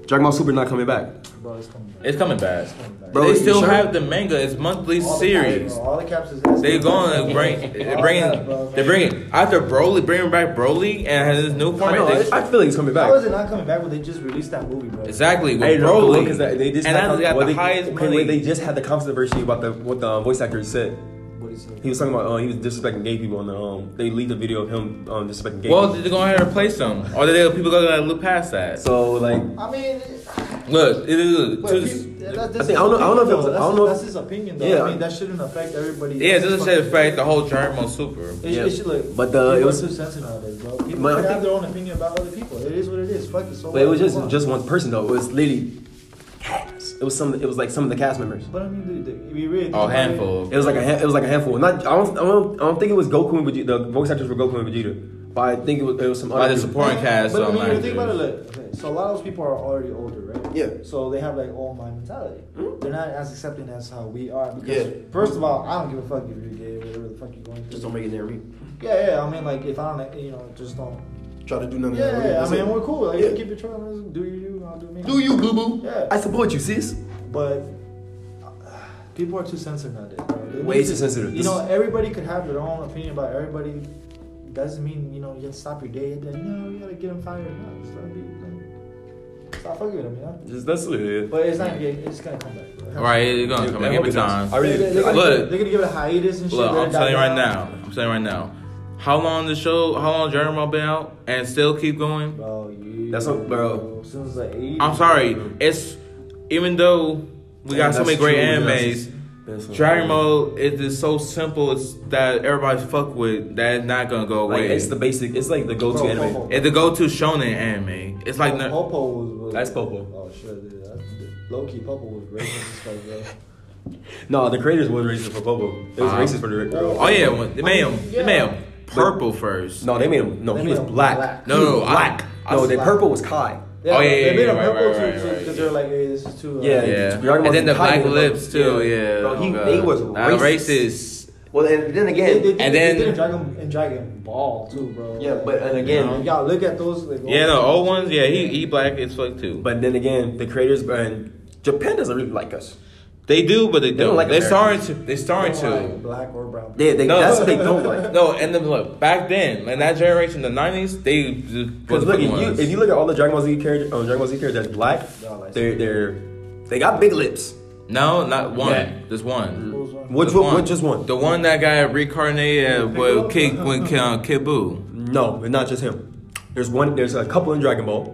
[SPEAKER 1] Dragon Ball Super not coming back.
[SPEAKER 3] bro, it's coming. back.
[SPEAKER 2] it's coming back.
[SPEAKER 3] coming back.
[SPEAKER 1] Bro,
[SPEAKER 2] they
[SPEAKER 1] you
[SPEAKER 2] still
[SPEAKER 1] sure?
[SPEAKER 2] have the manga. It's monthly
[SPEAKER 3] All the
[SPEAKER 2] series.
[SPEAKER 3] caps, bro, all the caps is.
[SPEAKER 2] They going to bring, they're bringing, they're bringing after Broly, bringing back Broly and has this new
[SPEAKER 1] I,
[SPEAKER 2] format.
[SPEAKER 1] know,
[SPEAKER 2] they-
[SPEAKER 1] I, I feel like it's coming
[SPEAKER 3] How is
[SPEAKER 1] back.
[SPEAKER 3] it not coming back when they just released that movie, bro?
[SPEAKER 2] exactly with
[SPEAKER 1] I didn't know,
[SPEAKER 2] Broly,
[SPEAKER 1] 'cause they just
[SPEAKER 2] and
[SPEAKER 1] had-
[SPEAKER 2] that's got
[SPEAKER 1] well,
[SPEAKER 2] the
[SPEAKER 1] they-
[SPEAKER 2] highest
[SPEAKER 1] okay,
[SPEAKER 2] money.
[SPEAKER 1] wait, They just had the controversy about the what the um, voice actor said.
[SPEAKER 3] What is it?
[SPEAKER 1] He was talking about uh, he was disrespecting gay people and um they leaked a video of him um, disrespecting gay
[SPEAKER 2] well,
[SPEAKER 1] people.
[SPEAKER 2] they're going to replace them, or they people gonna look past that.
[SPEAKER 1] So like
[SPEAKER 3] I mean,
[SPEAKER 2] Look, it is.
[SPEAKER 3] but
[SPEAKER 2] just-
[SPEAKER 3] peop- that-
[SPEAKER 1] I
[SPEAKER 3] that's
[SPEAKER 1] think- I don't know- I don't know if it was-
[SPEAKER 3] his opinion,
[SPEAKER 1] I don't
[SPEAKER 3] though.
[SPEAKER 1] know if-
[SPEAKER 3] That's his- that's his opinion, though.
[SPEAKER 1] Yeah.
[SPEAKER 3] I mean, that shouldn't affect everybody.
[SPEAKER 2] yeah, it doesn't say affect the whole German Super.
[SPEAKER 3] It,
[SPEAKER 1] Yeah.
[SPEAKER 3] it should look,
[SPEAKER 1] But, uh,
[SPEAKER 3] people
[SPEAKER 1] it was-
[SPEAKER 3] are too sensitive nowadays, bro. People
[SPEAKER 1] But I
[SPEAKER 3] can
[SPEAKER 1] think-
[SPEAKER 3] have their own opinion about other people. It is what it is. Fuck it. So
[SPEAKER 1] but it was
[SPEAKER 3] what?
[SPEAKER 1] just
[SPEAKER 3] Come on.
[SPEAKER 1] just one person though. It was literally cast. It was some it was like some of the cast members.
[SPEAKER 3] But I mean, dude, the- if you really think
[SPEAKER 2] Oh,
[SPEAKER 3] about it,
[SPEAKER 2] handful.
[SPEAKER 1] It was like a ha- it was like a handful. Not I don't I don't, I don't think it was Goku and Vegeta. The voice actors were Goku and Vegeta, but I think it was, it was some
[SPEAKER 2] By
[SPEAKER 1] other
[SPEAKER 2] the
[SPEAKER 1] people.
[SPEAKER 2] supporting cast,
[SPEAKER 3] But I
[SPEAKER 2] um,
[SPEAKER 3] mean, if you think about it,
[SPEAKER 2] actors.
[SPEAKER 3] look. Okay, so a lot of those people are already older, right?
[SPEAKER 1] Yeah. Hmm?
[SPEAKER 3] So they have like old mind mentality. They're not as accepting as how we are because
[SPEAKER 1] Yeah.
[SPEAKER 3] first of all, I don't give a fuck if you're gay, whatever the fuck you're going through.
[SPEAKER 1] Just don't make it near me.
[SPEAKER 3] Yeah, yeah. I mean, like if I don't, like, you know, just don't.
[SPEAKER 1] Try to do nothing.
[SPEAKER 3] Yeah, yeah. I mean, we're cool. Like,
[SPEAKER 1] Yeah.
[SPEAKER 3] keep it trolling. Do you, you, I'll do me.
[SPEAKER 1] do you boo boo?
[SPEAKER 3] Yeah.
[SPEAKER 1] I support you, sis.
[SPEAKER 3] But uh, people are too sensitive nowadays. Bro.
[SPEAKER 1] Way too sensitive.
[SPEAKER 3] You
[SPEAKER 1] This-
[SPEAKER 3] know, everybody could have their own opinion about everybody. Doesn't mean you know you have to stop your day. And then, no, you gotta get them fired. No, just let 'em be, like, stop fucking with them, you know.
[SPEAKER 1] Just that's what it is.
[SPEAKER 3] But it's not gonna. get- It's gonna come back. Bro.
[SPEAKER 2] All right, it's gonna
[SPEAKER 1] Dude,
[SPEAKER 2] come
[SPEAKER 1] I
[SPEAKER 2] back
[SPEAKER 1] hope
[SPEAKER 2] every
[SPEAKER 1] it does.
[SPEAKER 2] time.
[SPEAKER 1] I really-
[SPEAKER 3] They're, they're, gonna,
[SPEAKER 2] Look.
[SPEAKER 3] they're gonna give it a hiatus and shit.
[SPEAKER 2] Look,
[SPEAKER 3] let
[SPEAKER 2] I'm
[SPEAKER 3] it die
[SPEAKER 2] telling you right
[SPEAKER 3] down.
[SPEAKER 2] now. I'm telling you right now. How long the show? How long Dragon Ball been out and still keep going?
[SPEAKER 3] Bro, you.
[SPEAKER 1] That's what- bro.
[SPEAKER 3] Since the 80s.
[SPEAKER 2] I'm sorry. It's even though we got so
[SPEAKER 1] That's
[SPEAKER 2] many great
[SPEAKER 1] true,
[SPEAKER 2] animes,
[SPEAKER 1] That's what-
[SPEAKER 2] Dragon Ball it is so simple. It's that everybody's fuck with that it's not gonna go
[SPEAKER 1] Like
[SPEAKER 2] away.
[SPEAKER 1] it's the basic. It's like the go-to
[SPEAKER 3] Bro,
[SPEAKER 1] anime.
[SPEAKER 3] Popo.
[SPEAKER 2] it's the go-to shonen anime. It's like no,
[SPEAKER 3] Popo was, was.
[SPEAKER 1] That's Popo.
[SPEAKER 3] Oh shit, dude. That's, low key, Popo was racist as fuck, bro.
[SPEAKER 1] No, the creators was racist for Bobo. It was
[SPEAKER 2] Uh,
[SPEAKER 1] racist for the.
[SPEAKER 2] oh yeah, when- they made him. They made
[SPEAKER 3] Yeah.
[SPEAKER 2] him purple first.
[SPEAKER 1] No, they made him. No,
[SPEAKER 3] They
[SPEAKER 1] he
[SPEAKER 3] made
[SPEAKER 1] was
[SPEAKER 3] him
[SPEAKER 1] black.
[SPEAKER 3] black.
[SPEAKER 2] No,
[SPEAKER 1] He was
[SPEAKER 2] no, I-
[SPEAKER 1] black.
[SPEAKER 2] I-
[SPEAKER 1] no, the
[SPEAKER 3] black.
[SPEAKER 1] purple was Kai.
[SPEAKER 2] Oh, yeah,
[SPEAKER 3] they
[SPEAKER 2] yeah,
[SPEAKER 3] made
[SPEAKER 2] yeah,
[SPEAKER 3] him
[SPEAKER 2] right,
[SPEAKER 3] purple
[SPEAKER 2] right,
[SPEAKER 3] too,
[SPEAKER 2] right, right,
[SPEAKER 3] because they're like, hey, this is too. Uh,
[SPEAKER 1] Yeah.
[SPEAKER 2] Yeah,
[SPEAKER 1] Dragon Ball
[SPEAKER 2] and then the
[SPEAKER 1] Kai
[SPEAKER 2] black
[SPEAKER 1] was-
[SPEAKER 2] lips too. Yeah,
[SPEAKER 1] Bro, he-
[SPEAKER 2] Oh, God.
[SPEAKER 1] they was
[SPEAKER 2] Nah, racist.
[SPEAKER 1] Well, and then
[SPEAKER 3] They, they, did-
[SPEAKER 2] And
[SPEAKER 3] they
[SPEAKER 2] then- uh,
[SPEAKER 3] did in Dragon in Dragon Ball too, bro.
[SPEAKER 1] Yeah,
[SPEAKER 3] Like,
[SPEAKER 1] but- and again-
[SPEAKER 3] you know, y'all look at those. Like,
[SPEAKER 2] Yeah, no, old ones. Yeah, he he black as fuck too.
[SPEAKER 1] But then again, the creators and Japan doesn't really like us.
[SPEAKER 2] They do, but they,
[SPEAKER 1] don't
[SPEAKER 2] don't.
[SPEAKER 1] like
[SPEAKER 2] they starting
[SPEAKER 1] Americans.
[SPEAKER 2] to. They
[SPEAKER 3] Don't
[SPEAKER 2] starting
[SPEAKER 3] like
[SPEAKER 2] to.
[SPEAKER 3] black or brown.
[SPEAKER 1] They, they,
[SPEAKER 2] No.
[SPEAKER 1] that's what they don't like.
[SPEAKER 2] No, and then look back then in that generation, the nineties, they
[SPEAKER 1] Because
[SPEAKER 2] because
[SPEAKER 1] look, if you, if you look at all the Dragon Ball Z characters, um, Dragon Ball Z characters that's black,
[SPEAKER 3] They're all like-
[SPEAKER 1] they're they're they got big lips.
[SPEAKER 2] no, not one,
[SPEAKER 1] Yeah.
[SPEAKER 2] just one.
[SPEAKER 3] Those ones.
[SPEAKER 1] Which
[SPEAKER 2] Just
[SPEAKER 1] one? Which just one?
[SPEAKER 2] The one that got reincarnated with
[SPEAKER 3] Piccolo?
[SPEAKER 2] Kid with uh, Kid Buu.
[SPEAKER 1] No, it's not just him. There's one. There's a couple in Dragon Ball.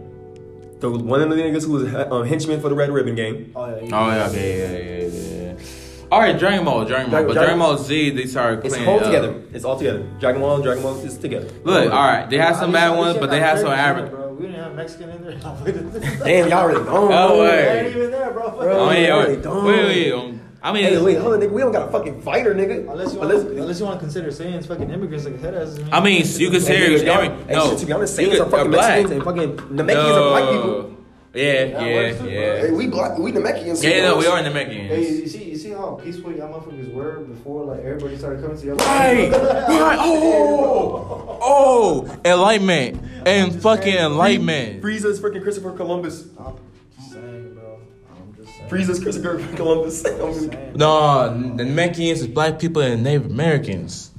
[SPEAKER 1] The one of the niggas who was a um, henchman for the Red Ribbon Gang.
[SPEAKER 3] Oh yeah. you-
[SPEAKER 2] Oh yeah, okay, yeah, yeah, yeah. All right, Dragon Ball, Dragon Ball,
[SPEAKER 1] Dragon-
[SPEAKER 2] but Dragon Ball Z, they started
[SPEAKER 1] It's
[SPEAKER 2] cleaning
[SPEAKER 1] all
[SPEAKER 2] it up.
[SPEAKER 1] together. It's all together. Dragon Ball, Dragon Ball is together.
[SPEAKER 2] uh, Look, all right, they have some bad
[SPEAKER 3] At least- at
[SPEAKER 2] ones,
[SPEAKER 3] least
[SPEAKER 2] but
[SPEAKER 3] y'all
[SPEAKER 2] they
[SPEAKER 3] got
[SPEAKER 2] have some
[SPEAKER 3] Caribbean in
[SPEAKER 2] average.
[SPEAKER 3] it, Bro, we didn't have Mexican in there.
[SPEAKER 1] Damn, y'all really don't.
[SPEAKER 2] Oh, wait.
[SPEAKER 3] They ain't even there, bro.
[SPEAKER 1] Bro.
[SPEAKER 2] Oh yeah,
[SPEAKER 1] They
[SPEAKER 2] wait,
[SPEAKER 1] don't.
[SPEAKER 2] wait, wait. um, I mean,
[SPEAKER 4] Hey,
[SPEAKER 2] it's-
[SPEAKER 4] wait, hold on, nigga. We don't got a fucking fighter, nigga.
[SPEAKER 3] Unless you want,
[SPEAKER 4] Unless-
[SPEAKER 3] unless, you want to consider Saiyans fucking immigrants like head asses.
[SPEAKER 2] I mean, you could
[SPEAKER 4] Hey,
[SPEAKER 2] say
[SPEAKER 4] nigga,
[SPEAKER 2] it's
[SPEAKER 4] y'all-
[SPEAKER 2] every-
[SPEAKER 4] hey,
[SPEAKER 2] no,
[SPEAKER 4] shit, to be honest,
[SPEAKER 2] you
[SPEAKER 4] Saiyans
[SPEAKER 2] could-
[SPEAKER 4] are fucking
[SPEAKER 2] black.
[SPEAKER 4] Mexicans and fucking Namekians are black people.
[SPEAKER 2] Yeah,
[SPEAKER 3] Yeah,
[SPEAKER 2] yeah,
[SPEAKER 3] ours too,
[SPEAKER 4] Hey,
[SPEAKER 2] yeah.
[SPEAKER 4] we black, we Namekians. so
[SPEAKER 2] Yeah, no, we
[SPEAKER 4] y'all-
[SPEAKER 2] are in the Mexicans.
[SPEAKER 3] Hey, you see, you see how peaceful y'all motherfuckers were before like everybody started coming to y'all.
[SPEAKER 2] Right, right. Oh, oh, enlightenment and fucking enlightenment.
[SPEAKER 4] Frieza's freaking Christopher Columbus.
[SPEAKER 3] I'm just saying, bro. I'm just saying.
[SPEAKER 4] Frieza's Christopher Columbus. I'm
[SPEAKER 3] I'm just
[SPEAKER 4] gonna-
[SPEAKER 3] saying.
[SPEAKER 2] No, the Mexicans is black people and Native Americans.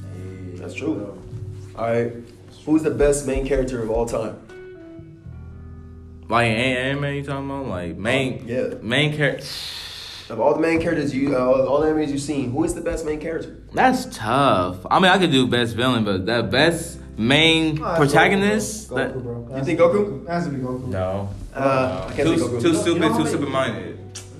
[SPEAKER 3] Hey,
[SPEAKER 4] That's true.
[SPEAKER 3] bro.
[SPEAKER 4] All right, who's the best main character of all time?
[SPEAKER 2] Like anime, you talking about? Like main,
[SPEAKER 4] Yeah.
[SPEAKER 2] main character.
[SPEAKER 4] Of all the main characters you, uh, all the enemies you've seen, who is the best main character?
[SPEAKER 2] That's tough. I mean, I could do best villain, but that best main
[SPEAKER 3] Nah, that's
[SPEAKER 2] protagonist.
[SPEAKER 3] Goku,
[SPEAKER 2] that-
[SPEAKER 3] bro.
[SPEAKER 4] You think Goku?
[SPEAKER 3] That has to be Goku.
[SPEAKER 2] no.
[SPEAKER 4] Uh, I can't
[SPEAKER 2] Too,
[SPEAKER 4] think of
[SPEAKER 2] too
[SPEAKER 4] who.
[SPEAKER 2] stupid,
[SPEAKER 3] You know how
[SPEAKER 2] too
[SPEAKER 3] many-
[SPEAKER 2] stupid minded.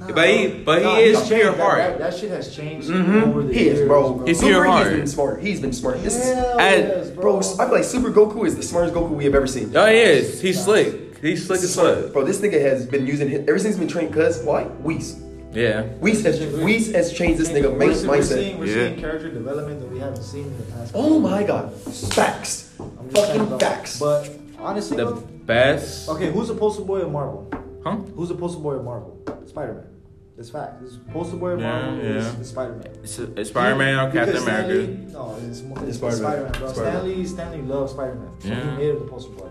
[SPEAKER 3] Nah.
[SPEAKER 2] But he, but he
[SPEAKER 3] Nah, he's
[SPEAKER 2] is
[SPEAKER 3] changed.
[SPEAKER 2] pure
[SPEAKER 3] That-
[SPEAKER 2] heart.
[SPEAKER 3] That, that shit has changed
[SPEAKER 2] Mhm.
[SPEAKER 3] over the
[SPEAKER 4] Mm-hmm. He
[SPEAKER 3] years.
[SPEAKER 4] is, bro.
[SPEAKER 2] He's
[SPEAKER 4] Super
[SPEAKER 2] here
[SPEAKER 4] has
[SPEAKER 2] hard.
[SPEAKER 4] been smart. He's been smart. This is,
[SPEAKER 3] Hell
[SPEAKER 2] I-
[SPEAKER 3] yes,
[SPEAKER 4] bro, I feel like Super Goku is the smartest Goku we have ever seen.
[SPEAKER 2] Oh, he is. He's slick. He's slick as fuck.
[SPEAKER 4] Bro, this nigga has been using his, ever since he's been trained. Cause why? Weez.
[SPEAKER 2] Yeah.
[SPEAKER 4] Weez has Weez has changed this nigga
[SPEAKER 3] we're,
[SPEAKER 4] main
[SPEAKER 3] we're
[SPEAKER 4] mindset.
[SPEAKER 3] seeing, we're
[SPEAKER 2] Yeah.
[SPEAKER 3] seeing character development that we haven't seen in the past.
[SPEAKER 4] Oh my god, facts,
[SPEAKER 3] I'm just saying,
[SPEAKER 4] fucking
[SPEAKER 3] bro.
[SPEAKER 4] facts.
[SPEAKER 3] But honestly,
[SPEAKER 2] The
[SPEAKER 3] though,
[SPEAKER 2] best.
[SPEAKER 3] okay, who's the poster boy of Marvel?
[SPEAKER 2] Huh?
[SPEAKER 3] Who's the poster boy of Marvel? Spider Man. It's fact. It's poster boy of
[SPEAKER 2] Yeah,
[SPEAKER 3] Marvel
[SPEAKER 2] yeah.
[SPEAKER 3] is Spider Man.
[SPEAKER 2] It's, it's Spider Man or Captain America.
[SPEAKER 3] No, it's, more-
[SPEAKER 4] It's
[SPEAKER 3] it's
[SPEAKER 4] Spider-Man.
[SPEAKER 3] Spider-Man. bro.
[SPEAKER 4] Spider-Man.
[SPEAKER 3] Stanley, Stanley loves Spider-Man. So
[SPEAKER 2] Yeah.
[SPEAKER 3] he made him the poster boy.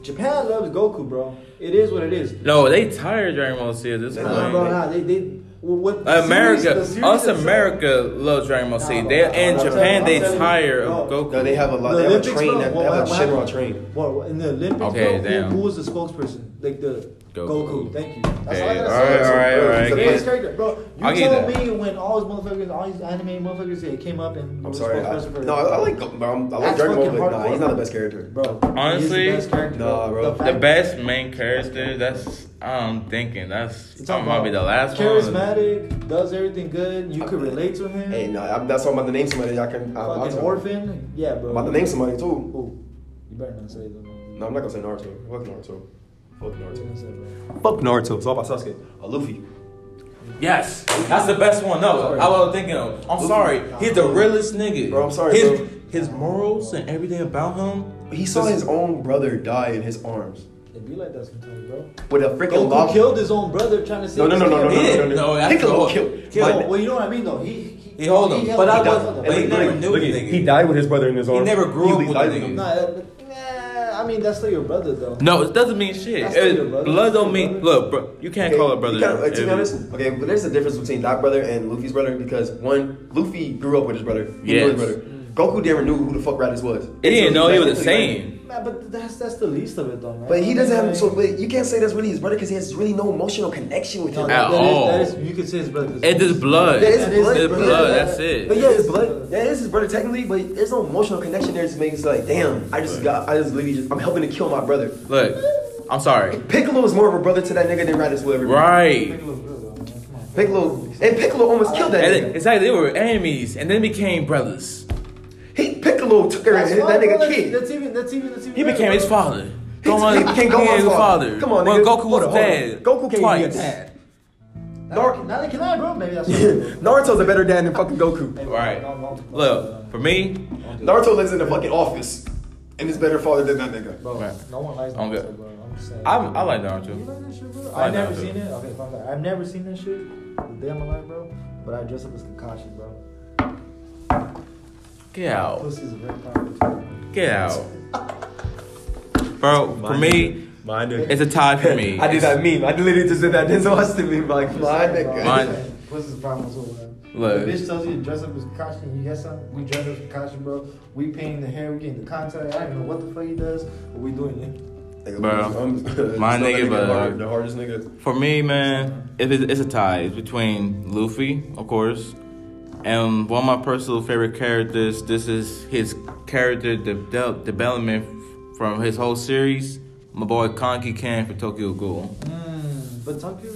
[SPEAKER 3] Japan loves Goku, bro. It is what it is.
[SPEAKER 2] No, they tired of Dragon Ball Z at this
[SPEAKER 4] They
[SPEAKER 2] point.
[SPEAKER 3] Nah, bro, nah, they, they, well, what, the
[SPEAKER 2] America,
[SPEAKER 3] series- the series
[SPEAKER 2] us
[SPEAKER 3] itself-
[SPEAKER 2] America loves Dragon Ball
[SPEAKER 3] Nah,
[SPEAKER 2] Z.
[SPEAKER 3] bro,
[SPEAKER 2] They
[SPEAKER 3] nah,
[SPEAKER 2] in
[SPEAKER 3] I'm
[SPEAKER 2] Japan,
[SPEAKER 3] telling-
[SPEAKER 2] they
[SPEAKER 3] I'm telling you,
[SPEAKER 2] tired of
[SPEAKER 3] bro.
[SPEAKER 2] Goku.
[SPEAKER 4] no, they have a lot. They have a train.
[SPEAKER 3] bro,
[SPEAKER 4] that,
[SPEAKER 3] what-
[SPEAKER 4] they have a
[SPEAKER 3] what happened-
[SPEAKER 4] Shinra train.
[SPEAKER 3] What, what- in the Olympics,
[SPEAKER 2] Okay,
[SPEAKER 3] bro,
[SPEAKER 2] damn.
[SPEAKER 3] who, who was the spokesperson? Like the
[SPEAKER 2] Goku.
[SPEAKER 3] Goku. Thank you. That's all I
[SPEAKER 2] Hey, all
[SPEAKER 3] gotta
[SPEAKER 2] right,
[SPEAKER 3] say.
[SPEAKER 2] all right, all right.
[SPEAKER 3] The
[SPEAKER 4] It's a
[SPEAKER 3] best
[SPEAKER 4] place-
[SPEAKER 2] Get-
[SPEAKER 3] character, bro. You
[SPEAKER 2] I'll give
[SPEAKER 3] tell
[SPEAKER 2] that.
[SPEAKER 3] me when all these motherfuckers, all these anime motherfuckers, they came up and
[SPEAKER 4] I'm
[SPEAKER 3] was
[SPEAKER 4] sorry. I,
[SPEAKER 3] spokesperson for-
[SPEAKER 4] no, I, I like Go- bro, I'm- I like
[SPEAKER 3] That's
[SPEAKER 4] Dragon Ball,
[SPEAKER 3] fucking
[SPEAKER 4] but nah,
[SPEAKER 3] hardcore.
[SPEAKER 4] he's not the best character.
[SPEAKER 3] bro.
[SPEAKER 2] Honestly,
[SPEAKER 3] he is the best character,
[SPEAKER 4] nah, bro. The
[SPEAKER 2] The
[SPEAKER 3] fact-
[SPEAKER 2] best main character. That's I'm thinking. That's that might be the last one.
[SPEAKER 3] Um, charismatic, does everything good. You could relate to him.
[SPEAKER 4] Uh, Hey, no, I'm, that's why I'm about to name somebody. Y'all can. I'm about
[SPEAKER 3] Fucking
[SPEAKER 4] to,
[SPEAKER 3] orphan. Yeah, bro.
[SPEAKER 4] I'm about to name somebody too.
[SPEAKER 3] Who? You better not say them.
[SPEAKER 4] No, I'm not gonna say Naruto. Fuck Naruto. Fuck
[SPEAKER 3] What you
[SPEAKER 4] Naruto.
[SPEAKER 3] gonna say, bro?
[SPEAKER 4] Fuck Naruto. It's all about Sasuke. A Luffy.
[SPEAKER 2] Yes, that's the best one. No, I was thinking. Of, I'm sorry. He's the realest nigga.
[SPEAKER 4] Bro, I'm sorry,
[SPEAKER 2] His
[SPEAKER 4] bro.
[SPEAKER 2] his morals and everything about him.
[SPEAKER 4] He saw his own brother die in his arms
[SPEAKER 3] It be like that sometimes, bro.
[SPEAKER 4] with a freaking
[SPEAKER 3] Goku
[SPEAKER 4] lava.
[SPEAKER 3] killed his own brother trying to save
[SPEAKER 4] No, no,
[SPEAKER 3] his
[SPEAKER 4] no, no, no, no,
[SPEAKER 3] kid.
[SPEAKER 4] no, no,
[SPEAKER 2] Yeah,
[SPEAKER 4] no.
[SPEAKER 2] no, that's
[SPEAKER 4] Piccolo
[SPEAKER 2] cool.
[SPEAKER 4] killed.
[SPEAKER 2] Kill.
[SPEAKER 4] my-
[SPEAKER 3] Well, you know what I mean, though. He he,
[SPEAKER 2] He hold him,
[SPEAKER 3] held
[SPEAKER 2] but I
[SPEAKER 3] him.
[SPEAKER 2] wasn't-
[SPEAKER 3] He
[SPEAKER 2] but he
[SPEAKER 3] held
[SPEAKER 2] never
[SPEAKER 3] him.
[SPEAKER 2] knew the nigga.
[SPEAKER 4] He died with his brother in his arms.
[SPEAKER 2] never grew up with
[SPEAKER 4] died
[SPEAKER 2] the nigga.
[SPEAKER 4] him.
[SPEAKER 3] Nah, but, nah, I mean that's still your brother though.
[SPEAKER 2] No, it doesn't mean shit.
[SPEAKER 3] That's still your
[SPEAKER 2] It-
[SPEAKER 3] brother.
[SPEAKER 2] blood don't
[SPEAKER 3] That's
[SPEAKER 2] mean
[SPEAKER 3] your brother.
[SPEAKER 2] look, bro. You can't call it
[SPEAKER 4] you
[SPEAKER 2] brother.
[SPEAKER 4] Kinda, like, to
[SPEAKER 2] It-
[SPEAKER 4] be honest, okay, but there's a difference between that brother and Luffy's brother because one, Luffy grew up with his brother. He knew
[SPEAKER 2] Yes.
[SPEAKER 4] his brother. Goku never knew who the fuck Raditz was.
[SPEAKER 2] He didn't know he was the
[SPEAKER 4] Exactly like-
[SPEAKER 2] same.
[SPEAKER 3] Nah, but that's that's the least of it though, man.
[SPEAKER 4] But he doesn't have
[SPEAKER 3] Like-
[SPEAKER 4] so. But you can't say that's really his brother because he has really no emotional connection with
[SPEAKER 3] No,
[SPEAKER 4] him.
[SPEAKER 2] At
[SPEAKER 3] that- that is-
[SPEAKER 2] all.
[SPEAKER 3] that is- you could say his brother.
[SPEAKER 2] It is blood.
[SPEAKER 4] That is
[SPEAKER 2] It
[SPEAKER 4] blood,
[SPEAKER 2] is
[SPEAKER 4] bro.
[SPEAKER 2] blood.
[SPEAKER 4] Yeah.
[SPEAKER 2] That's it.
[SPEAKER 4] But yeah, it's blood. That is his brother technically, but there's no emotional connection there. It just makes it like, damn, I just got, I just literally just, I'm helping to kill my brother.
[SPEAKER 2] Look, I'm sorry.
[SPEAKER 4] Piccolo is more of a brother to that nigga than Raditz will ever be.
[SPEAKER 2] Right.
[SPEAKER 3] Piccolo's brother, man. Come on.
[SPEAKER 4] Piccolo, and Piccolo almost killed that
[SPEAKER 2] And
[SPEAKER 4] nigga.
[SPEAKER 2] it- it's like they were enemies and then became brothers.
[SPEAKER 4] He Piccolo took her and
[SPEAKER 3] That's
[SPEAKER 4] hit that
[SPEAKER 3] fine, bro.
[SPEAKER 4] nigga
[SPEAKER 3] That's-
[SPEAKER 4] kid.
[SPEAKER 3] That's even. That's even. That's even.
[SPEAKER 2] He
[SPEAKER 3] better,
[SPEAKER 2] became his
[SPEAKER 3] bro.
[SPEAKER 2] father.
[SPEAKER 4] He
[SPEAKER 2] Gohan
[SPEAKER 4] became Gohan's father. Come on,
[SPEAKER 2] When
[SPEAKER 4] nigga.
[SPEAKER 2] Goku
[SPEAKER 4] Hold
[SPEAKER 2] was
[SPEAKER 4] on, hold on.
[SPEAKER 2] dead.
[SPEAKER 4] Goku can't
[SPEAKER 2] twice.
[SPEAKER 4] be a dad.
[SPEAKER 3] Now, they- now they can I, bro. Maybe that's.
[SPEAKER 4] Naruto's a better dad than fucking Goku.
[SPEAKER 2] Right. Look, for me,
[SPEAKER 4] Naruto lives in the fucking office and is better father than that nigga.
[SPEAKER 3] Bro,
[SPEAKER 2] Right.
[SPEAKER 3] no one likes
[SPEAKER 2] I'm
[SPEAKER 3] Naruto,
[SPEAKER 2] good.
[SPEAKER 3] bro. I'm just saying.
[SPEAKER 2] I'm, I like
[SPEAKER 3] You
[SPEAKER 2] Naruto.
[SPEAKER 3] like that shit, bro?
[SPEAKER 2] I
[SPEAKER 3] I've never
[SPEAKER 2] Naruto.
[SPEAKER 3] seen it. Okay, fine. fine. I've never seen that shit the day of my life, bro. But I dress up as Kakashi, bro.
[SPEAKER 2] Get out.
[SPEAKER 3] Pussy's a very powerful tool.
[SPEAKER 2] Get out. Bro, for me,
[SPEAKER 4] My nigga.
[SPEAKER 2] it's a tie for me.
[SPEAKER 4] I did that meme. I literally just did that Denzel Washington meme. Like, my nigga.
[SPEAKER 2] Mine-
[SPEAKER 3] Pussy's a powerful tool, man.
[SPEAKER 2] Look.
[SPEAKER 3] The bitch tells you to dress up as Kakashi and you get something. We dress up as Kakashi, bro. We painting the hair, we getting the contact. I don't know what the fuck he does, but we doing it.
[SPEAKER 2] Bro.
[SPEAKER 4] I'm-
[SPEAKER 2] My
[SPEAKER 4] so that
[SPEAKER 2] nigga, but-
[SPEAKER 4] the hard- the hardest nigga.
[SPEAKER 2] For me, man, it is, it's a tie. It's between Luffy, of course, and one of my personal favorite characters. This is his character de- de- development from his whole series. My boy Konki Ken for Tokyo Ghoul.
[SPEAKER 3] But Tokyo,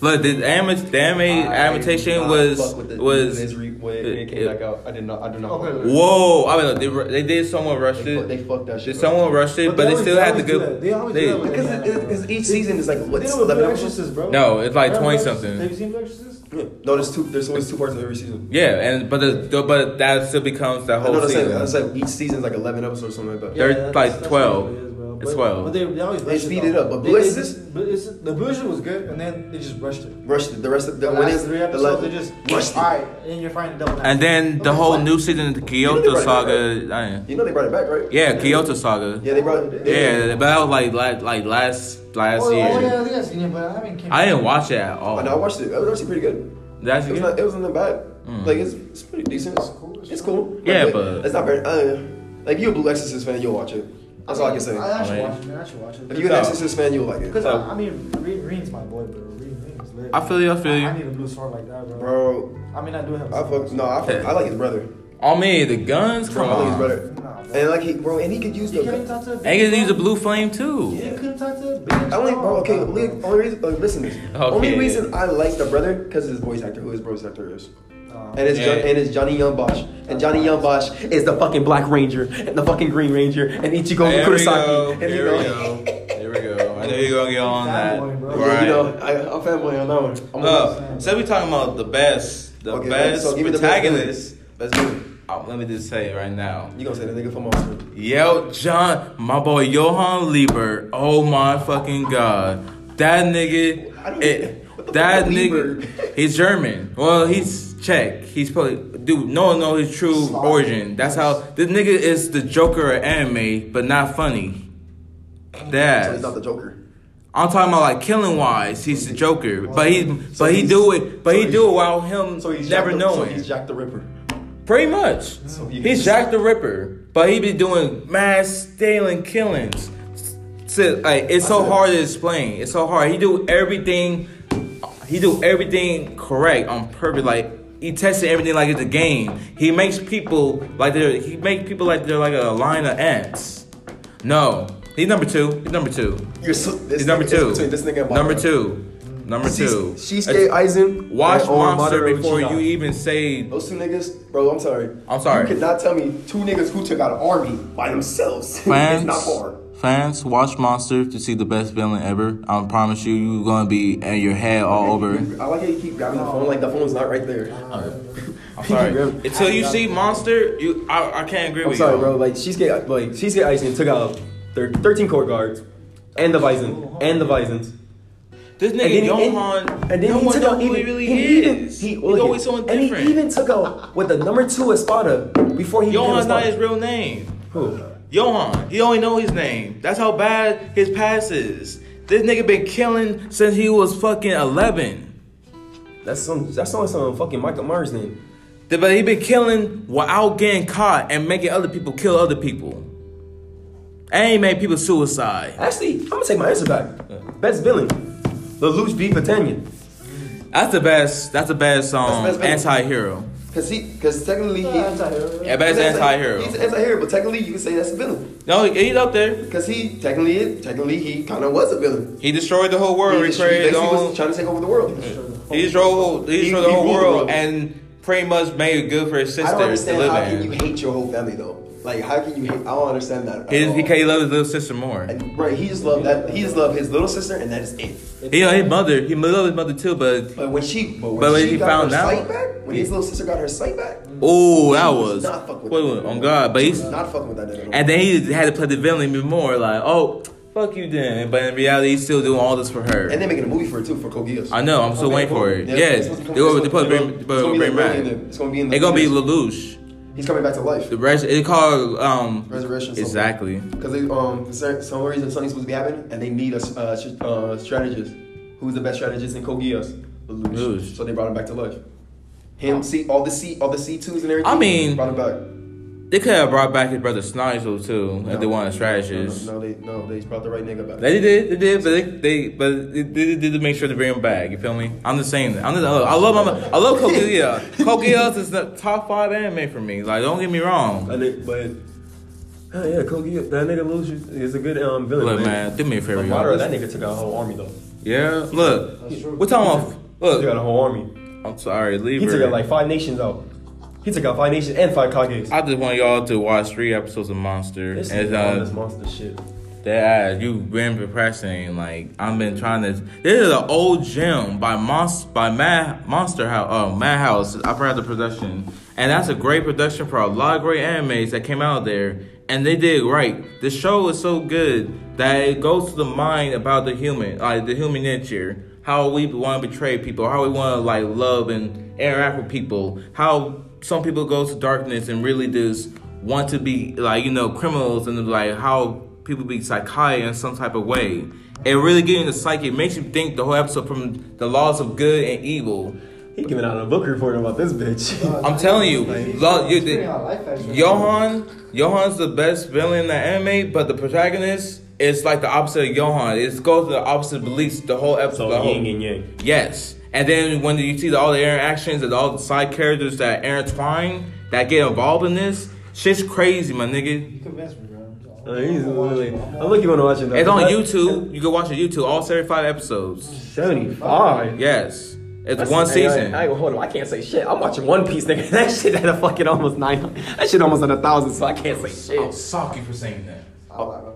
[SPEAKER 2] Look, the anime, the anime
[SPEAKER 4] I
[SPEAKER 2] adaptation
[SPEAKER 4] did not
[SPEAKER 2] was
[SPEAKER 4] fuck with it when
[SPEAKER 2] was.
[SPEAKER 4] it's re- when it came
[SPEAKER 2] it-
[SPEAKER 4] back out. I did not. I do not.
[SPEAKER 3] Okay,
[SPEAKER 4] fuck with it.
[SPEAKER 2] Whoa! I mean, they, ru- they did somewhat rush
[SPEAKER 4] They, fu-
[SPEAKER 2] it.
[SPEAKER 4] they fucked that
[SPEAKER 2] Did
[SPEAKER 4] shit. up.
[SPEAKER 2] someone rush it? But
[SPEAKER 3] But they
[SPEAKER 2] they
[SPEAKER 3] always-
[SPEAKER 2] still
[SPEAKER 3] they
[SPEAKER 2] had the
[SPEAKER 3] always do that.
[SPEAKER 2] good.
[SPEAKER 3] They always do that with
[SPEAKER 4] because it, it, it's- each season is like
[SPEAKER 3] They
[SPEAKER 4] what
[SPEAKER 3] did it with Blue
[SPEAKER 4] eleven episodes.
[SPEAKER 3] Exorcist, bro.
[SPEAKER 2] No, it's like 20
[SPEAKER 3] Remember Blue
[SPEAKER 2] something.
[SPEAKER 3] Exorcist? Have you seen Blue Exorcist?
[SPEAKER 4] Yeah. No, there's two. There's always two parts of every season.
[SPEAKER 2] Yeah, and but the, the- but that still becomes that
[SPEAKER 4] I know
[SPEAKER 2] whole
[SPEAKER 4] that's like,
[SPEAKER 2] season.
[SPEAKER 4] that's like each season is like eleven episodes or something like that.
[SPEAKER 2] Yeah. They're
[SPEAKER 3] that's-
[SPEAKER 2] like
[SPEAKER 3] that's
[SPEAKER 2] 12.
[SPEAKER 3] what it is, bro.
[SPEAKER 2] It's
[SPEAKER 3] But-
[SPEAKER 2] 12.
[SPEAKER 3] But they, they always
[SPEAKER 4] They
[SPEAKER 3] rushed
[SPEAKER 4] speed
[SPEAKER 3] though.
[SPEAKER 4] it up, but
[SPEAKER 3] They-
[SPEAKER 4] Blue
[SPEAKER 3] they
[SPEAKER 4] Exorcist-
[SPEAKER 3] just- Blue Exorcist- the Blue Exorcist was good, and then they just rushed it.
[SPEAKER 4] Rushed it. The rest of the,
[SPEAKER 3] The
[SPEAKER 4] when
[SPEAKER 3] last
[SPEAKER 4] it's-
[SPEAKER 3] three
[SPEAKER 4] the
[SPEAKER 3] episodes,
[SPEAKER 4] last-
[SPEAKER 3] they just
[SPEAKER 4] rushed it.
[SPEAKER 3] all right, and you're finding double. Oh,
[SPEAKER 2] And then the
[SPEAKER 3] Okay,
[SPEAKER 2] whole
[SPEAKER 3] what?
[SPEAKER 2] new season, the
[SPEAKER 4] they
[SPEAKER 2] Kyoto
[SPEAKER 4] brought it
[SPEAKER 2] Saga. I-
[SPEAKER 4] You know they brought it back, right?
[SPEAKER 2] Yeah, Kyoto Saga.
[SPEAKER 4] Yeah, they brought. it-
[SPEAKER 2] Yeah, but that was like like, like last last
[SPEAKER 3] Oh,
[SPEAKER 2] year.
[SPEAKER 3] oh yeah, I think I've seen it, but I haven't. Came
[SPEAKER 2] I didn't watch it at all.
[SPEAKER 4] Oh, no, I watched it. It was actually pretty good.
[SPEAKER 2] That's
[SPEAKER 4] It was
[SPEAKER 2] good.
[SPEAKER 4] not. It wasn't that bad.
[SPEAKER 2] Mm.
[SPEAKER 4] Like it's, it's pretty decent. It's cool. It's cool. Like,
[SPEAKER 2] Yeah,
[SPEAKER 4] it-
[SPEAKER 2] but-
[SPEAKER 4] it's not very. Uh, like if you're a Blue Exorcist fan, you'll watch it. That's all I can say.
[SPEAKER 3] I actually
[SPEAKER 2] Oh, yeah.
[SPEAKER 3] watched it. man. I should watch it.
[SPEAKER 4] If you're an
[SPEAKER 2] No.
[SPEAKER 4] Exorcist fan, you'll like it.
[SPEAKER 3] Because uh, I, I mean, Reed, Reed's my boy, bro. Reed, Reed is lit.
[SPEAKER 2] Oh. I feel you, I feel you.
[SPEAKER 3] I, need a blue sword like that, bro.
[SPEAKER 4] Bro,
[SPEAKER 3] I mean, I do have.
[SPEAKER 4] I fuck. No, I fuck, I like his brother.
[SPEAKER 2] On me, Oh, the guns.
[SPEAKER 4] Bro,
[SPEAKER 2] Come
[SPEAKER 4] I like his
[SPEAKER 2] on.
[SPEAKER 4] brother.
[SPEAKER 3] Nah, bro.
[SPEAKER 4] And like he, bro, and he could use
[SPEAKER 3] You
[SPEAKER 4] the.
[SPEAKER 3] couldn't talk to. a bitch,
[SPEAKER 2] And you can use a
[SPEAKER 3] bro.
[SPEAKER 2] blue flame too.
[SPEAKER 3] You couldn't talk to. a
[SPEAKER 4] I
[SPEAKER 3] bitch,
[SPEAKER 4] only, bro,
[SPEAKER 3] dog.
[SPEAKER 4] okay,
[SPEAKER 3] Nah,
[SPEAKER 4] only,
[SPEAKER 3] bro.
[SPEAKER 4] only reason, like, listen, only
[SPEAKER 2] Okay.
[SPEAKER 4] reason I like the brother, because his voice actor, who his voice actor is.
[SPEAKER 3] Nah.
[SPEAKER 4] And it's, Jo-
[SPEAKER 2] Yeah.
[SPEAKER 4] and it's Johnny Young Bosch. And Johnny Young Bosch is the fucking Black Ranger, and the fucking Green Ranger, and Ichigo
[SPEAKER 2] There we go.
[SPEAKER 4] Kurosaki. And you
[SPEAKER 2] There we
[SPEAKER 4] know,
[SPEAKER 2] go. There we go. I know you're gonna get on that.
[SPEAKER 3] Fanboy, bro.
[SPEAKER 2] All
[SPEAKER 4] yeah,
[SPEAKER 2] right.
[SPEAKER 4] you know I, I'm fanboy on that one. I'm gonna-
[SPEAKER 2] Uh, so we talking about the best, the
[SPEAKER 4] Okay,
[SPEAKER 2] best
[SPEAKER 4] so give me the best
[SPEAKER 2] protagonist. Best oh, let me just say it right now.
[SPEAKER 4] you gonna say that nigga for monster.
[SPEAKER 2] Yo, John, my boy Johan Lieber. Oh my fucking god, that
[SPEAKER 4] I
[SPEAKER 2] nigga,
[SPEAKER 4] don't- what the
[SPEAKER 2] it, that
[SPEAKER 4] fuck is
[SPEAKER 2] nigga,
[SPEAKER 4] Lieber?
[SPEAKER 2] he's German. Well, he's Czech. He's probably dude. No one knows his true
[SPEAKER 3] Slav.
[SPEAKER 2] origin. That's how the nigga is the Joker of anime, but not funny.
[SPEAKER 4] So he's
[SPEAKER 2] That
[SPEAKER 4] not the Joker.
[SPEAKER 2] I'm talking about like killing wise. He's the Joker, but he
[SPEAKER 4] So
[SPEAKER 2] but he
[SPEAKER 4] he's-
[SPEAKER 2] do it, but
[SPEAKER 4] so
[SPEAKER 2] he
[SPEAKER 4] he's-
[SPEAKER 2] do it while him
[SPEAKER 4] So he's
[SPEAKER 2] never
[SPEAKER 4] Jack the, So
[SPEAKER 2] knowing.
[SPEAKER 4] he's Jack the Ripper.
[SPEAKER 2] Pretty much.
[SPEAKER 4] So you-
[SPEAKER 2] He's Jack the Ripper, but he be doing mass stealing killings. So, like, it's so hard to explain. It's so hard. He do everything. He do everything correct on purpose. Like he tested everything like it's a game. He makes people like they're. He make people like they're like a line of ants. No, he's number two. He's number two.
[SPEAKER 4] You're so, this
[SPEAKER 2] He's number
[SPEAKER 4] nigga- it's
[SPEAKER 2] two.
[SPEAKER 4] between This nigga and
[SPEAKER 2] Number
[SPEAKER 4] Madara.
[SPEAKER 2] two. Number two.
[SPEAKER 4] She's- Sheisuke Eisen.
[SPEAKER 2] Watch
[SPEAKER 4] and Owen
[SPEAKER 2] Monster
[SPEAKER 4] Madara
[SPEAKER 2] before
[SPEAKER 4] Uchiha.
[SPEAKER 2] you even say
[SPEAKER 4] Those two niggas, bro. I'm sorry.
[SPEAKER 2] I'm sorry.
[SPEAKER 4] You cannot tell me two niggas who took out an army by themselves. it's
[SPEAKER 2] Fans,
[SPEAKER 4] not hard.
[SPEAKER 2] fans, watch Monster to see the best villain ever. I promise you, you're gonna be at your head all over.
[SPEAKER 4] I like how you keep grabbing the phone like the phone's not right there.
[SPEAKER 2] I'm sorry. Until you see Monster, you I, I can't agree
[SPEAKER 4] I'm
[SPEAKER 2] with
[SPEAKER 4] sorry,
[SPEAKER 2] you.
[SPEAKER 4] bro. Like Sheisuke, like Sheisuke Eisen took out thir- 13 court guards and the Bison and the Bisons.
[SPEAKER 2] This
[SPEAKER 4] And
[SPEAKER 2] nigga
[SPEAKER 4] he-
[SPEAKER 2] Johan,
[SPEAKER 4] and, and then
[SPEAKER 2] no
[SPEAKER 4] he
[SPEAKER 2] one
[SPEAKER 4] took
[SPEAKER 2] knows
[SPEAKER 4] out
[SPEAKER 2] who
[SPEAKER 4] even,
[SPEAKER 2] he really
[SPEAKER 4] he even-
[SPEAKER 2] is.
[SPEAKER 4] he,
[SPEAKER 2] He's
[SPEAKER 4] well, yeah.
[SPEAKER 2] always someone
[SPEAKER 4] and
[SPEAKER 2] different.
[SPEAKER 4] he even took out with the number two Espada before he
[SPEAKER 2] Johan's
[SPEAKER 4] became
[SPEAKER 2] not his
[SPEAKER 4] Espada.
[SPEAKER 2] real name.
[SPEAKER 4] Who?
[SPEAKER 2] Johan, he only know his name. That's how bad his past is. This nigga been killing since he was fucking 11.
[SPEAKER 4] That's some. That's sounds some fucking Michael Myers name.
[SPEAKER 2] Th- But he been killing without getting caught and making other people kill other people. And he made people suicide.
[SPEAKER 4] Actually, I'm gonna take my answer back. Best villain, Lelouch B. Batanian.
[SPEAKER 2] That's the best. That's the best um,
[SPEAKER 4] That's the best
[SPEAKER 2] anti hero.
[SPEAKER 4] Cause he, cause technically he,
[SPEAKER 3] Yeah, anti-hero.
[SPEAKER 2] Yeah, best
[SPEAKER 4] That's
[SPEAKER 2] anti hero.
[SPEAKER 4] Like, he's an anti-hero, but technically you can say that's a villain.
[SPEAKER 2] No, he- he's up there.
[SPEAKER 4] Cause he technically, is- technically he kind of was a villain.
[SPEAKER 2] He destroyed the whole world.
[SPEAKER 4] He,
[SPEAKER 2] He,
[SPEAKER 4] just- he
[SPEAKER 2] created his
[SPEAKER 4] basically
[SPEAKER 2] own.
[SPEAKER 4] was trying to take over the world.
[SPEAKER 2] He destroyed, he
[SPEAKER 4] He-
[SPEAKER 2] destroyed
[SPEAKER 4] he
[SPEAKER 2] the whole
[SPEAKER 4] ruled the
[SPEAKER 2] world,
[SPEAKER 4] world.
[SPEAKER 2] and pretty much made it good for his
[SPEAKER 4] I
[SPEAKER 2] sister
[SPEAKER 4] don't
[SPEAKER 2] to
[SPEAKER 4] understand how
[SPEAKER 2] live
[SPEAKER 4] can you
[SPEAKER 2] in.
[SPEAKER 4] hate your whole family though. Like how can you hate? I don't understand that. at
[SPEAKER 2] He,
[SPEAKER 4] all.
[SPEAKER 2] he, he loved his little sister more.
[SPEAKER 4] And, right, he just loved that. He just loved his little sister, and that is it.
[SPEAKER 2] He loved his mother. He loved his mother too, but
[SPEAKER 4] But when she, but when,
[SPEAKER 2] But when
[SPEAKER 4] she
[SPEAKER 2] he
[SPEAKER 4] got
[SPEAKER 2] found
[SPEAKER 4] her
[SPEAKER 2] out-
[SPEAKER 4] sight back, when his little sister got her sight back,
[SPEAKER 2] oh, that
[SPEAKER 4] she
[SPEAKER 2] was.
[SPEAKER 4] not fucking with
[SPEAKER 2] Wait,
[SPEAKER 4] that
[SPEAKER 2] wait,
[SPEAKER 4] nigga.
[SPEAKER 2] on God, but
[SPEAKER 4] She
[SPEAKER 2] he's
[SPEAKER 4] was not fucking with that nigga. no
[SPEAKER 2] And then he had to play the villain even more, like, oh, fuck you then. But in reality, he's still doing all this for her.
[SPEAKER 4] And they're making a movie for it too for Kogias.
[SPEAKER 2] I know, I'm still waiting for it. yes,
[SPEAKER 4] it's supposed
[SPEAKER 2] they're
[SPEAKER 4] to
[SPEAKER 2] going to
[SPEAKER 4] come-
[SPEAKER 2] put bring,
[SPEAKER 4] it's
[SPEAKER 2] but
[SPEAKER 4] gonna be
[SPEAKER 2] bring
[SPEAKER 4] in the-
[SPEAKER 2] back.
[SPEAKER 4] It's gonna be in the.
[SPEAKER 2] It's gonna be Lelouch.
[SPEAKER 4] He's coming back to life
[SPEAKER 2] The rest, it's called um
[SPEAKER 4] Resurrection something.
[SPEAKER 2] Exactly.
[SPEAKER 4] because they um for cer- some reason something's supposed to be happening, and they need a s- uh, sh- uh, strategist. Who's the best strategist in Kogias? Lelouch.
[SPEAKER 2] Lelouch.
[SPEAKER 4] So they brought him back to life. Him, see all the C, all the C twos and everything.
[SPEAKER 2] I mean-
[SPEAKER 4] brought him back.
[SPEAKER 2] They could have brought back his brother Snizel too, if they wanted
[SPEAKER 4] No,
[SPEAKER 2] strategists.
[SPEAKER 4] no, no, they no, they brought the right nigga back.
[SPEAKER 2] They did, they did, but they, they but they did, did make sure to bring him back. You feel me? I'm just saying that. I'm just, I love, I love, I love E Kogia. Kogia is the top five anime for me. Like, don't get me wrong.
[SPEAKER 4] I think, but oh yeah, Kogi, that nigga Lelouch is a good um villain.
[SPEAKER 2] Look, man, do me a favor,
[SPEAKER 4] Like,
[SPEAKER 2] y'all.
[SPEAKER 4] Madara, that nigga took out a whole army though.
[SPEAKER 2] Yeah, look.
[SPEAKER 3] That's true.
[SPEAKER 2] We're talking about.
[SPEAKER 1] He got
[SPEAKER 2] Look,
[SPEAKER 1] a whole army.
[SPEAKER 2] I'm sorry, leave
[SPEAKER 1] He took
[SPEAKER 2] her.
[SPEAKER 1] out like five nations out. He took out five nations and five Kages.
[SPEAKER 2] I just want y'all to watch three episodes of Monster.
[SPEAKER 1] This
[SPEAKER 2] and,
[SPEAKER 1] is
[SPEAKER 2] uh,
[SPEAKER 1] all this monster shit.
[SPEAKER 2] Dad, you've been procrastinating. Like I've been trying to. This is an old gym by Monster by Mad Monster House. Oh, Madhouse. I forgot the production, and that's a great production for a lot of great animes that came out there. And they did right. The show is so good that it goes to the mind about the human, like the human nature, how we want to betray people, how we want to like love and interact with people, how some people go to darkness and really just want to be like you know criminals and like how people be psychotic in some type of way. It really getting the psyche. It makes you think the whole episode from the laws of good and evil.
[SPEAKER 1] He giving out a book report about this bitch.
[SPEAKER 2] I'm telling you, lo- you
[SPEAKER 3] It's pretty high
[SPEAKER 2] the,
[SPEAKER 3] life actually.
[SPEAKER 2] Johan, Johan's the best villain in the anime, but the protagonist is like the opposite of Johan. It goes to the opposite beliefs the whole episode. the
[SPEAKER 1] so
[SPEAKER 2] whole-
[SPEAKER 1] yin and yang.
[SPEAKER 2] Yes. And then when you see the, all the interactions and all the side characters that intertwine, that get involved in this, shit's crazy, my nigga.
[SPEAKER 3] You convinced me, bro.
[SPEAKER 1] Uh, he's literally- I look you want to watch it. though.
[SPEAKER 2] It's on
[SPEAKER 1] That's-
[SPEAKER 2] YouTube. You can watch it on YouTube, all 75 episodes.
[SPEAKER 1] Seventy-five.
[SPEAKER 2] Yes. It's one season.
[SPEAKER 1] I, hold on, I can't say shit. I'm watching One Piece, nigga. That shit at a fucking almost nine. That shit almost at a thousand, so I can't say
[SPEAKER 2] I'll
[SPEAKER 1] shit.
[SPEAKER 2] sock you for saying that.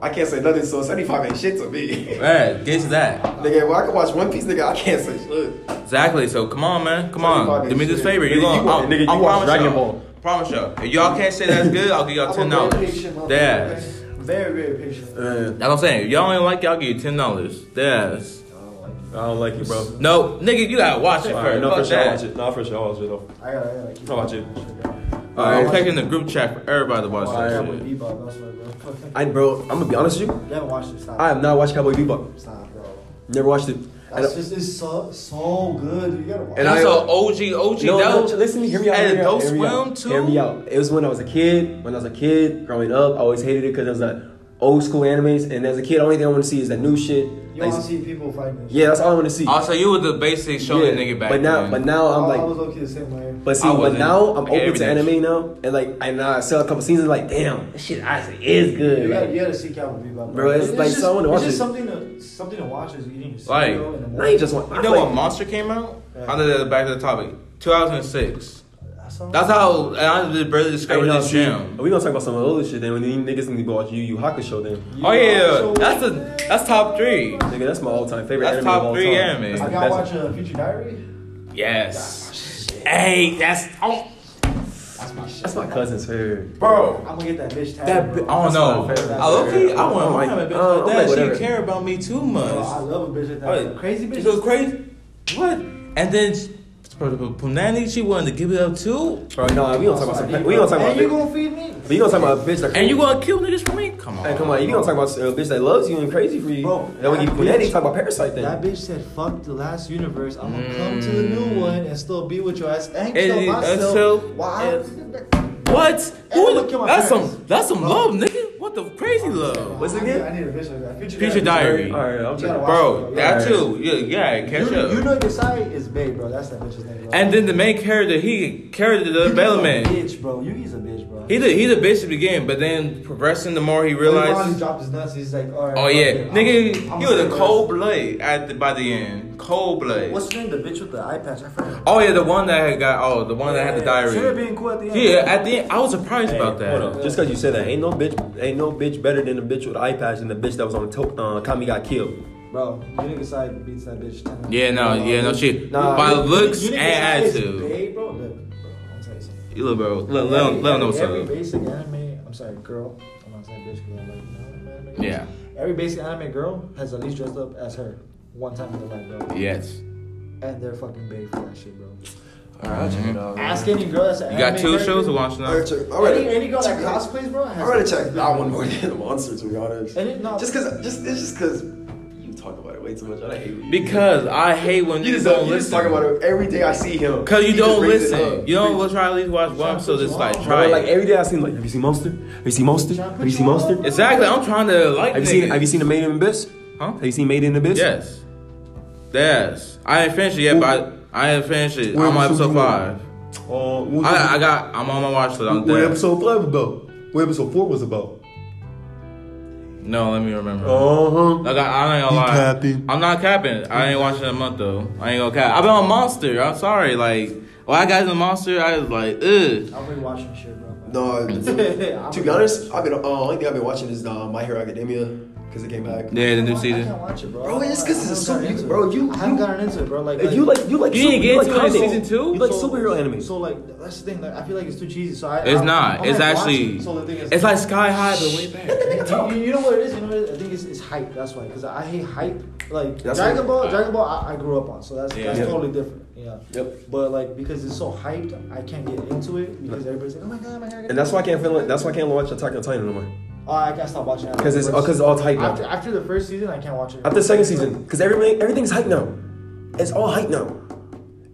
[SPEAKER 1] I can't say nothing, so seventy-five ain't shit to me.
[SPEAKER 2] Man, get to that.
[SPEAKER 1] Nigga, well, I can watch One Piece, nigga. I can't say shit.
[SPEAKER 2] Exactly. So come on, man. Come
[SPEAKER 1] Everybody
[SPEAKER 2] on. Do me this
[SPEAKER 1] shit.
[SPEAKER 2] favor. You
[SPEAKER 1] Nigga,
[SPEAKER 2] gonna?
[SPEAKER 1] you want- nigga,
[SPEAKER 2] I
[SPEAKER 1] you want
[SPEAKER 2] promise
[SPEAKER 1] Dragon
[SPEAKER 2] y'all.
[SPEAKER 1] Ball.
[SPEAKER 2] Promise y'all. If y'all can't say that's good, I'll give y'all ten dollars. Yes.
[SPEAKER 3] Very, very patient.
[SPEAKER 1] Uh,
[SPEAKER 2] That's what I'm saying. If y'all ain't like it, I'll give you ten dollars. Yes.
[SPEAKER 3] I don't like it.
[SPEAKER 1] I don't like you, bro.
[SPEAKER 2] No, nigga, you gotta watch it
[SPEAKER 1] Alright,
[SPEAKER 2] first.
[SPEAKER 1] no, for
[SPEAKER 2] Fuck
[SPEAKER 1] sure, I'll watch
[SPEAKER 2] that.
[SPEAKER 1] it. No, for sure, I'll watch it though.
[SPEAKER 3] I gotta, I gotta keep
[SPEAKER 1] How about you? Uh,
[SPEAKER 2] I'm taking the group chat for everybody to watch
[SPEAKER 3] Alright,
[SPEAKER 2] that shit.
[SPEAKER 3] Bebop, that's what, bro.
[SPEAKER 1] I, bro, I'm gonna be honest with you.
[SPEAKER 3] You haven't watched it, stop.
[SPEAKER 1] I have not watched Cowboy Bebop.
[SPEAKER 3] Stop, bro.
[SPEAKER 1] Never watched it. And
[SPEAKER 3] That's just, it's so, so good. You gotta watch
[SPEAKER 1] And
[SPEAKER 3] it.
[SPEAKER 1] I-
[SPEAKER 2] That's an OG, OG.
[SPEAKER 1] No,
[SPEAKER 2] that
[SPEAKER 1] no,
[SPEAKER 2] was-
[SPEAKER 1] listen, hear me out.
[SPEAKER 2] And
[SPEAKER 1] hear me out,
[SPEAKER 2] Adult
[SPEAKER 1] hear me out,
[SPEAKER 2] Swim, too?
[SPEAKER 1] Hear me out. It was when I was a kid. When I was a kid, growing up, I always hated it because it was like old school animes. And as a kid, the only thing I want to see is that new shit.
[SPEAKER 3] You
[SPEAKER 1] Like,
[SPEAKER 3] wanna see people fighting.
[SPEAKER 1] yeah, that's all I want to see.
[SPEAKER 2] Also, you were the basic shonen
[SPEAKER 1] Yeah,
[SPEAKER 2] nigga back
[SPEAKER 1] But now,
[SPEAKER 2] then.
[SPEAKER 1] but now I'm
[SPEAKER 3] I,
[SPEAKER 1] like,
[SPEAKER 3] I was okay the same way.
[SPEAKER 1] But see,
[SPEAKER 2] I
[SPEAKER 1] but
[SPEAKER 2] wasn't.
[SPEAKER 1] now I'm
[SPEAKER 2] Like,
[SPEAKER 1] open to
[SPEAKER 2] everything.
[SPEAKER 1] anime now, and like, and I saw a couple seasons, like, damn, this shit actually is
[SPEAKER 3] You
[SPEAKER 1] good.
[SPEAKER 3] gotta, you
[SPEAKER 1] Like,
[SPEAKER 3] gotta seek out what Bebop.
[SPEAKER 1] Bro, it's like someone
[SPEAKER 3] It's
[SPEAKER 1] watches-
[SPEAKER 3] just something to something to watch as you eating your
[SPEAKER 2] Like,
[SPEAKER 3] cereal in the
[SPEAKER 1] now you
[SPEAKER 3] morning.
[SPEAKER 1] just want.
[SPEAKER 2] You know
[SPEAKER 1] like,
[SPEAKER 2] when Monster came out?
[SPEAKER 3] Yeah.
[SPEAKER 2] Under the back of the topic, 2006.
[SPEAKER 3] That's all.
[SPEAKER 2] That's how and I just barely
[SPEAKER 1] Hey,
[SPEAKER 2] discovered
[SPEAKER 1] no,
[SPEAKER 2] this
[SPEAKER 1] see,
[SPEAKER 2] gym.
[SPEAKER 1] Are we gonna talk about some other shit then? When these niggas need to go watch Yu Yu Hakusho then.
[SPEAKER 3] You
[SPEAKER 2] Oh yeah,
[SPEAKER 3] also-
[SPEAKER 2] that's a that's top three.
[SPEAKER 1] Nigga, that's my all-time favorite anime
[SPEAKER 2] That's top
[SPEAKER 1] of all
[SPEAKER 2] three
[SPEAKER 1] time.
[SPEAKER 2] anime.
[SPEAKER 1] That's
[SPEAKER 3] I
[SPEAKER 1] the
[SPEAKER 3] gotta
[SPEAKER 1] best.
[SPEAKER 3] watch uh, Future Diary.
[SPEAKER 2] Yes. Hey, that's oh,
[SPEAKER 3] That's my shit.
[SPEAKER 1] That's my cousin's favorite.
[SPEAKER 2] bro.
[SPEAKER 3] I'm gonna get that bitch tag.
[SPEAKER 1] That
[SPEAKER 3] bro.
[SPEAKER 1] bi-
[SPEAKER 2] I don't
[SPEAKER 1] That's
[SPEAKER 2] know.
[SPEAKER 1] my favorite.
[SPEAKER 2] I look at. I
[SPEAKER 1] Oh,
[SPEAKER 2] want to
[SPEAKER 1] like,
[SPEAKER 2] have a
[SPEAKER 1] uh,
[SPEAKER 2] bitch
[SPEAKER 1] I'm
[SPEAKER 2] like
[SPEAKER 1] like,
[SPEAKER 2] that. She
[SPEAKER 1] whatever.
[SPEAKER 2] didn't care about me too
[SPEAKER 3] Bro, I
[SPEAKER 2] much.
[SPEAKER 3] love a bitch like that.
[SPEAKER 2] Like,
[SPEAKER 3] Crazy bitch.
[SPEAKER 2] She goes crazy. What? And then she- Punani, she wanted to give it up too.
[SPEAKER 1] Bro, no, we don't talk about some. We don't talk about.
[SPEAKER 3] And you
[SPEAKER 1] But
[SPEAKER 3] gonna feed me?
[SPEAKER 1] you gonna talk about a bitch like.
[SPEAKER 2] And you gonna kill niggas for me? Come on.
[SPEAKER 1] Hey, come on, you gonna talk about a bitch that loves you and crazy for you.
[SPEAKER 3] Bro,
[SPEAKER 1] Then when you
[SPEAKER 3] that
[SPEAKER 1] put that,
[SPEAKER 3] bitch-
[SPEAKER 1] you talk about parasite then.
[SPEAKER 3] That bitch said, "Fuck the last universe. I'm gonna come to the
[SPEAKER 2] Mm.
[SPEAKER 3] new one and still be with your ass and kill
[SPEAKER 2] And- and still-
[SPEAKER 3] myself." Why?
[SPEAKER 2] What?
[SPEAKER 3] I'ma
[SPEAKER 2] Who?
[SPEAKER 3] kill my
[SPEAKER 2] That's
[SPEAKER 3] parents.
[SPEAKER 2] some. That's some
[SPEAKER 3] Bro.
[SPEAKER 2] love, nigga. What the crazy love,
[SPEAKER 1] What's it
[SPEAKER 3] I
[SPEAKER 1] again?
[SPEAKER 3] need- I need a bitch like that. Future,
[SPEAKER 2] Future
[SPEAKER 1] Alright,
[SPEAKER 2] Diary.
[SPEAKER 1] I'm
[SPEAKER 3] You gotta
[SPEAKER 1] checking.
[SPEAKER 3] watch
[SPEAKER 2] bro?
[SPEAKER 3] it,
[SPEAKER 2] That
[SPEAKER 1] Alright.
[SPEAKER 2] too. Yeah, yeah. Catch
[SPEAKER 3] You,
[SPEAKER 2] up.
[SPEAKER 3] you know your side is big, bro. That's that bitch's name. Bro.
[SPEAKER 2] And then the main character, he carried the
[SPEAKER 3] Yugi's a
[SPEAKER 2] development.
[SPEAKER 3] Bitch, bro. Yugi's a bitch, bro.
[SPEAKER 2] He the he the bitch to begin, but then progressing, the more he
[SPEAKER 3] Finally
[SPEAKER 2] realized.
[SPEAKER 3] dropped his nuts. He's like, all right.
[SPEAKER 2] Oh
[SPEAKER 3] fuck
[SPEAKER 2] yeah,
[SPEAKER 3] it. I'm-
[SPEAKER 2] nigga,
[SPEAKER 3] I'm
[SPEAKER 2] he was a
[SPEAKER 3] serious.
[SPEAKER 2] cold blade at the, by the end. Cold blade.
[SPEAKER 3] What's her name? The bitch with the eye patch. I forgot.
[SPEAKER 2] Oh yeah, the one that had got oh the one that had the
[SPEAKER 3] Should have
[SPEAKER 2] diary.
[SPEAKER 3] been cool at the end.
[SPEAKER 2] Yeah, at the end, I was surprised
[SPEAKER 1] Hey, Hold
[SPEAKER 2] about that.
[SPEAKER 1] on. Just because you said that, ain't no bitch, ain't no bitch better than the bitch with the eye patch and the bitch that was on to- uh, Tommy got killed.
[SPEAKER 3] bro, you nigga side beats that bitch. 10
[SPEAKER 2] Yeah, no, yeah, no shit.
[SPEAKER 1] Nah,
[SPEAKER 2] By
[SPEAKER 1] you-
[SPEAKER 2] looks
[SPEAKER 3] You
[SPEAKER 2] and
[SPEAKER 3] nigga side is
[SPEAKER 2] attitude.
[SPEAKER 3] big, bro. Look, bro, I'm telling you something.
[SPEAKER 2] You little bro, let let let him know what's
[SPEAKER 3] every
[SPEAKER 2] up.
[SPEAKER 3] basic anime, I'm sorry, girl. I'm not saying bitch because I'm like, no, I'm anime. girls.
[SPEAKER 2] Yeah.
[SPEAKER 3] Every basic anime girl has at least dressed up as her one time in their life, bro.
[SPEAKER 2] Yes.
[SPEAKER 3] And they're fucking big for that shit, bro.
[SPEAKER 1] Alright, I'll check it out.
[SPEAKER 3] Ask any girl that's an
[SPEAKER 2] You got
[SPEAKER 3] anime
[SPEAKER 2] two
[SPEAKER 3] character,
[SPEAKER 2] shows to watch now.
[SPEAKER 3] Any, any girl that cosplays, bro, has
[SPEAKER 1] I'm gonna check that one more than the monster, to be honest.
[SPEAKER 3] And it, no,
[SPEAKER 1] Just cause, just it's just cause you talk about it way too much. I hate you.
[SPEAKER 2] Because I hate when
[SPEAKER 1] you
[SPEAKER 2] you
[SPEAKER 1] just
[SPEAKER 2] don't
[SPEAKER 1] you just talk about
[SPEAKER 2] listen.
[SPEAKER 1] it every day. I see him.
[SPEAKER 2] Cause you
[SPEAKER 1] He just
[SPEAKER 2] don't
[SPEAKER 1] brings it
[SPEAKER 2] listen.
[SPEAKER 1] up.
[SPEAKER 2] You don't try at least watch one episode. It's like
[SPEAKER 3] Bro,
[SPEAKER 2] try.
[SPEAKER 1] Bro,
[SPEAKER 2] it.
[SPEAKER 1] like every day I see him. Like, have you seen Monster? Have you seen Monster?
[SPEAKER 3] Trying to
[SPEAKER 1] Have
[SPEAKER 3] put
[SPEAKER 1] you seen
[SPEAKER 3] you
[SPEAKER 1] Monster?
[SPEAKER 3] on.
[SPEAKER 2] Exactly, I'm trying to like.
[SPEAKER 1] Have you seen?
[SPEAKER 2] niggas.
[SPEAKER 1] Have you seen the Maiden in Abyss?
[SPEAKER 2] Huh?
[SPEAKER 1] Have you seen Made in Abyss?
[SPEAKER 2] Yes. Yes. I ain't finished it yet, but I, I ain't finished it.
[SPEAKER 1] Where
[SPEAKER 2] I'm on
[SPEAKER 1] episode
[SPEAKER 2] episode
[SPEAKER 1] you on?
[SPEAKER 2] five.
[SPEAKER 1] Uh, what-
[SPEAKER 2] I, I got. I'm on my watch list. I'm
[SPEAKER 1] what
[SPEAKER 2] there.
[SPEAKER 1] episode five about? What episode four was about?
[SPEAKER 2] No, let me remember.
[SPEAKER 1] Oh, Uh-huh.
[SPEAKER 4] Uh huh.
[SPEAKER 2] Like I, I ain't
[SPEAKER 4] You
[SPEAKER 2] gonna lie.
[SPEAKER 4] capping.
[SPEAKER 2] I'm not capping. I ain't watching a month though. I ain't gonna cap. I've been on Monster. I'm sorry. Like when I got into Monster, I was like, ugh.
[SPEAKER 3] I'm rewatching shit, bro.
[SPEAKER 4] No,
[SPEAKER 3] to
[SPEAKER 4] to be honest, I've been. Uh, only thing I've been watching is uh, My Hero Academia because it came back.
[SPEAKER 2] Yeah, the new
[SPEAKER 3] I
[SPEAKER 2] season.
[SPEAKER 3] can't watch it, bro.
[SPEAKER 1] Bro, it's 'cause it's a
[SPEAKER 3] I
[SPEAKER 1] super-
[SPEAKER 3] haven't gotten into
[SPEAKER 1] bro,
[SPEAKER 3] it.
[SPEAKER 1] you-
[SPEAKER 3] I haven't
[SPEAKER 1] you-
[SPEAKER 3] gotten into it, bro. Like,
[SPEAKER 1] If you like, you like,
[SPEAKER 2] You
[SPEAKER 1] super-
[SPEAKER 2] didn't
[SPEAKER 1] you
[SPEAKER 2] get
[SPEAKER 1] like
[SPEAKER 2] into it in
[SPEAKER 1] comics.
[SPEAKER 2] season two?
[SPEAKER 1] You like
[SPEAKER 3] so-
[SPEAKER 1] superhero anime.
[SPEAKER 3] So like, that's the thing. Like, I feel like it's too cheesy. So I.
[SPEAKER 2] It's
[SPEAKER 3] I-
[SPEAKER 2] not.
[SPEAKER 3] I'm
[SPEAKER 2] It's
[SPEAKER 3] like
[SPEAKER 2] actually-
[SPEAKER 3] watching, so the thing is,
[SPEAKER 2] It's like Sky High, but way better.
[SPEAKER 3] You, you- you know what it is? You know what it is? I think it's, it's hype. That's why. Because I hate hype. Like
[SPEAKER 1] That's what-
[SPEAKER 3] Dragon Ball. Dragon Ball. I, I grew up on. So that's
[SPEAKER 2] Yeah.
[SPEAKER 3] that's
[SPEAKER 1] Yeah.
[SPEAKER 3] totally different. Yeah.
[SPEAKER 1] Yep.
[SPEAKER 3] But like because it's so hyped, I can't get into it because everybody's like, oh my god, oh my god.
[SPEAKER 1] And that's why I can't feel it. That's why I can't watch Attack on Titan no more.
[SPEAKER 3] Oh, I can't stop watching. after
[SPEAKER 1] Because
[SPEAKER 3] the
[SPEAKER 1] it's
[SPEAKER 3] first-
[SPEAKER 1] because it's all hype now.
[SPEAKER 3] after, after the first season, I can't watch it.
[SPEAKER 1] After the second season, because everything everything's hype now. It's all hype now.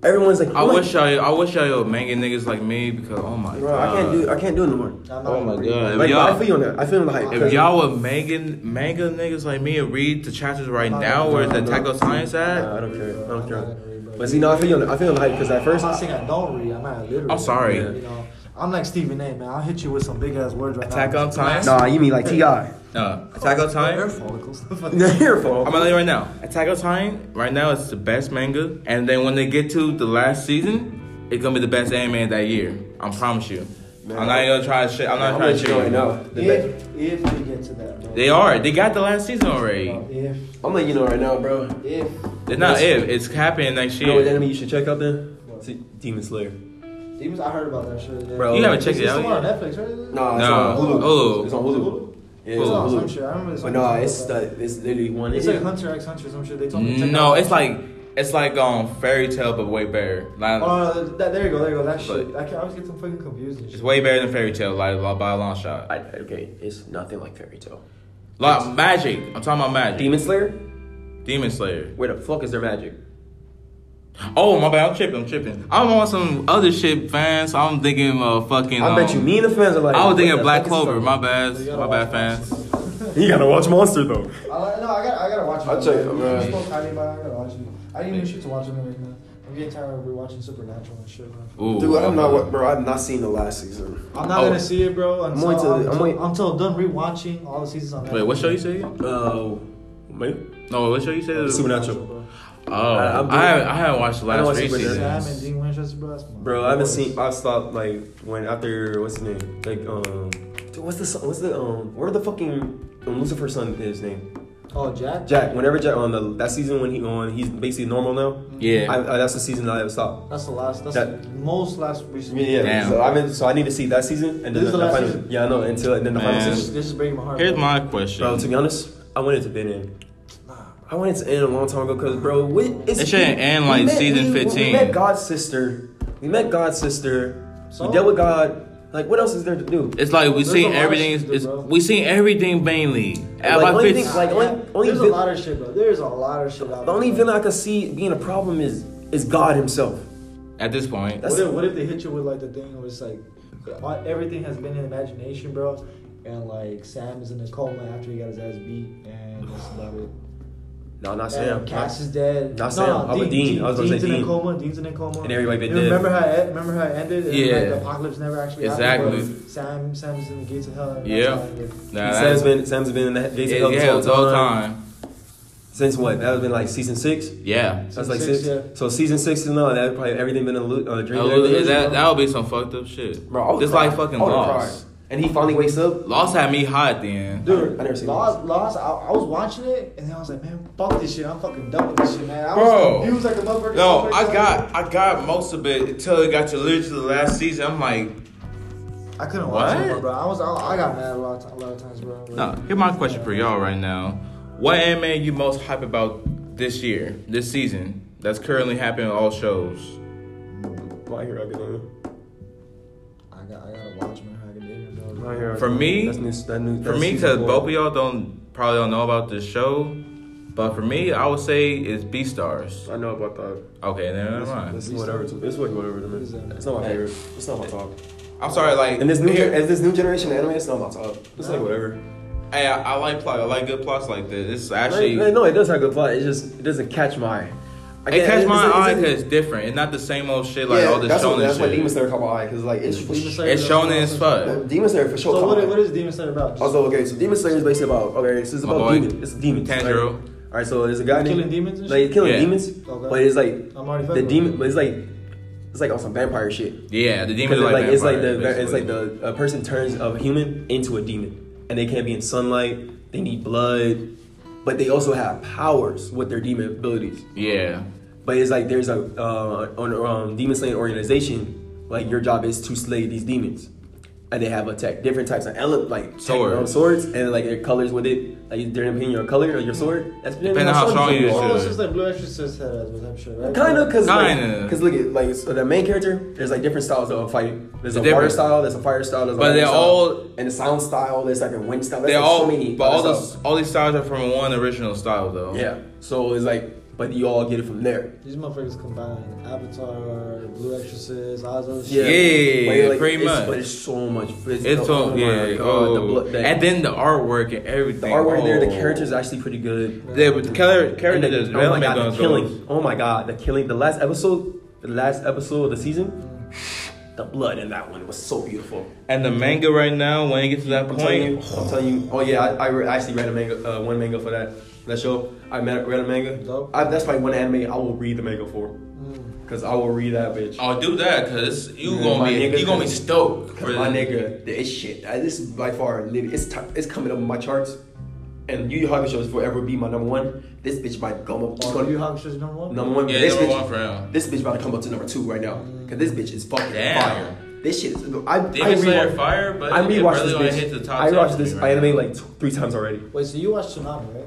[SPEAKER 1] Everyone's like,
[SPEAKER 2] I
[SPEAKER 1] "Oh my-
[SPEAKER 2] wish I, I wish I would manga niggas like me because oh my
[SPEAKER 1] Bro,
[SPEAKER 2] god.
[SPEAKER 1] I can't do I can't do it no more.
[SPEAKER 3] I'm not
[SPEAKER 2] Oh my
[SPEAKER 3] agreeing.
[SPEAKER 2] god. If
[SPEAKER 1] Like, I
[SPEAKER 2] y'all,
[SPEAKER 1] feel you on that. I feel on the hype.
[SPEAKER 2] if y'all were making manga niggas like me and read the chapters right
[SPEAKER 3] No,
[SPEAKER 2] now,
[SPEAKER 3] no,
[SPEAKER 2] where's the
[SPEAKER 1] no.
[SPEAKER 2] Taco Science
[SPEAKER 1] Nah, I
[SPEAKER 2] at?
[SPEAKER 1] don't care. I don't
[SPEAKER 3] I'm not gonna
[SPEAKER 1] care.
[SPEAKER 3] read, bro.
[SPEAKER 1] But see, no, I feel you on that. I feel on the hype because at
[SPEAKER 3] I'm
[SPEAKER 1] first,
[SPEAKER 3] not saying I don't read. I'm not literally.
[SPEAKER 2] I'm sorry.
[SPEAKER 3] You know, I'm like Stephen A. Man, I'll hit you with some big ass words right
[SPEAKER 2] Attack
[SPEAKER 3] now.
[SPEAKER 2] on Titan.
[SPEAKER 1] nah, you mean like Ti?
[SPEAKER 2] Uh, Attack on Titan.
[SPEAKER 3] Hair follicles.
[SPEAKER 1] Your fault.
[SPEAKER 2] I'm gonna tell you right now, Attack on Titan right now is the best manga, and then when they get to the last season, it's gonna be the best anime of that year. I promise you.
[SPEAKER 1] Man,
[SPEAKER 2] I'm not even gonna try to shit. I'm not
[SPEAKER 1] I'm
[SPEAKER 2] trying
[SPEAKER 1] gonna
[SPEAKER 2] to shit.
[SPEAKER 1] show you
[SPEAKER 2] you.
[SPEAKER 1] know. The best-
[SPEAKER 3] if if we get to that, bro.
[SPEAKER 2] They are. They got the last season already.
[SPEAKER 3] If
[SPEAKER 1] I'm letting you know right now, bro.
[SPEAKER 3] if
[SPEAKER 2] It's not if. It's happening next
[SPEAKER 1] You know what
[SPEAKER 2] year.
[SPEAKER 1] enemy you should check out then?
[SPEAKER 3] What?
[SPEAKER 1] See, Demon Slayer.
[SPEAKER 3] Demons, I heard about that shit. Yeah.
[SPEAKER 1] Bro,
[SPEAKER 2] You haven't
[SPEAKER 3] It's-
[SPEAKER 2] checked it
[SPEAKER 3] it's
[SPEAKER 2] out
[SPEAKER 3] the one on
[SPEAKER 2] yet.
[SPEAKER 3] Netflix, right?
[SPEAKER 1] Nah, it's
[SPEAKER 2] Nah,
[SPEAKER 1] on Hulu.
[SPEAKER 2] Hulu.
[SPEAKER 1] It's on Hulu. Yeah, it's
[SPEAKER 3] It's on
[SPEAKER 1] on
[SPEAKER 3] some
[SPEAKER 1] Hulu.
[SPEAKER 3] shit. I remember this.
[SPEAKER 1] But
[SPEAKER 3] one.
[SPEAKER 1] nah, it's the, it's literally one.
[SPEAKER 3] It's like Hunter x Hunter or some shit. They told me. to check
[SPEAKER 2] No,
[SPEAKER 3] out.
[SPEAKER 2] it's like it's like um fairy tale but way better. Like,
[SPEAKER 3] Oh, no, that, there you go, there you go. That shit. I, can, I always get some fucking confused. And
[SPEAKER 2] it's
[SPEAKER 3] shit.
[SPEAKER 2] way better than fairy tale, like by a long shot.
[SPEAKER 1] I, okay, it's nothing like Fairy Tale.
[SPEAKER 2] Like magic. I'm talking about magic. Demon,
[SPEAKER 1] Demon Slayer?
[SPEAKER 2] Slayer.
[SPEAKER 1] Where the fuck is their magic?
[SPEAKER 2] Oh my bad. I'm tripping. I'm tripping. I'm on some other shit, fans. I'm thinking uh fucking.
[SPEAKER 1] I bet you
[SPEAKER 2] um,
[SPEAKER 1] me and the fans are like.
[SPEAKER 2] I was
[SPEAKER 1] what
[SPEAKER 2] thinking
[SPEAKER 1] the
[SPEAKER 2] Black
[SPEAKER 1] fuck is this
[SPEAKER 2] Clover.
[SPEAKER 1] about?
[SPEAKER 2] My
[SPEAKER 3] So
[SPEAKER 2] bad,
[SPEAKER 3] you gotta
[SPEAKER 2] my bad,
[SPEAKER 3] watch
[SPEAKER 2] fans.
[SPEAKER 3] that.
[SPEAKER 1] You gotta watch Monster though.
[SPEAKER 3] I like, no, I gotta, I gotta watch it.
[SPEAKER 4] I'll tell you,
[SPEAKER 3] man.
[SPEAKER 4] man.
[SPEAKER 3] You spoke highly about it, I gotta watch it. I didn't even shoot to watch it right now. I'm getting tired of rewatching Supernatural and shit. Man.
[SPEAKER 2] Ooh,
[SPEAKER 4] Dude, I'm not.
[SPEAKER 2] okay.
[SPEAKER 4] wa- Bro, I've not seen the last season.
[SPEAKER 3] I'm not
[SPEAKER 2] Oh.
[SPEAKER 3] gonna see it, bro. Until,
[SPEAKER 1] waiting till- I'm
[SPEAKER 3] until,
[SPEAKER 1] waiting-
[SPEAKER 3] until done rewatching all the seasons on that.
[SPEAKER 2] Wait, what show you say? again? Uh,
[SPEAKER 1] Oh,
[SPEAKER 2] No, what show you say?
[SPEAKER 1] Supernatural.
[SPEAKER 2] Oh,
[SPEAKER 1] I- I'm
[SPEAKER 2] I haven't, I haven't watched the
[SPEAKER 1] I don't
[SPEAKER 2] last
[SPEAKER 1] watch
[SPEAKER 2] three
[SPEAKER 1] Supernatural.
[SPEAKER 2] seasons.
[SPEAKER 3] Sam and Dean Winchester, bro. that's my
[SPEAKER 1] Bro, I haven't
[SPEAKER 3] boys.
[SPEAKER 1] seen. I stopped like when after what's his name? Like um, dude, what's the son- what's the um, where the fucking um, Lucifer's son is name?
[SPEAKER 3] Oh, Jack.
[SPEAKER 1] Jack. Whenever Jack on the that season when he on, he's basically normal now.
[SPEAKER 2] Yeah.
[SPEAKER 1] I, I, that's the season that I stopped.
[SPEAKER 3] That's the last. That's
[SPEAKER 1] Jack.
[SPEAKER 3] the most last recent.
[SPEAKER 1] Yeah, yeah.
[SPEAKER 2] Damn.
[SPEAKER 1] So I mean, so I need to see that season and then
[SPEAKER 3] This is
[SPEAKER 1] the,
[SPEAKER 3] the last
[SPEAKER 1] final.
[SPEAKER 3] season?
[SPEAKER 1] Yeah, I know. Until and then the
[SPEAKER 2] Man.
[SPEAKER 1] final
[SPEAKER 3] This,
[SPEAKER 1] season.
[SPEAKER 3] is- this is breaking my heart.
[SPEAKER 2] Here's
[SPEAKER 3] bro.
[SPEAKER 2] my question.
[SPEAKER 1] Bro, to be honest, I wanted to been in. I wanted to end a long time ago because, bro, what, it's,
[SPEAKER 2] It shouldn't end,
[SPEAKER 1] we
[SPEAKER 2] like, season
[SPEAKER 1] we-
[SPEAKER 2] 15.
[SPEAKER 1] We met God's sister. We met God's sister.
[SPEAKER 3] So?
[SPEAKER 1] We dealt with God. Like, what else is there to do?
[SPEAKER 2] it's like we
[SPEAKER 3] There's a
[SPEAKER 2] seen
[SPEAKER 3] lot of
[SPEAKER 2] everything.
[SPEAKER 3] shit to do,
[SPEAKER 2] It's,
[SPEAKER 3] bro.
[SPEAKER 2] we seen everything mainly.
[SPEAKER 1] Like,
[SPEAKER 2] Like,
[SPEAKER 1] only
[SPEAKER 2] like,
[SPEAKER 1] thing- like, only- only
[SPEAKER 3] There's
[SPEAKER 1] vi-
[SPEAKER 3] a lot of shit, bro. There's a lot of shit. Out
[SPEAKER 1] The only
[SPEAKER 3] there.
[SPEAKER 1] villain I could see being a problem is is God Himself.
[SPEAKER 2] at this point,
[SPEAKER 1] That's-
[SPEAKER 3] what, if, what if they hit you with like the thing where it's like all- everything has been in imagination, bro, and like Sam is in a coma after he got his ass beat, and that's about it.
[SPEAKER 1] No, not Sam.
[SPEAKER 3] And Cass is dead.
[SPEAKER 1] Not Sam. I was Dean. I was gonna
[SPEAKER 3] Dean's
[SPEAKER 1] say
[SPEAKER 3] in
[SPEAKER 1] Dean.
[SPEAKER 3] a coma. Dean's in a coma.
[SPEAKER 1] And everybody been
[SPEAKER 3] You Remember
[SPEAKER 1] dead.
[SPEAKER 3] how it, remember how it ended? And
[SPEAKER 2] Yeah.
[SPEAKER 3] Like, the apocalypse never actually happened.
[SPEAKER 2] Exactly.
[SPEAKER 3] but Sam Sam's in the gates of hell. and that's
[SPEAKER 2] Yeah.
[SPEAKER 3] how it ended.
[SPEAKER 2] nah,
[SPEAKER 1] Sam's
[SPEAKER 2] that-
[SPEAKER 1] been Sam's been in the gates
[SPEAKER 2] yeah,
[SPEAKER 1] of hell this
[SPEAKER 2] yeah,
[SPEAKER 1] whole
[SPEAKER 2] the whole
[SPEAKER 1] time.
[SPEAKER 2] time.
[SPEAKER 1] Since what? That was been like season six.
[SPEAKER 2] Yeah.
[SPEAKER 1] That's
[SPEAKER 3] Season
[SPEAKER 1] like
[SPEAKER 3] six,
[SPEAKER 1] six.
[SPEAKER 3] yeah.
[SPEAKER 1] So season six is now that probably everything been a lo- uh, dream.
[SPEAKER 2] Oh,
[SPEAKER 1] Everything-
[SPEAKER 2] that that would be some fucked up shit.
[SPEAKER 1] Bro, I would
[SPEAKER 2] Just
[SPEAKER 1] cry.
[SPEAKER 2] like fucking
[SPEAKER 1] I would
[SPEAKER 2] Lost.
[SPEAKER 1] cry. And he finally wakes up.
[SPEAKER 2] Lost had me hot at the end.
[SPEAKER 1] I
[SPEAKER 3] Dude,
[SPEAKER 1] never- I never seen
[SPEAKER 3] Lost, Lost, I, I was watching it and then I was like, man, fuck this shit. I'm fucking done with this shit, man. I
[SPEAKER 2] Bro.
[SPEAKER 3] was confused like a motherfucker.
[SPEAKER 2] No, I got I got most of it until it got to literally the last season. I'm like,
[SPEAKER 3] I couldn't watch
[SPEAKER 2] What?
[SPEAKER 3] it, more, bro. I was, I, I got mad a lot, of, ti- a lot of times, bro. Like,
[SPEAKER 2] Now, here's my question for y'all right now. What anime you most hype about this year, this season, that's currently happening on all shows?
[SPEAKER 1] My Hero Academia.
[SPEAKER 3] I got, I gotta watch My Hero Academia, bro.
[SPEAKER 1] My Hero
[SPEAKER 2] For me-
[SPEAKER 1] Academia. that's new, that new,
[SPEAKER 2] For
[SPEAKER 1] that's
[SPEAKER 2] me,
[SPEAKER 1] season
[SPEAKER 2] because
[SPEAKER 1] four.
[SPEAKER 2] both of y'all don't probably don't know about this show, but for me, I would say it's Beastars.
[SPEAKER 1] I know about that.
[SPEAKER 2] Okay, then never mind.
[SPEAKER 1] It's whatever. To, it's what- whatever to me.
[SPEAKER 3] Is that-
[SPEAKER 1] It's not my favorite. It's not my top.
[SPEAKER 2] I'm sorry, like
[SPEAKER 1] And this new,
[SPEAKER 2] here-
[SPEAKER 1] gen- as this new generation of anime, it's not my top. It's like whatever.
[SPEAKER 2] hey, I, I like plot. I like good plots like this. It's
[SPEAKER 1] Like,
[SPEAKER 2] actually
[SPEAKER 1] no, it does have good plot. It just it doesn't catch my eye. I
[SPEAKER 2] It
[SPEAKER 1] can't-
[SPEAKER 2] catch
[SPEAKER 1] it's-
[SPEAKER 2] my
[SPEAKER 1] it's-
[SPEAKER 2] eye
[SPEAKER 1] it's-
[SPEAKER 2] because it's different and not the same old shit like
[SPEAKER 4] yeah,
[SPEAKER 2] all this
[SPEAKER 4] that's, what,
[SPEAKER 2] shonen
[SPEAKER 4] that's why Demon
[SPEAKER 2] shit.
[SPEAKER 4] Slayer caught my eye because like it's
[SPEAKER 3] Demon Slayer.
[SPEAKER 2] It's shonen as fuck.
[SPEAKER 4] Demon Slayer for sure.
[SPEAKER 3] So
[SPEAKER 4] caught
[SPEAKER 3] what,
[SPEAKER 4] my
[SPEAKER 3] i-
[SPEAKER 4] eye.
[SPEAKER 3] what is Demon Slayer about? Just
[SPEAKER 4] Also, okay, so Demon Slayer is basically about okay, so it's
[SPEAKER 2] My
[SPEAKER 1] about
[SPEAKER 2] boy,
[SPEAKER 1] demon. It's demons.
[SPEAKER 2] Tanjiro.
[SPEAKER 1] All right, All right, so there's a guy
[SPEAKER 3] killing
[SPEAKER 1] named,
[SPEAKER 3] demons and
[SPEAKER 1] like
[SPEAKER 3] shit?
[SPEAKER 1] he's killing
[SPEAKER 2] Yeah.
[SPEAKER 1] demons,
[SPEAKER 3] Okay.
[SPEAKER 1] but it's like
[SPEAKER 3] I'm already
[SPEAKER 1] the
[SPEAKER 3] fucking
[SPEAKER 1] demon,
[SPEAKER 3] with
[SPEAKER 1] but it's like it's like on some vampire shit.
[SPEAKER 2] Yeah, the
[SPEAKER 1] Because
[SPEAKER 2] demons are like,
[SPEAKER 1] like, it's like the
[SPEAKER 2] vampires,
[SPEAKER 1] it's
[SPEAKER 2] basically.
[SPEAKER 1] like the a person turns a human into a demon, and they can't be in sunlight. They need blood, but they also have powers with their demon abilities.
[SPEAKER 2] yeah.
[SPEAKER 1] But it's like there's a uh, on um, demon slaying organization. Like your job is to slay these demons, and they have attack different types of ele- like tech-
[SPEAKER 2] Sword.
[SPEAKER 1] um, swords and like their colors with it. Like they're depending on your color or your sword. That's
[SPEAKER 2] Depending on how strong you
[SPEAKER 3] Oh,
[SPEAKER 2] is.
[SPEAKER 3] it's just like Blue Exorcist had as type shit, right?
[SPEAKER 1] Kind of, cause
[SPEAKER 2] Kinda.
[SPEAKER 1] like, cause look at like so the main character. There's like different styles of fight. There's a
[SPEAKER 2] Different.
[SPEAKER 1] water style. There's a fire style. There's a
[SPEAKER 2] But
[SPEAKER 1] water
[SPEAKER 2] they're
[SPEAKER 1] style,
[SPEAKER 2] all-
[SPEAKER 1] and the sound style. There's like a wind style. There's
[SPEAKER 2] They
[SPEAKER 1] like
[SPEAKER 2] all,
[SPEAKER 1] so many.
[SPEAKER 2] but all
[SPEAKER 1] other
[SPEAKER 2] those,
[SPEAKER 1] styles.
[SPEAKER 2] all these styles are from one original style though.
[SPEAKER 1] Yeah. So it's like, but you all get it from there.
[SPEAKER 3] These motherfuckers combined Avatar, Blue Exorcist, all those
[SPEAKER 2] Yeah,
[SPEAKER 3] shit.
[SPEAKER 1] But, like,
[SPEAKER 2] pretty
[SPEAKER 1] it's,
[SPEAKER 2] much.
[SPEAKER 1] But it's so much. It's,
[SPEAKER 2] It's
[SPEAKER 1] oh
[SPEAKER 2] so,
[SPEAKER 1] my
[SPEAKER 2] yeah.
[SPEAKER 1] God,
[SPEAKER 2] Oh,
[SPEAKER 1] the, blo- the,
[SPEAKER 2] and then the artwork and
[SPEAKER 1] the
[SPEAKER 2] everything.
[SPEAKER 1] artwork there, the
[SPEAKER 2] Oh.
[SPEAKER 1] characters are actually pretty good.
[SPEAKER 2] Yeah, but the color,
[SPEAKER 1] And
[SPEAKER 2] character
[SPEAKER 1] the- oh my
[SPEAKER 2] development
[SPEAKER 1] god,
[SPEAKER 2] goes
[SPEAKER 1] the killing! Oh my god, the killing! The last episode, the last episode of the season, the blood in that one was so beautiful.
[SPEAKER 2] And the manga right now, when it gets to that
[SPEAKER 1] I'm telling you,
[SPEAKER 2] point,
[SPEAKER 1] I'm telling you. Oh yeah, I, I re- I actually read a manga, uh, one manga for that that show. I met, read a manga.
[SPEAKER 3] Dope.
[SPEAKER 1] I, that's probably one anime I will read the manga for,
[SPEAKER 3] Mm.
[SPEAKER 1] cause I will read that bitch.
[SPEAKER 2] I'll do that because you
[SPEAKER 1] Yeah,
[SPEAKER 2] gonna
[SPEAKER 1] my
[SPEAKER 2] be
[SPEAKER 1] nigga.
[SPEAKER 2] you gonna be stoked.
[SPEAKER 1] Cause
[SPEAKER 2] for
[SPEAKER 1] my
[SPEAKER 2] this.
[SPEAKER 1] nigga, the- it's shit. I, this is by far, lit- it's t- it's coming up in my charts. And Yu Yu Hakusho is forever be my number one. This bitch might come up. She's
[SPEAKER 3] Oh, Blue
[SPEAKER 1] gonna,
[SPEAKER 3] Exorcist number one.
[SPEAKER 1] number one.
[SPEAKER 2] Yeah, uh,
[SPEAKER 1] this
[SPEAKER 2] number
[SPEAKER 1] bitch,
[SPEAKER 2] one for him.
[SPEAKER 1] This bitch about to come up to number two right now. Cause this bitch is fucking
[SPEAKER 2] Damn.
[SPEAKER 1] fire. This shit is. I, I
[SPEAKER 2] Demon Slayer
[SPEAKER 1] rewatch-
[SPEAKER 2] fire, but
[SPEAKER 1] I
[SPEAKER 2] it
[SPEAKER 1] rewatched
[SPEAKER 2] really only
[SPEAKER 1] this bitch.
[SPEAKER 2] hit the top
[SPEAKER 1] I
[SPEAKER 2] 10
[SPEAKER 1] watched
[SPEAKER 2] for
[SPEAKER 1] this
[SPEAKER 2] me right
[SPEAKER 1] anime
[SPEAKER 2] now.
[SPEAKER 1] like t- three times already.
[SPEAKER 3] Wait, so you watched Tsunami, right?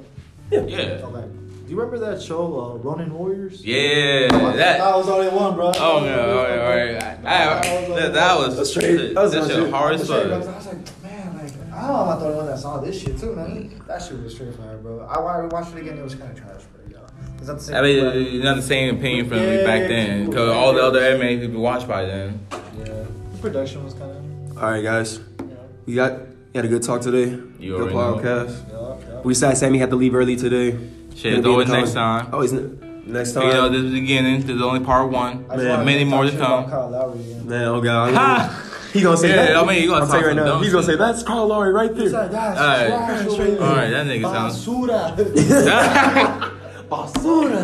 [SPEAKER 2] Yeah.
[SPEAKER 3] Okay. Do you remember that show, uh, Ronin Warriors?
[SPEAKER 2] Yeah.
[SPEAKER 3] I
[SPEAKER 2] That.
[SPEAKER 3] was only one, bro.
[SPEAKER 2] Oh no. All right. All right. I, I, that, that was
[SPEAKER 1] That's straight.
[SPEAKER 2] That,
[SPEAKER 1] That was
[SPEAKER 2] that shit
[SPEAKER 1] legit.
[SPEAKER 2] hard as
[SPEAKER 3] Straight, I was
[SPEAKER 2] fuck.
[SPEAKER 3] like, man, like, I don't know if I'm the only one that saw this shit too, man. That shit was straight fire, bro. I wa- I watched it again, it was kind of trash, bro. Yeah. It's not the same.
[SPEAKER 2] I mean, it's not the same opinion from me back then, because all the other anime we watched by then.
[SPEAKER 3] yeah. Production was kind
[SPEAKER 1] All right, guys.
[SPEAKER 3] of, you know,
[SPEAKER 1] We got we had a good talk today.
[SPEAKER 2] You
[SPEAKER 1] good
[SPEAKER 2] already know.
[SPEAKER 1] podcast.
[SPEAKER 3] yeah, yeah.
[SPEAKER 1] We sad Sammy had to leave early today. Gonna be
[SPEAKER 2] Shit,
[SPEAKER 1] in
[SPEAKER 2] though
[SPEAKER 1] the
[SPEAKER 2] it's next
[SPEAKER 1] comments.
[SPEAKER 2] time.
[SPEAKER 1] Oh, it's ne- next time.
[SPEAKER 2] You know, this is the beginning. This is only part one.
[SPEAKER 3] I just
[SPEAKER 1] Man,
[SPEAKER 3] wanted
[SPEAKER 2] many
[SPEAKER 3] talk
[SPEAKER 2] more to
[SPEAKER 3] shit about
[SPEAKER 2] come.
[SPEAKER 3] Kyle Lowry again.
[SPEAKER 1] Man, oh god. I mean,
[SPEAKER 2] Ha!
[SPEAKER 1] he gonna say
[SPEAKER 2] Yeah,
[SPEAKER 1] that.
[SPEAKER 2] I mean, he gonna
[SPEAKER 1] I'm telling you right
[SPEAKER 2] talk some
[SPEAKER 1] now.
[SPEAKER 2] dumb
[SPEAKER 1] He's gonna say
[SPEAKER 2] shit.
[SPEAKER 1] that's Carl Lowry right
[SPEAKER 3] It's like,
[SPEAKER 1] there.
[SPEAKER 3] that's
[SPEAKER 2] Alright.
[SPEAKER 3] trash,
[SPEAKER 1] Alright,
[SPEAKER 2] that nigga sounds-
[SPEAKER 3] Basura.
[SPEAKER 1] Basura.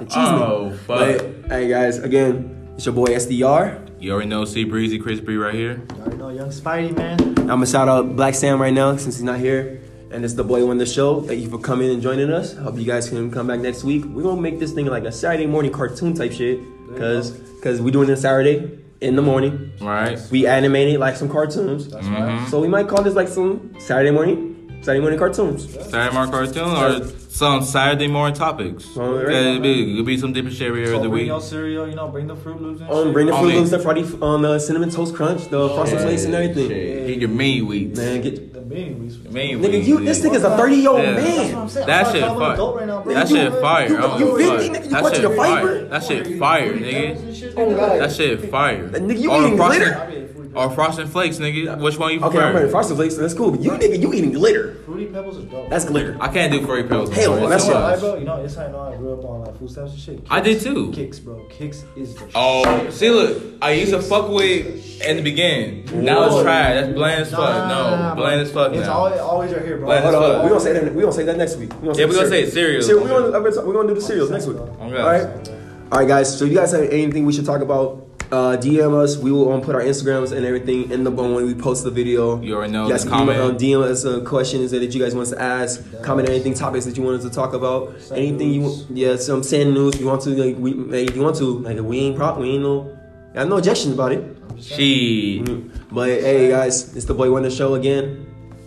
[SPEAKER 1] Excuse
[SPEAKER 2] Oh,
[SPEAKER 1] me.
[SPEAKER 2] fuck.
[SPEAKER 1] But, hey guys, again, it's your boy SDR.
[SPEAKER 2] You already know Sea Breezy Crispy right here.
[SPEAKER 3] you already know, young Spidey, man.
[SPEAKER 2] Mm-hmm.
[SPEAKER 1] I'm gonna shout out Black Sam right now since he's not here. And it's the boy on the show. Thank you for coming and joining us. Hope you guys can come back next week. We're gonna make this thing like a Saturday morning cartoon type shit. Cause cause we doing it Saturday in the morning.
[SPEAKER 2] Right?
[SPEAKER 1] We animated like some cartoons.
[SPEAKER 2] Mm-hmm.
[SPEAKER 3] That's right.
[SPEAKER 1] So we might call this like some Saturday morning, Saturday morning cartoons.
[SPEAKER 2] Saturday morning cartoon or some Saturday morning topics.
[SPEAKER 1] Well, right.
[SPEAKER 2] Yeah, it'd, be, it'd be some different shit every
[SPEAKER 3] So
[SPEAKER 2] other
[SPEAKER 3] bring
[SPEAKER 2] week.
[SPEAKER 3] your cereal, you know, bring the Fruit Loops and
[SPEAKER 1] Um,
[SPEAKER 3] shit.
[SPEAKER 1] bring the
[SPEAKER 2] Oh,
[SPEAKER 1] Fruit
[SPEAKER 2] man.
[SPEAKER 1] Loops, the Friday, on the cinnamon toast crunch, the frosted flakes and everything.
[SPEAKER 2] Shit. Get your mini wheats.
[SPEAKER 1] Man, get
[SPEAKER 3] the mini wheats.
[SPEAKER 2] Mini
[SPEAKER 1] nigga, you this
[SPEAKER 2] wheats.
[SPEAKER 1] nigga's a thirty year old
[SPEAKER 2] Yeah.
[SPEAKER 3] That's what I'm
[SPEAKER 1] Oh, man.
[SPEAKER 3] saying.
[SPEAKER 2] That
[SPEAKER 3] I'm
[SPEAKER 2] shit
[SPEAKER 3] not an
[SPEAKER 2] fire.
[SPEAKER 3] adult right now, bro.
[SPEAKER 2] That shit fire.
[SPEAKER 1] you-
[SPEAKER 2] Oh,
[SPEAKER 1] you
[SPEAKER 2] fuck.
[SPEAKER 1] feel me, nigga? You
[SPEAKER 2] That
[SPEAKER 1] punch
[SPEAKER 2] shit
[SPEAKER 1] your
[SPEAKER 2] fire.
[SPEAKER 1] finger?
[SPEAKER 2] That shit fire, nigga.
[SPEAKER 1] Oh, God.
[SPEAKER 2] That shit fire.
[SPEAKER 1] Nigga, you
[SPEAKER 2] Or
[SPEAKER 1] eating
[SPEAKER 2] Frosted-
[SPEAKER 3] glitter?
[SPEAKER 2] Or frosted flakes, nigga. Which one you
[SPEAKER 1] Okay, I'm ready.
[SPEAKER 2] prefer?
[SPEAKER 1] Frosted flakes, that's cool. But you nigga, you eating glitter?
[SPEAKER 3] Fruity Pebbles is dope.
[SPEAKER 1] That's glitter.
[SPEAKER 2] I can't do furry pills.
[SPEAKER 1] Hell,
[SPEAKER 2] bro.
[SPEAKER 1] that's
[SPEAKER 2] It's too
[SPEAKER 1] what I-
[SPEAKER 2] much.
[SPEAKER 3] bro. You know, it's how I know I grew up on like food stamps and shit.
[SPEAKER 2] I did too.
[SPEAKER 3] Kicks, bro. Kicks is the
[SPEAKER 2] Oh,
[SPEAKER 3] shit.
[SPEAKER 2] see, look, I used to fuck with in the beginning. Now it's
[SPEAKER 1] Whoa.
[SPEAKER 2] trash. That's bland as
[SPEAKER 3] Nah,
[SPEAKER 2] fuck.
[SPEAKER 3] nah, nah,
[SPEAKER 2] No, bland
[SPEAKER 3] bro.
[SPEAKER 2] as fuck
[SPEAKER 3] It's
[SPEAKER 2] now.
[SPEAKER 3] always, always right here, bro.
[SPEAKER 2] Bland
[SPEAKER 1] Hold on, hold
[SPEAKER 2] That's
[SPEAKER 1] on.
[SPEAKER 2] what-
[SPEAKER 1] we gonna say that. We gonna say that next week. We gonna
[SPEAKER 2] Yeah, we gonna
[SPEAKER 1] cereal.
[SPEAKER 2] say cereals.
[SPEAKER 1] Cereal, we gonna, we gonna do the cereals next week.
[SPEAKER 3] Oh,
[SPEAKER 2] God.
[SPEAKER 1] All right, all right, guys. So if you guys have anything we should talk about, uh, DM us. We will um, put our Instagrams and everything in the bone when we post the video.
[SPEAKER 2] You already know,
[SPEAKER 1] You guys
[SPEAKER 2] just
[SPEAKER 1] can comment.
[SPEAKER 2] comment.
[SPEAKER 1] DM us uh, questions that you guys want us to ask. Comment anything, topics that you want us to talk about.
[SPEAKER 3] Sand
[SPEAKER 1] anything you
[SPEAKER 3] news.
[SPEAKER 1] want. Yeah, some sand news. You want to like we like, if you want to like we ain't prop we ain't no. I have no objections about it.
[SPEAKER 2] She.
[SPEAKER 1] But hey, guys, it's the boy Wonder Show again.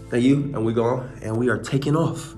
[SPEAKER 1] Thank you, and we gone, and we are taking off.